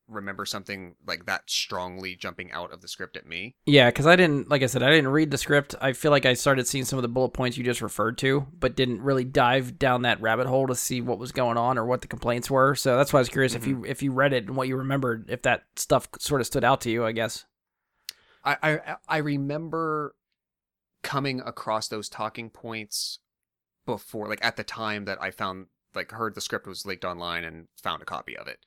[SPEAKER 3] remember something like that strongly jumping out of the script at me.
[SPEAKER 4] Yeah, because I didn't, like I said, I didn't read the script. I feel like I started seeing some of the bullet points you just referred to, but didn't really dive down that rabbit hole to see what was going on or what the complaints were. So that's why I was curious if you if you read it and what you remembered, if that stuff sort of stood out to you. I guess.
[SPEAKER 3] I I, I remember coming across those talking points before, like at the time that I found like heard the script was leaked online and found a copy of it.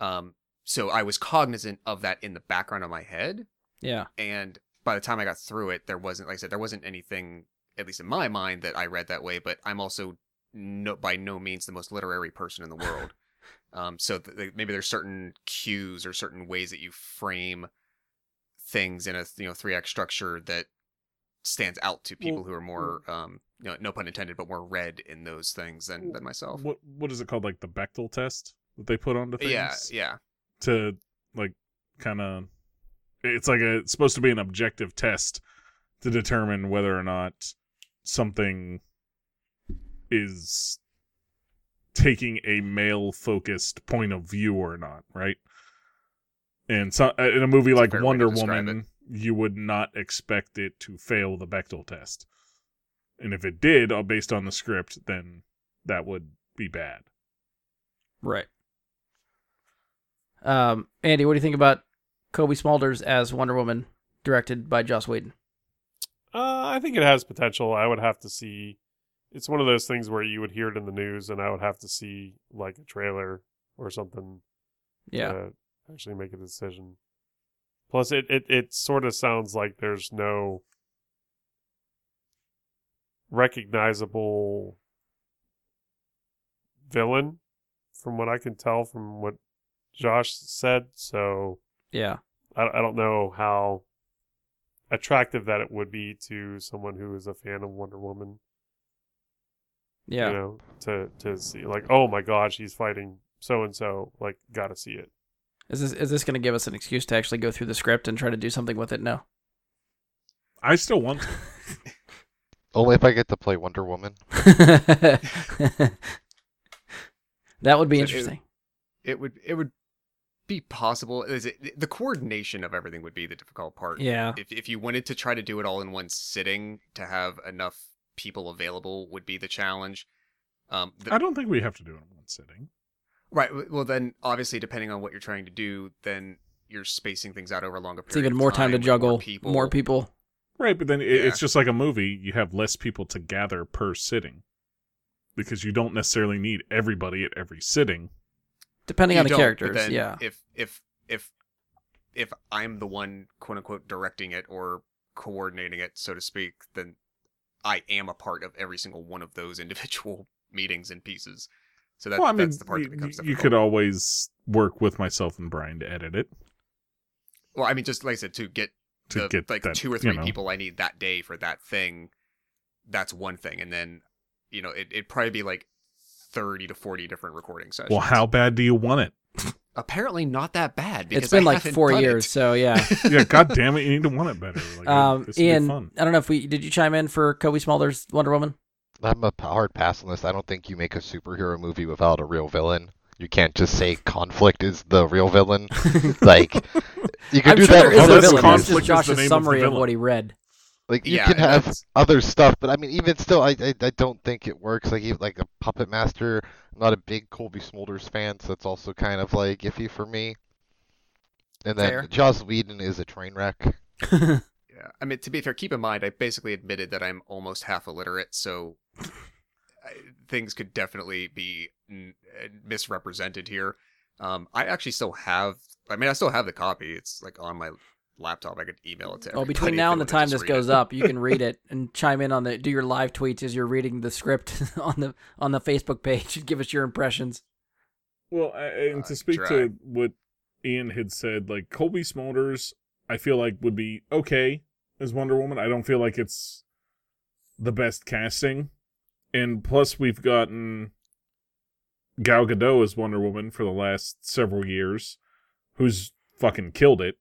[SPEAKER 3] Um, so I was cognizant of that in the background of my head.
[SPEAKER 4] Yeah.
[SPEAKER 3] and by the time I got through it, there wasn't, like I said, there wasn't anything, at least in my mind, that I read that way. But I'm also no, by no means the most literary person in the world. um, so th- th- maybe there's certain cues or certain ways that you frame things in a you know three act structure that stands out to people who are more, um, you know, no pun intended, but more read in those things than than myself.
[SPEAKER 2] What what is it called? Like the Bechtel test that they put onto things.
[SPEAKER 3] Yeah, yeah,
[SPEAKER 2] to like kind of it's like a it's supposed to be an objective test to determine whether or not something is taking a male focused point of view or not right and so uh, in a movie
[SPEAKER 3] It's a
[SPEAKER 2] like
[SPEAKER 3] fair way to
[SPEAKER 2] wonder
[SPEAKER 3] describe
[SPEAKER 2] woman you would not expect it to fail the bechtel test and if it did uh, based on the script then that would be bad
[SPEAKER 4] Right. Um, Andy, what do you think about Kobe Smulders as Wonder Woman, directed by Joss Whedon?
[SPEAKER 5] Uh, I think it has potential. I would have to see. It's one of those things where you would hear it in the news, and I would have to see like a trailer or something
[SPEAKER 4] Yeah.
[SPEAKER 5] to actually make a decision. Plus, it, it, it sort of sounds like there's no recognizable villain from what I can tell from what Josh said. So
[SPEAKER 4] Yeah.
[SPEAKER 5] I, I don't know how attractive that it would be to someone who is a fan of Wonder Woman.
[SPEAKER 4] Yeah.
[SPEAKER 5] You know, to, to see, like, oh my God, she's fighting so and so. Like, gotta see it.
[SPEAKER 4] Is this is this going to give us an excuse to actually go through the script and try to do something with it? No.
[SPEAKER 2] i still want to
[SPEAKER 1] Only if I get to play Wonder Woman.
[SPEAKER 4] that would be
[SPEAKER 3] So it-
[SPEAKER 4] interesting.
[SPEAKER 3] it would it would be possible. Is it the coordination of everything would be the difficult part?
[SPEAKER 4] Yeah.
[SPEAKER 3] if if you wanted to try to do it all in one sitting to have enough people available would be the challenge. Um, the-
[SPEAKER 2] i don't think we have to do it in one sitting
[SPEAKER 3] right. w- Well, then obviously, depending on what you're trying to do, then you're spacing things out over a longer.
[SPEAKER 4] It's
[SPEAKER 3] period
[SPEAKER 4] even
[SPEAKER 3] of
[SPEAKER 4] more time, to
[SPEAKER 3] with
[SPEAKER 4] juggle
[SPEAKER 3] More people.
[SPEAKER 2] Right, but then it,
[SPEAKER 3] Yeah.
[SPEAKER 2] it's just like a movie. You have less people to gather per sitting because you don't necessarily need everybody at every sitting.
[SPEAKER 4] depending
[SPEAKER 3] You
[SPEAKER 4] on the
[SPEAKER 3] don't, but
[SPEAKER 4] characters.
[SPEAKER 3] then
[SPEAKER 4] yeah.
[SPEAKER 3] If if if if I'm the one quote unquote directing it or coordinating it, so to speak, then I am a part of every single one of those individual meetings and pieces. So that,
[SPEAKER 2] well, I mean,
[SPEAKER 3] that's the part
[SPEAKER 2] you,
[SPEAKER 3] that becomes
[SPEAKER 2] you
[SPEAKER 3] difficult.
[SPEAKER 2] could always work with myself and Brian to edit it
[SPEAKER 3] Well, I mean, just like I said, to get
[SPEAKER 2] to
[SPEAKER 3] the,
[SPEAKER 2] get
[SPEAKER 3] like
[SPEAKER 2] that,
[SPEAKER 3] two or
[SPEAKER 2] you
[SPEAKER 3] three
[SPEAKER 2] know.
[SPEAKER 3] people I need that day for that thing, that's one thing. And then, you know, it, it'd probably be like 30 to 40 different recording sessions.
[SPEAKER 2] Well, how bad do you want it?
[SPEAKER 3] Apparently not that bad. Because
[SPEAKER 4] It's been
[SPEAKER 3] I
[SPEAKER 4] like
[SPEAKER 3] haven't
[SPEAKER 4] four
[SPEAKER 3] done it.
[SPEAKER 4] years, so yeah.
[SPEAKER 2] Yeah, god damn it, you need to want it better. Like,
[SPEAKER 4] um,
[SPEAKER 2] this would be
[SPEAKER 4] Ian,
[SPEAKER 2] fun.
[SPEAKER 4] I don't know if we did you chime in for Kobe Smulders Wonder Woman.
[SPEAKER 1] I'm a p- hard pass on this. I don't think you make a superhero movie without a real villain. You can't just say conflict is the real villain. like you can
[SPEAKER 4] I'm
[SPEAKER 1] do
[SPEAKER 4] sure
[SPEAKER 1] that.
[SPEAKER 4] there
[SPEAKER 1] in
[SPEAKER 4] is a
[SPEAKER 1] other
[SPEAKER 4] villain.
[SPEAKER 2] that's
[SPEAKER 1] movies.
[SPEAKER 4] It's
[SPEAKER 2] conflict
[SPEAKER 4] just
[SPEAKER 2] is the
[SPEAKER 4] Josh's
[SPEAKER 2] name of the
[SPEAKER 4] summary of
[SPEAKER 2] villain.
[SPEAKER 4] what he read.
[SPEAKER 1] Like you
[SPEAKER 3] Yeah,
[SPEAKER 1] can have
[SPEAKER 3] that's-
[SPEAKER 1] other stuff, but I mean, even still, I, I I don't think it works. Like even like a Puppet Master, I'm not a big Colby Smulders fan, so it's also kind of like iffy for me. And then
[SPEAKER 3] Fair.
[SPEAKER 1] Joss Whedon is a train wreck.
[SPEAKER 3] Yeah. I mean, to be fair, keep in mind, I basically admitted that I'm almost half illiterate. So I, things could definitely be mm, uh, misrepresented here. Um, I actually still have, I mean, I still have the copy. It's like on my laptop. I could email it to
[SPEAKER 4] Well,
[SPEAKER 3] everybody if
[SPEAKER 4] between
[SPEAKER 3] they
[SPEAKER 4] now and the
[SPEAKER 3] wanted to
[SPEAKER 4] time
[SPEAKER 3] just
[SPEAKER 4] this
[SPEAKER 3] read it.
[SPEAKER 4] goes up, you can read it and chime in on the do your live tweets as you're reading the script on the on the Facebook page and give us your impressions.
[SPEAKER 2] Well, I- and
[SPEAKER 3] Uh,
[SPEAKER 2] to speak
[SPEAKER 3] dry.
[SPEAKER 2] to what Ian had said, like Colby Smulders, I feel like would be okay as Wonder Woman. I don't feel like it's the best casting, and plus we've gotten Gal Gadot as Wonder Woman for the last several years, who's fucking killed it.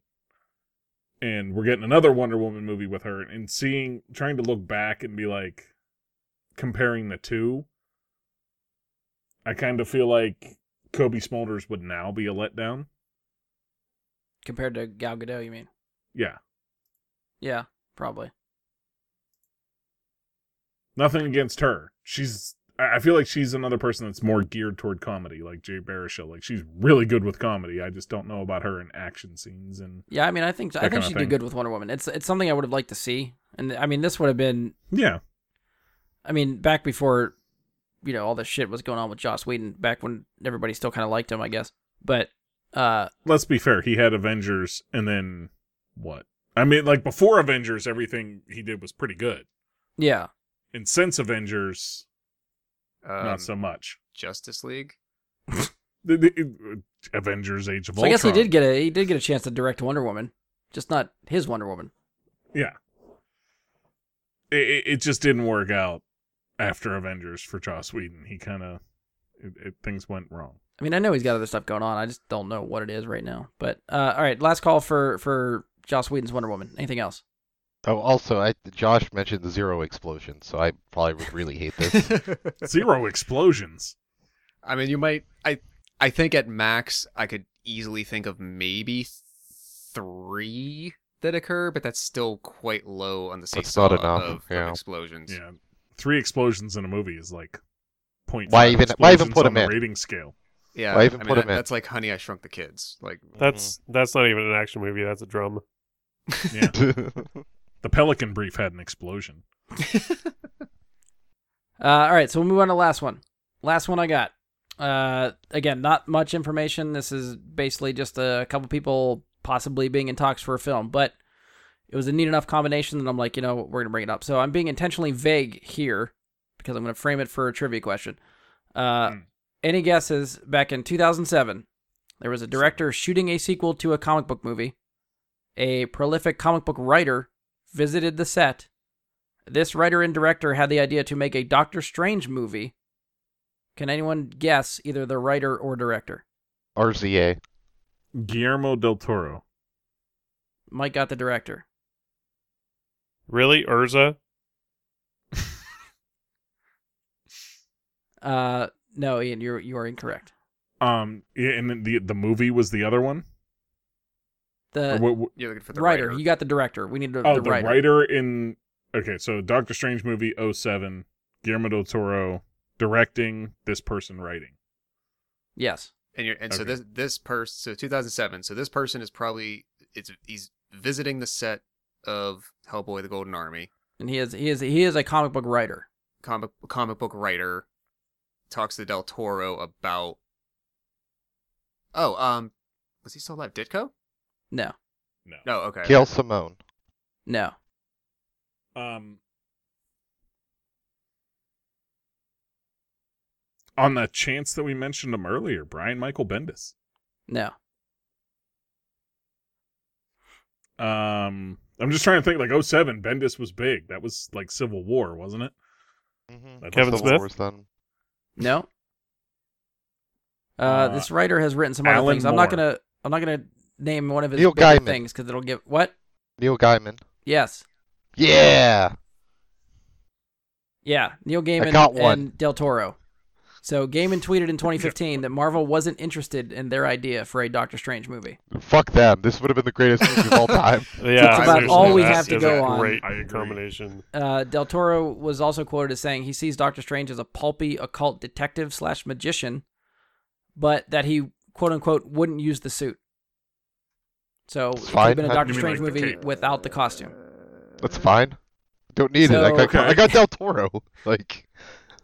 [SPEAKER 2] And we're getting another Wonder Woman movie with her, and seeing, trying to look back and be like, comparing the two. I kind of feel like Kobe Smulders would now be a letdown
[SPEAKER 4] compared to Gal Gadot, you mean?
[SPEAKER 2] Yeah.
[SPEAKER 4] Yeah, probably.
[SPEAKER 2] Nothing against her. She's I I feel like she's another person that's more geared toward comedy, like Jay Baruchel. Like she's really good with comedy. I just don't know about her in action scenes and
[SPEAKER 4] Yeah, I mean, I think I
[SPEAKER 2] That
[SPEAKER 4] think
[SPEAKER 2] kinda
[SPEAKER 4] she'd do
[SPEAKER 2] thing.
[SPEAKER 4] good with Wonder Woman. It's it's something I would have liked to see, and I mean, this would have been
[SPEAKER 2] yeah,
[SPEAKER 4] I mean, back before, you know, all this shit was going on with Joss Whedon, back when everybody still kind of liked him, I guess. But uh,
[SPEAKER 2] let's be fair. He had Avengers and then what? I mean, like before Avengers, everything he did was pretty good.
[SPEAKER 4] yeah,
[SPEAKER 2] And since Avengers,
[SPEAKER 3] Um,
[SPEAKER 2] not so much.
[SPEAKER 3] Justice League.
[SPEAKER 2] The, the- uh, Avengers Age of
[SPEAKER 4] so I
[SPEAKER 2] Ultron.
[SPEAKER 4] guess he did get a he did get a chance to direct Wonder Woman, just not his Wonder Woman.
[SPEAKER 2] Yeah. It, it, it just didn't work out after Avengers for Joss Whedon. He kind of it, it, things went wrong.
[SPEAKER 4] I mean, I know he's got other stuff going on. I just don't know what it is right now. But uh, all right, last call for for Joss Whedon's Wonder Woman. Anything else?
[SPEAKER 1] Oh, also, I, Josh mentioned the zero explosion, so I probably would really hate this.
[SPEAKER 2] Zero explosions.
[SPEAKER 3] I mean, you might. I I think at max, I could easily think of maybe three that occur, but that's still quite low on the
[SPEAKER 1] That's
[SPEAKER 3] seesaw
[SPEAKER 1] not enough,
[SPEAKER 3] of, of
[SPEAKER 1] yeah.
[SPEAKER 3] explosions.
[SPEAKER 2] Yeah, three explosions in a movie is like point.
[SPEAKER 1] Why even- why even put them
[SPEAKER 2] on
[SPEAKER 1] in?
[SPEAKER 2] the Rating scale.
[SPEAKER 3] Yeah,
[SPEAKER 1] Well, I even
[SPEAKER 3] I mean,
[SPEAKER 1] put 'em
[SPEAKER 3] that-
[SPEAKER 1] in.
[SPEAKER 3] That's like Honey, I Shrunk the Kids. Like,
[SPEAKER 1] Mm-hmm.
[SPEAKER 5] That's that's not even an action movie. That's a drama.
[SPEAKER 2] Yeah, the Pelican Brief had an explosion.
[SPEAKER 4] Uh, all right, so we'll move on to the last one. Last one I got. Uh, again, not much information. This is basically just a couple people possibly being in talks for a film, but it was a neat enough combination that I'm like, you know, we're gonna bring it up. So I'm being intentionally vague here because I'm gonna frame it for a trivia question. Uh,
[SPEAKER 2] Hmm.
[SPEAKER 4] Any guesses? Back in 2007, there was a director shooting a sequel to a comic book movie. A prolific comic book writer visited the set this writer and director had the idea to make a Doctor Strange movie. Can anyone guess either the writer or director?
[SPEAKER 1] RZA.
[SPEAKER 2] Guillermo del Toro.
[SPEAKER 4] Mike got the director.
[SPEAKER 5] Really, Urza?
[SPEAKER 4] Uh, no, Ian, you're you are incorrect.
[SPEAKER 2] Um, yeah, and then the the movie was the other one.
[SPEAKER 4] The
[SPEAKER 2] Or what- what-
[SPEAKER 3] you're looking for the
[SPEAKER 4] writer,
[SPEAKER 3] writer.
[SPEAKER 4] you got the director. We need Uh, the,
[SPEAKER 2] oh,
[SPEAKER 4] the writer.
[SPEAKER 2] in okay, so Doctor Strange movie 07, Guillermo del Toro directing, this person writing.
[SPEAKER 4] Yes,
[SPEAKER 3] and you're, and so
[SPEAKER 2] Okay.
[SPEAKER 3] this this person, so 2007. So this person is probably it's he's visiting the set of Hellboy: The Golden Army.
[SPEAKER 4] and he is he is he is a comic book writer.
[SPEAKER 3] comic comic book writer talks to Del Toro about Oh, um was he still alive? Ditko?
[SPEAKER 4] No,
[SPEAKER 2] No.
[SPEAKER 3] No, okay.
[SPEAKER 1] Gail Simone.
[SPEAKER 4] no.
[SPEAKER 2] Um On the chance that we mentioned him earlier, Brian Michael Bendis.
[SPEAKER 4] No.
[SPEAKER 2] Um I'm just trying to think like 07, Bendis was big. That was like Civil War, wasn't it?
[SPEAKER 1] Mm-hmm.
[SPEAKER 2] That
[SPEAKER 5] Kevin
[SPEAKER 2] was
[SPEAKER 5] Smith?
[SPEAKER 1] Then.
[SPEAKER 4] No. Uh,
[SPEAKER 2] Uh,
[SPEAKER 4] this writer has written some other
[SPEAKER 2] Alan
[SPEAKER 4] things. I'm not
[SPEAKER 2] Moore.
[SPEAKER 4] gonna I'm not gonna name one of his
[SPEAKER 1] Neil
[SPEAKER 4] bigger
[SPEAKER 1] Gaiman.
[SPEAKER 4] things because it'll give what?
[SPEAKER 1] Neil Gaiman.
[SPEAKER 4] Yes.
[SPEAKER 1] Yeah.
[SPEAKER 4] Yeah, Neil Gaiman
[SPEAKER 1] got one.
[SPEAKER 4] and Del Toro. So Gaiman tweeted in 2015 that Marvel wasn't interested in their idea for a Doctor Strange movie.
[SPEAKER 1] Fuck them. This would have been the greatest movie of all time.
[SPEAKER 5] Yeah,
[SPEAKER 4] That's
[SPEAKER 5] I
[SPEAKER 4] about
[SPEAKER 5] seriously,
[SPEAKER 4] all we
[SPEAKER 5] that
[SPEAKER 4] have to
[SPEAKER 5] is
[SPEAKER 4] go
[SPEAKER 5] a
[SPEAKER 4] on.
[SPEAKER 5] Great
[SPEAKER 2] I agree.
[SPEAKER 5] combination.
[SPEAKER 4] Uh, Del Toro was also quoted as saying he sees Doctor Strange as a pulpy occult detective slash magician, but that he quote unquote wouldn't use the suit. So it could have
[SPEAKER 1] fine.
[SPEAKER 4] been a
[SPEAKER 1] How-
[SPEAKER 4] Doctor
[SPEAKER 2] you mean,
[SPEAKER 4] Strange
[SPEAKER 2] like, the
[SPEAKER 4] movie
[SPEAKER 2] cape?
[SPEAKER 4] without the costume.
[SPEAKER 1] That's fine. Don't need it. I got,
[SPEAKER 2] So-
[SPEAKER 1] I got Del Toro. Like,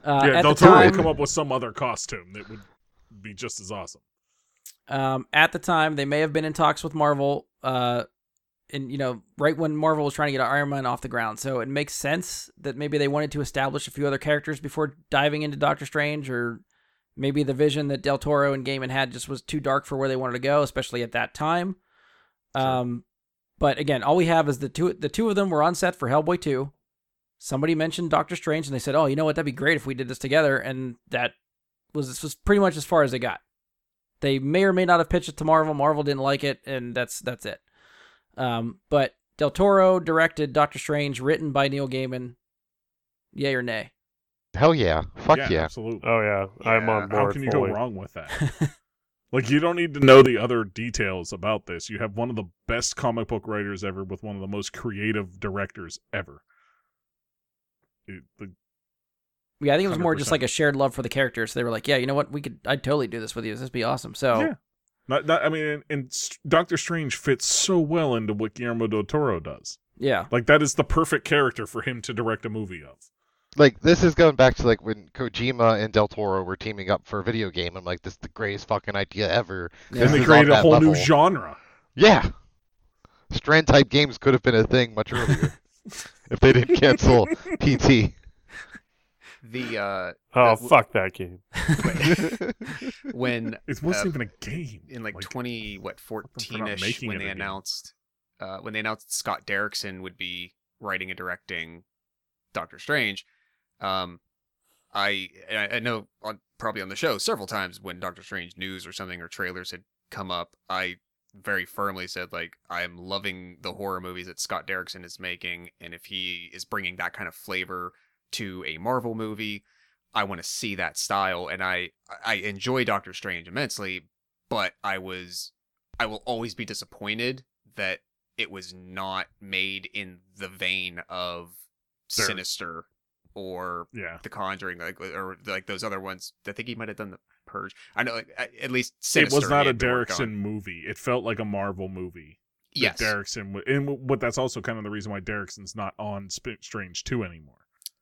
[SPEAKER 4] Uh,
[SPEAKER 2] yeah,
[SPEAKER 4] at
[SPEAKER 2] Del
[SPEAKER 4] the
[SPEAKER 2] Toro
[SPEAKER 4] time,
[SPEAKER 2] would come up with some other costume that would be just as awesome.
[SPEAKER 4] Um, at the time, they may have been in talks with Marvel, uh, and you know, right when Marvel was trying to get Iron Man off the ground, so it makes sense that maybe they wanted to establish a few other characters before diving into Doctor Strange, or maybe the vision that Del Toro and Gaiman had just was too dark for where they wanted to go, especially at that time. Um, but again, all we have is the two the two of them were on set for Hellboy two. Somebody mentioned Doctor Strange, and they said, "Oh, you know what? That'd be great if we did this together." And that was this was pretty much as far as they got. They may or may not have pitched it to Marvel. Marvel didn't like it, and that's that's it. Um, but Del Toro directed Doctor Strange, written by Neil Gaiman. Yay or nay?
[SPEAKER 1] hell yeah. Fuck yeah.
[SPEAKER 2] Absolutely.
[SPEAKER 5] Oh yeah, I'm
[SPEAKER 3] Yeah,
[SPEAKER 5] on board.
[SPEAKER 2] How can you go
[SPEAKER 5] fully.
[SPEAKER 2] wrong with that? Like you don't need to know the other details about this. You have one of the best comic book writers ever with one of the most creative directors ever. It- the-
[SPEAKER 4] Yeah, I think it was more just
[SPEAKER 2] 100%.
[SPEAKER 4] like a shared love for the character. So they were like, "Yeah, you know what? We could. I'd totally do this with you. This'd be awesome." So
[SPEAKER 2] Yeah. not, not, I mean, and, and St- Doctor Strange fits so well into what Guillermo del Toro does.
[SPEAKER 4] yeah,
[SPEAKER 2] Like that is the perfect character for him to direct a movie of.
[SPEAKER 1] Like this is going back to like when Kojima and Del Toro were teaming up for a video game. I'm like, this is the greatest fucking idea ever. This
[SPEAKER 4] Yeah.
[SPEAKER 2] and
[SPEAKER 1] is
[SPEAKER 2] they
[SPEAKER 1] on
[SPEAKER 2] created a
[SPEAKER 1] that
[SPEAKER 2] whole new
[SPEAKER 1] level.
[SPEAKER 2] genre.
[SPEAKER 1] Yeah. Strand type games could have been a thing much earlier if they didn't cancel PT.
[SPEAKER 3] The uh,
[SPEAKER 5] Oh,
[SPEAKER 3] That-
[SPEAKER 5] fuck that game.
[SPEAKER 3] when
[SPEAKER 2] It wasn't
[SPEAKER 3] Uh,
[SPEAKER 2] even a game.
[SPEAKER 3] in like,
[SPEAKER 2] Like,
[SPEAKER 3] twenty what fourteen ish
[SPEAKER 2] making
[SPEAKER 3] when
[SPEAKER 2] it
[SPEAKER 3] they
[SPEAKER 2] again.
[SPEAKER 3] announced uh, when they announced Scott Derrickson would be writing and directing Doctor Strange. Um, I and I I know on probably on the show several times when Doctor Strange news or something or trailers had come up, I very firmly said like I'm loving the horror movies that Scott Derrickson is making, and if he is bringing that kind of flavor to a Marvel movie, I want to see that style, and I I enjoy Doctor Strange immensely, but I was I will always be disappointed that it was not made in the vein of
[SPEAKER 2] Sure.
[SPEAKER 3] Sinister or
[SPEAKER 2] yeah,
[SPEAKER 3] The Conjuring, like or like those other ones. I think he might have done The Purge. I know, like, at- at least Sinister.
[SPEAKER 2] it was
[SPEAKER 3] he
[SPEAKER 2] not a
[SPEAKER 3] had been worked
[SPEAKER 2] Derrickson
[SPEAKER 3] on.
[SPEAKER 2] movie. It felt like a Marvel movie. that
[SPEAKER 3] Yes,
[SPEAKER 2] Derrickson, w- and w- what that's also kind of the reason why Derrickson's not on Sp- Strange Two anymore.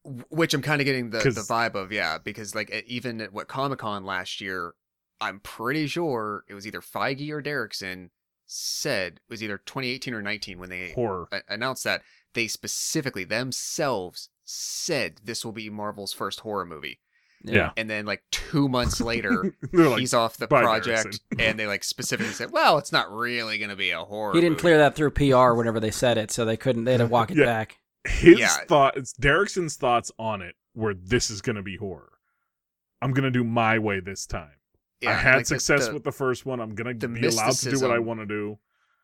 [SPEAKER 3] w- which I'm kind of getting the, the
[SPEAKER 2] 'Cause-
[SPEAKER 3] vibe of, yeah, because like at- even at what Comic Con last year, I'm pretty sure it was either Feige or Derrickson said it was either 2018 or 19 when they
[SPEAKER 2] Horror.
[SPEAKER 3] a- announced that they specifically themselves said this will be Marvel's first horror movie,
[SPEAKER 2] Yeah.
[SPEAKER 3] and then like two months later.
[SPEAKER 2] They're like,
[SPEAKER 3] he's off the
[SPEAKER 2] "Bye,
[SPEAKER 3] project, and they like specifically said, "Well, it's not really going to be a horror."
[SPEAKER 4] He didn't
[SPEAKER 3] movie."
[SPEAKER 4] clear that through PR whenever they said it, so they couldn't. They had to walk it
[SPEAKER 2] Yeah.
[SPEAKER 4] back.
[SPEAKER 2] his
[SPEAKER 3] Yeah.
[SPEAKER 2] thoughts, Derrickson's thoughts on it were this is going to be horror. I'm going to do my way this time. I had
[SPEAKER 3] like, the-
[SPEAKER 2] success
[SPEAKER 3] the-
[SPEAKER 2] with the first one. I'm going to
[SPEAKER 3] the
[SPEAKER 2] be allowed to do what I
[SPEAKER 3] mysticism-
[SPEAKER 2] want to do.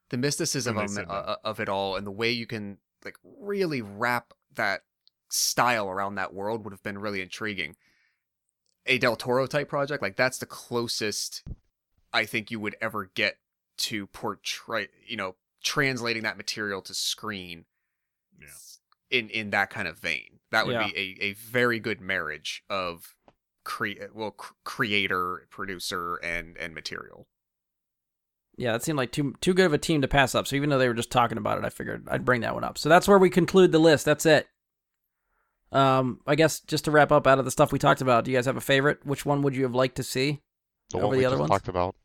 [SPEAKER 3] the mysticism
[SPEAKER 2] when
[SPEAKER 3] of,
[SPEAKER 2] they said that.
[SPEAKER 3] uh, of it all and the way you can like really wrap that style around that world would have been really intriguing a del toro type project like that's the closest i think you would ever get to portray you know translating that material to screen
[SPEAKER 2] Yeah.
[SPEAKER 3] in in that kind of vein that would
[SPEAKER 4] Yeah.
[SPEAKER 3] be a, a very good marriage of cre- well cr- creator producer and and material
[SPEAKER 4] Yeah, that seemed like too too good of a team to pass up. So even though they were just talking about it, I figured I'd bring that one up. So that's where we conclude the list. That's it. Um, I guess just to wrap up, out of the stuff we talked about, do you guys have a favorite? Which one would you have liked to see?
[SPEAKER 1] The
[SPEAKER 4] Over
[SPEAKER 1] one
[SPEAKER 4] the
[SPEAKER 1] we
[SPEAKER 4] other
[SPEAKER 1] just
[SPEAKER 4] ones?
[SPEAKER 1] talked about.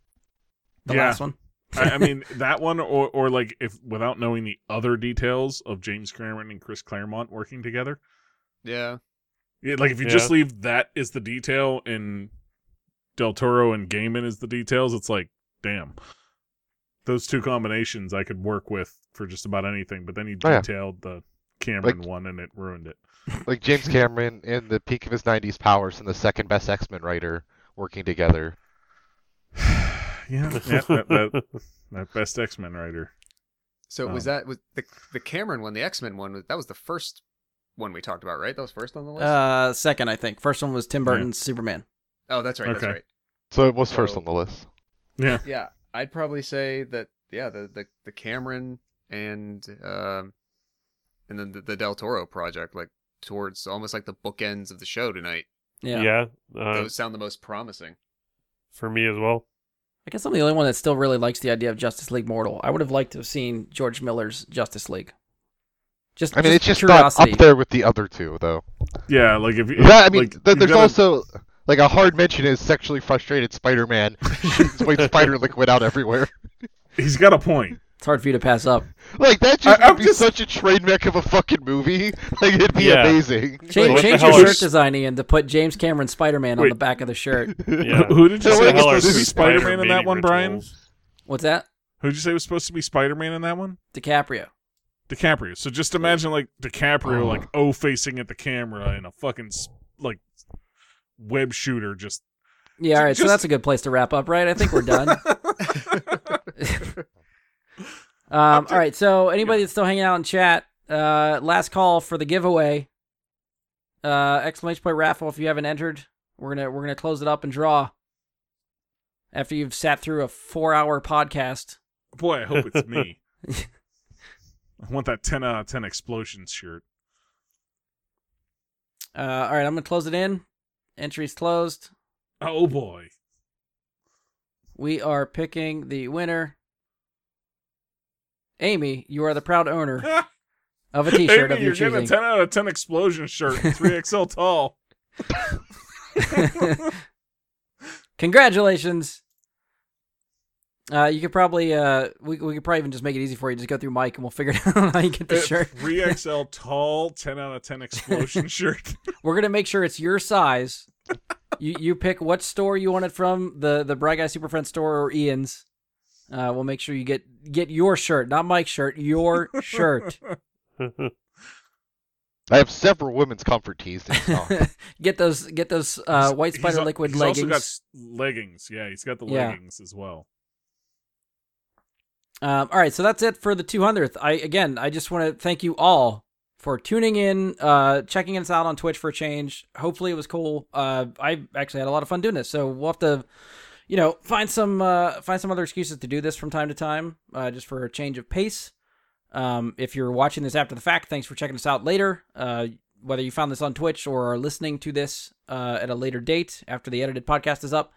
[SPEAKER 4] The
[SPEAKER 2] Yeah.
[SPEAKER 4] last one.
[SPEAKER 2] I, I mean that one, or or like if without knowing the other details of James Cameron and Chris Claremont working together,
[SPEAKER 3] yeah
[SPEAKER 2] yeah, like if you just leave that is the detail and Del Toro and Gaiman is the details, it's like damn, those two combinations I could work with for just about anything. But then you
[SPEAKER 1] Oh, yeah.
[SPEAKER 2] detailed the Cameron one and it ruined it.
[SPEAKER 1] Like James Cameron in the peak of his 90s powers and the second best X-Men writer working together.
[SPEAKER 2] yeah, yeah, that, that, that best X Men writer.
[SPEAKER 3] So was
[SPEAKER 4] Oh.
[SPEAKER 2] Um,
[SPEAKER 3] that was the the Cameron one, the X Men one? That was the first one we talked about, right? That was first on the list.
[SPEAKER 4] Uh, second, I think. First one was Tim Burton's Superman.
[SPEAKER 3] oh, that's right.
[SPEAKER 2] okay.
[SPEAKER 3] That's right.
[SPEAKER 1] So it was
[SPEAKER 4] Oh.
[SPEAKER 1] first
[SPEAKER 3] So-
[SPEAKER 1] on the list.
[SPEAKER 2] Yeah,
[SPEAKER 3] Yeah, I'd probably say that. Yeah, the the, the Cameron and um, and then the, the Del Toro project, like towards almost like the bookends of the show tonight.
[SPEAKER 4] Yeah.
[SPEAKER 5] Yeah. uh,
[SPEAKER 3] Those sound the most promising.
[SPEAKER 5] for me as well.
[SPEAKER 4] I guess I'm the only one that still really likes the idea of Justice League Mortal. I would have liked to have seen George Miller's Justice League. Just,
[SPEAKER 1] I mean, it's just not
[SPEAKER 4] curiosity.
[SPEAKER 1] up there with the other two, though.
[SPEAKER 2] yeah. Like if
[SPEAKER 1] That, I mean,
[SPEAKER 2] like,
[SPEAKER 1] th-
[SPEAKER 2] you
[SPEAKER 1] there's
[SPEAKER 2] gotta-
[SPEAKER 1] also like a hard mention is sexually frustrated Spider-Man shoots white spider liquid out everywhere.
[SPEAKER 2] he's got a point.
[SPEAKER 4] It's hard for you to pass up.
[SPEAKER 1] Like that just
[SPEAKER 2] I- I'm
[SPEAKER 1] would be
[SPEAKER 2] just-
[SPEAKER 1] such a train wreck of a fucking movie. Like it'd be
[SPEAKER 5] Yeah.
[SPEAKER 1] amazing.
[SPEAKER 5] what
[SPEAKER 4] Change,
[SPEAKER 5] the
[SPEAKER 4] change
[SPEAKER 5] hell
[SPEAKER 4] your
[SPEAKER 5] is-
[SPEAKER 4] shirt design, Ian, to put James Cameron Spider Man on
[SPEAKER 2] Wait.
[SPEAKER 4] the back of the shirt.
[SPEAKER 5] Yeah.
[SPEAKER 2] Who did you
[SPEAKER 1] So
[SPEAKER 5] What
[SPEAKER 2] say
[SPEAKER 5] the hell are
[SPEAKER 2] was supposed to be
[SPEAKER 5] Spider-Man
[SPEAKER 2] Spider Man in that
[SPEAKER 5] meeting
[SPEAKER 2] one, Brian?
[SPEAKER 5] rituals?
[SPEAKER 4] What's that?
[SPEAKER 2] Who'd you say was supposed to be Spider Man in that one?
[SPEAKER 4] DiCaprio.
[SPEAKER 2] DiCaprio. So just imagine like DiCaprio,
[SPEAKER 4] Uh-huh.
[SPEAKER 1] Oh.
[SPEAKER 2] like O facing at the camera and a fucking s- like web shooter just.
[SPEAKER 4] Yeah, all right. so
[SPEAKER 2] Just-
[SPEAKER 4] that's a good place to wrap up, right? I think we're done. um, all right. So anybody that's still hanging out in chat, uh, last call for the giveaway. Uh, exclamation point raffle! If you haven't entered, we're gonna we're gonna close it up and draw. after you've sat through a four hour podcast.
[SPEAKER 2] Boy, I hope it's me. I want that 10 out of 10 explosion shirt.
[SPEAKER 4] Uh, all right, I'm going to close it in. Entries closed.
[SPEAKER 2] Oh boy.
[SPEAKER 4] We are picking the winner. Amy, you are the proud owner of a t shirt
[SPEAKER 2] Amy,
[SPEAKER 4] of your
[SPEAKER 2] you're getting a
[SPEAKER 4] choosing.
[SPEAKER 2] 10 out of 10 explosion shirt, 3XL tall.
[SPEAKER 4] Congratulations. Uh, you could probably uh, we we could probably even just make it easy for you. Just go through Mike and we'll figure it out how you get the
[SPEAKER 2] A
[SPEAKER 4] shirt.
[SPEAKER 2] 3XL tall, 10 out of 10 explosion shirt.
[SPEAKER 4] We're gonna make sure it's your size. you you pick what store you want it from the the Bright Guy Super Friends store or Ian's. Uh, we'll make sure you get get your shirt, not Mike's shirt, your shirt.
[SPEAKER 1] I have several women's comfort tees to install.
[SPEAKER 4] get those get those uh, white
[SPEAKER 2] He's
[SPEAKER 4] spider
[SPEAKER 2] al-
[SPEAKER 4] liquid
[SPEAKER 2] he's
[SPEAKER 4] leggings.
[SPEAKER 2] also got s- leggings. Yeah, he's got the
[SPEAKER 4] Yeah.
[SPEAKER 2] leggings as well.
[SPEAKER 4] Um, all right, so that's it for the 200th. I again, I just want to thank you all for tuning in, uh, checking us out on Twitch for a change. Hopefully, it was cool. Uh, I actually had a lot of fun doing this, so we'll have to, you know, find some uh, find some other excuses to do this from time to time, uh, just for a change of pace. Um, if you're watching this after the fact, thanks for checking us out later. Uh, whether you found this on Twitch or are listening to this uh, at a later date after the edited podcast is up,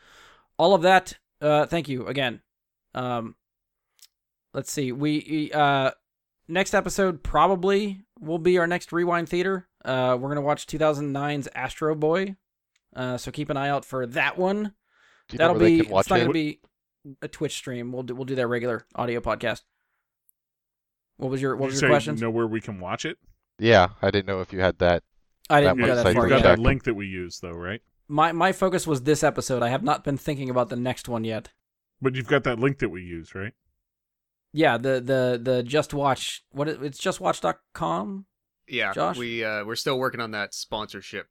[SPEAKER 4] all of that. Uh, thank you again. Um, let's see we uh next episode probably will be our next rewind theater uh we're gonna watch 2009's astro boy uh so keep an eye out for that one
[SPEAKER 1] Do you know
[SPEAKER 4] that'll
[SPEAKER 1] where they
[SPEAKER 4] be
[SPEAKER 1] can watch
[SPEAKER 4] it's not
[SPEAKER 1] it?
[SPEAKER 4] gonna be a twitch stream we'll do we'll do that regular audio podcast what was your what
[SPEAKER 2] Did you
[SPEAKER 4] was
[SPEAKER 2] say
[SPEAKER 4] your question
[SPEAKER 2] know where we can watch it?
[SPEAKER 1] Yeah, I didn't know if you had that.
[SPEAKER 4] i didn't
[SPEAKER 1] that
[SPEAKER 4] go that
[SPEAKER 1] website
[SPEAKER 4] far
[SPEAKER 1] you
[SPEAKER 2] You've got
[SPEAKER 4] yet.
[SPEAKER 1] check.
[SPEAKER 2] the link that we use, though, right?
[SPEAKER 4] my my focus was this episode i have not been thinking about the next one yet
[SPEAKER 2] But you've got that link that we use, right?
[SPEAKER 4] yeah the the the just watch what it, it's justwatch.com
[SPEAKER 3] Yeah,
[SPEAKER 4] Josh?
[SPEAKER 3] we uh, we're still working on that sponsorship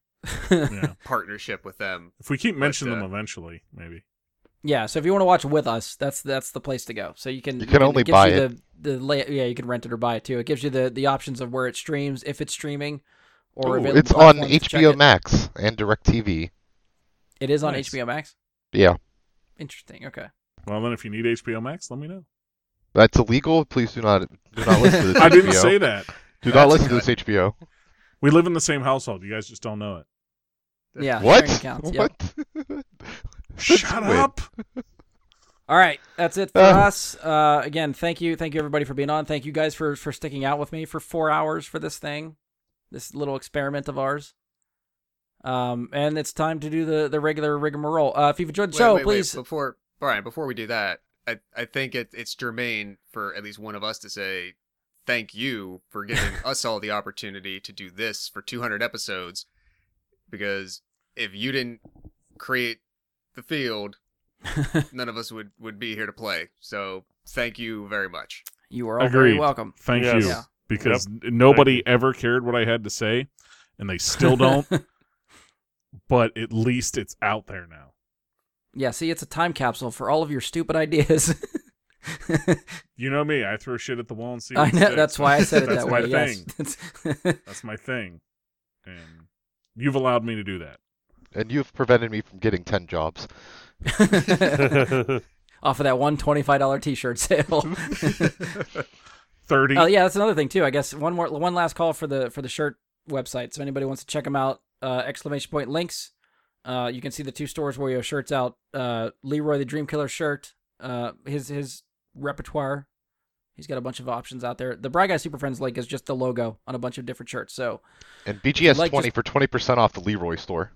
[SPEAKER 2] Yeah.
[SPEAKER 3] partnership with them.
[SPEAKER 2] if we keep mentioning
[SPEAKER 3] uh,
[SPEAKER 2] them eventually, maybe.
[SPEAKER 4] Yeah, so if you want to watch with us, that's that's the place to go. So you can
[SPEAKER 1] You can only
[SPEAKER 4] it gives
[SPEAKER 1] buy
[SPEAKER 4] you The, the lay, yeah, you can rent it or buy it too. It gives you the the options of where it streams, if it's streaming, or
[SPEAKER 1] Ooh,
[SPEAKER 4] available
[SPEAKER 1] it's on
[SPEAKER 4] platforms, check
[SPEAKER 1] HBO
[SPEAKER 4] it.
[SPEAKER 1] Max and DirecTV.
[SPEAKER 4] It is on
[SPEAKER 2] Nice.
[SPEAKER 4] HBO Max.
[SPEAKER 1] Yeah,
[SPEAKER 4] Interesting. Okay.
[SPEAKER 2] Well, then if you need HBO Max, let me know.
[SPEAKER 1] that's illegal. Please do not do not listen to this.
[SPEAKER 2] I didn't
[SPEAKER 1] HBO.
[SPEAKER 2] say that.
[SPEAKER 1] Do not
[SPEAKER 3] That's
[SPEAKER 1] listen to
[SPEAKER 3] good.
[SPEAKER 1] this HBO.
[SPEAKER 2] We live in the same household. You guys just don't know it.
[SPEAKER 4] Yeah.
[SPEAKER 1] what?
[SPEAKER 4] sharing accounts, yep.
[SPEAKER 1] What?
[SPEAKER 2] Shut
[SPEAKER 1] Wait.
[SPEAKER 2] up.
[SPEAKER 4] All right, that's it for
[SPEAKER 1] Uh.
[SPEAKER 4] us. Uh, again, thank you, thank you everybody for being on. Thank you guys for for sticking out with me for four hours for this thing, this little experiment of ours. Um, and it's time to do the the regular rigmarole. Uh, if you've enjoyed the
[SPEAKER 3] Wait,
[SPEAKER 4] show,
[SPEAKER 3] wait, wait,
[SPEAKER 4] please.
[SPEAKER 3] before Brian, before we do that, I I think it, it's germane for at least one of us to say thank you for giving us all the opportunity to do this for 200 episodes, because if you didn't create the field, none of us would would be here to play. So thank you very much.
[SPEAKER 4] You are all very
[SPEAKER 2] Agreed.
[SPEAKER 4] welcome.
[SPEAKER 2] Thank
[SPEAKER 5] Yes.
[SPEAKER 2] you.
[SPEAKER 4] Yeah.
[SPEAKER 2] Because n- nobody ever cared what I had to say, and they still don't. but at least it's out there now.
[SPEAKER 4] Yeah, see, it's a time capsule for all of your stupid ideas.
[SPEAKER 2] You know me. I throw shit at the wall and see.
[SPEAKER 4] I
[SPEAKER 2] what
[SPEAKER 4] know
[SPEAKER 2] sticks.
[SPEAKER 4] that's why I said it
[SPEAKER 2] That's
[SPEAKER 4] that
[SPEAKER 2] my
[SPEAKER 4] way.
[SPEAKER 2] Thing.
[SPEAKER 4] Yes,
[SPEAKER 2] That's my thing. And you've allowed me to do that.
[SPEAKER 1] And you've prevented me from getting ten jobs.
[SPEAKER 4] off of that one twenty-five dollar T-shirt sale.
[SPEAKER 2] 30.
[SPEAKER 4] Oh yeah, that's another thing too. I guess one more, one last call for the for the shirt website. So anybody wants to check them out, uh, exclamation point links. Uh, you can see the two stores where you have shirts out. Uh, Leroy the Dream Killer shirt. Uh, his his repertoire. He's got a bunch of options out there. The Bry Guy Super Friends link is just the logo on a bunch of different shirts. So
[SPEAKER 1] And BGS
[SPEAKER 4] like
[SPEAKER 1] twenty
[SPEAKER 4] just-
[SPEAKER 1] for twenty percent off the Leroy store.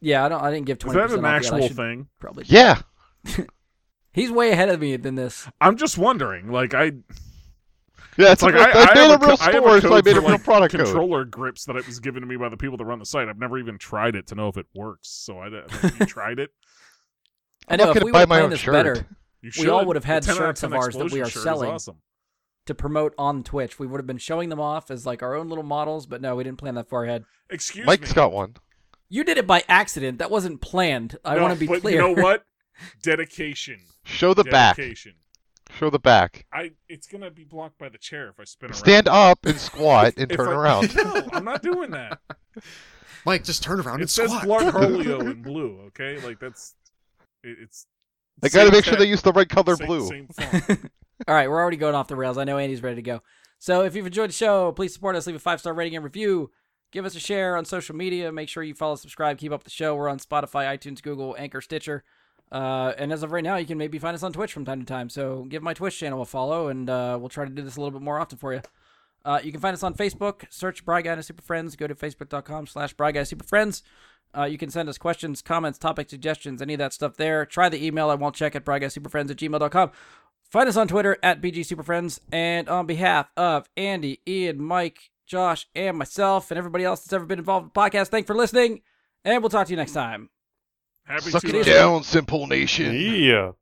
[SPEAKER 4] yeah, I don't. I didn't give
[SPEAKER 2] Is
[SPEAKER 4] twenty
[SPEAKER 2] that
[SPEAKER 4] percent
[SPEAKER 2] an
[SPEAKER 4] off yet. I
[SPEAKER 2] actual
[SPEAKER 4] should
[SPEAKER 2] thing?
[SPEAKER 4] probably.
[SPEAKER 1] Yeah.
[SPEAKER 4] He's way ahead of me than this.
[SPEAKER 2] I'm just wondering. Like I,
[SPEAKER 1] Yeah,
[SPEAKER 2] it's like
[SPEAKER 1] I,
[SPEAKER 2] I, I
[SPEAKER 1] made
[SPEAKER 2] have
[SPEAKER 1] a
[SPEAKER 2] co-
[SPEAKER 1] real
[SPEAKER 2] I have
[SPEAKER 1] store, so I
[SPEAKER 2] code
[SPEAKER 1] made a
[SPEAKER 2] for,
[SPEAKER 1] real
[SPEAKER 2] like,
[SPEAKER 1] product code.
[SPEAKER 2] controller grips that it was given to me by the people that run the site. I've never even tried it to know if it works. So I, I you tried it.
[SPEAKER 4] I
[SPEAKER 1] I'm
[SPEAKER 4] know
[SPEAKER 1] not
[SPEAKER 4] if
[SPEAKER 1] gonna
[SPEAKER 4] we
[SPEAKER 1] buy
[SPEAKER 4] would
[SPEAKER 1] my
[SPEAKER 4] plan
[SPEAKER 1] own
[SPEAKER 4] this
[SPEAKER 1] shirt.
[SPEAKER 4] better
[SPEAKER 2] You
[SPEAKER 4] We
[SPEAKER 2] should.
[SPEAKER 4] all would have had
[SPEAKER 2] The 10 out
[SPEAKER 4] shirts of
[SPEAKER 2] 10
[SPEAKER 4] ours that we
[SPEAKER 2] explosion
[SPEAKER 4] are
[SPEAKER 2] shirt is
[SPEAKER 4] selling.
[SPEAKER 2] Awesome.
[SPEAKER 4] to promote on Twitch, we would have been showing them off as like our own little models. But no, we didn't plan that far ahead.
[SPEAKER 2] Excuse
[SPEAKER 1] Mike's
[SPEAKER 2] me.
[SPEAKER 1] got one.
[SPEAKER 4] You did it by accident. That wasn't planned. I
[SPEAKER 2] No,
[SPEAKER 4] want to be
[SPEAKER 2] but
[SPEAKER 4] clear.
[SPEAKER 2] You know what? Dedication.
[SPEAKER 1] Show the back.
[SPEAKER 2] Dedication.
[SPEAKER 1] Show the back.
[SPEAKER 2] I. It's gonna be blocked by the chair if I spin around.
[SPEAKER 1] Stand up and squat and
[SPEAKER 2] If
[SPEAKER 1] turn
[SPEAKER 2] I-
[SPEAKER 1] around.
[SPEAKER 2] No, I'm not doing that.
[SPEAKER 3] Mike, just turn around
[SPEAKER 2] it
[SPEAKER 3] and
[SPEAKER 2] says
[SPEAKER 3] squat.
[SPEAKER 2] Blarg Holio in blue. Okay, like that's. It, it's
[SPEAKER 1] They got to
[SPEAKER 2] Same
[SPEAKER 1] make sure
[SPEAKER 2] tech,
[SPEAKER 1] they use the right color
[SPEAKER 2] same-
[SPEAKER 1] blue.
[SPEAKER 2] same font.
[SPEAKER 4] All right, we're already going off the rails. I know Andy's ready to go. So if you've enjoyed the show, please support us. Leave a five star rating and review. Give us a share on social media. Make sure you follow, subscribe, keep up with the show. We're on Spotify, iTunes, Google, Anchor, Stitcher. Uh, and as of right now, you can maybe find us on Twitch from time to time. So give my Twitch channel a follow, and uh, we'll try to do this a little bit more often for you. Uh, you can find us on Facebook. Search Bry Guy and His Super Friends. Go to facebook.com slash Bry Guy and His Super Friends. Uh, you can send us questions, comments, topic suggestions, any of that stuff there. Try the email. I won't check at bryguysuperfriends at gmail.com. Find us on Twitter at BG Superfriends. And on behalf of Andy, Ian, Mike, Josh, and myself, and everybody else that's ever been involved in the podcast, thanks for listening. And we'll talk to you next time.
[SPEAKER 2] Happy
[SPEAKER 1] Suck
[SPEAKER 2] to
[SPEAKER 1] it
[SPEAKER 2] uh,
[SPEAKER 1] down, Simple Nation.
[SPEAKER 5] Yeah.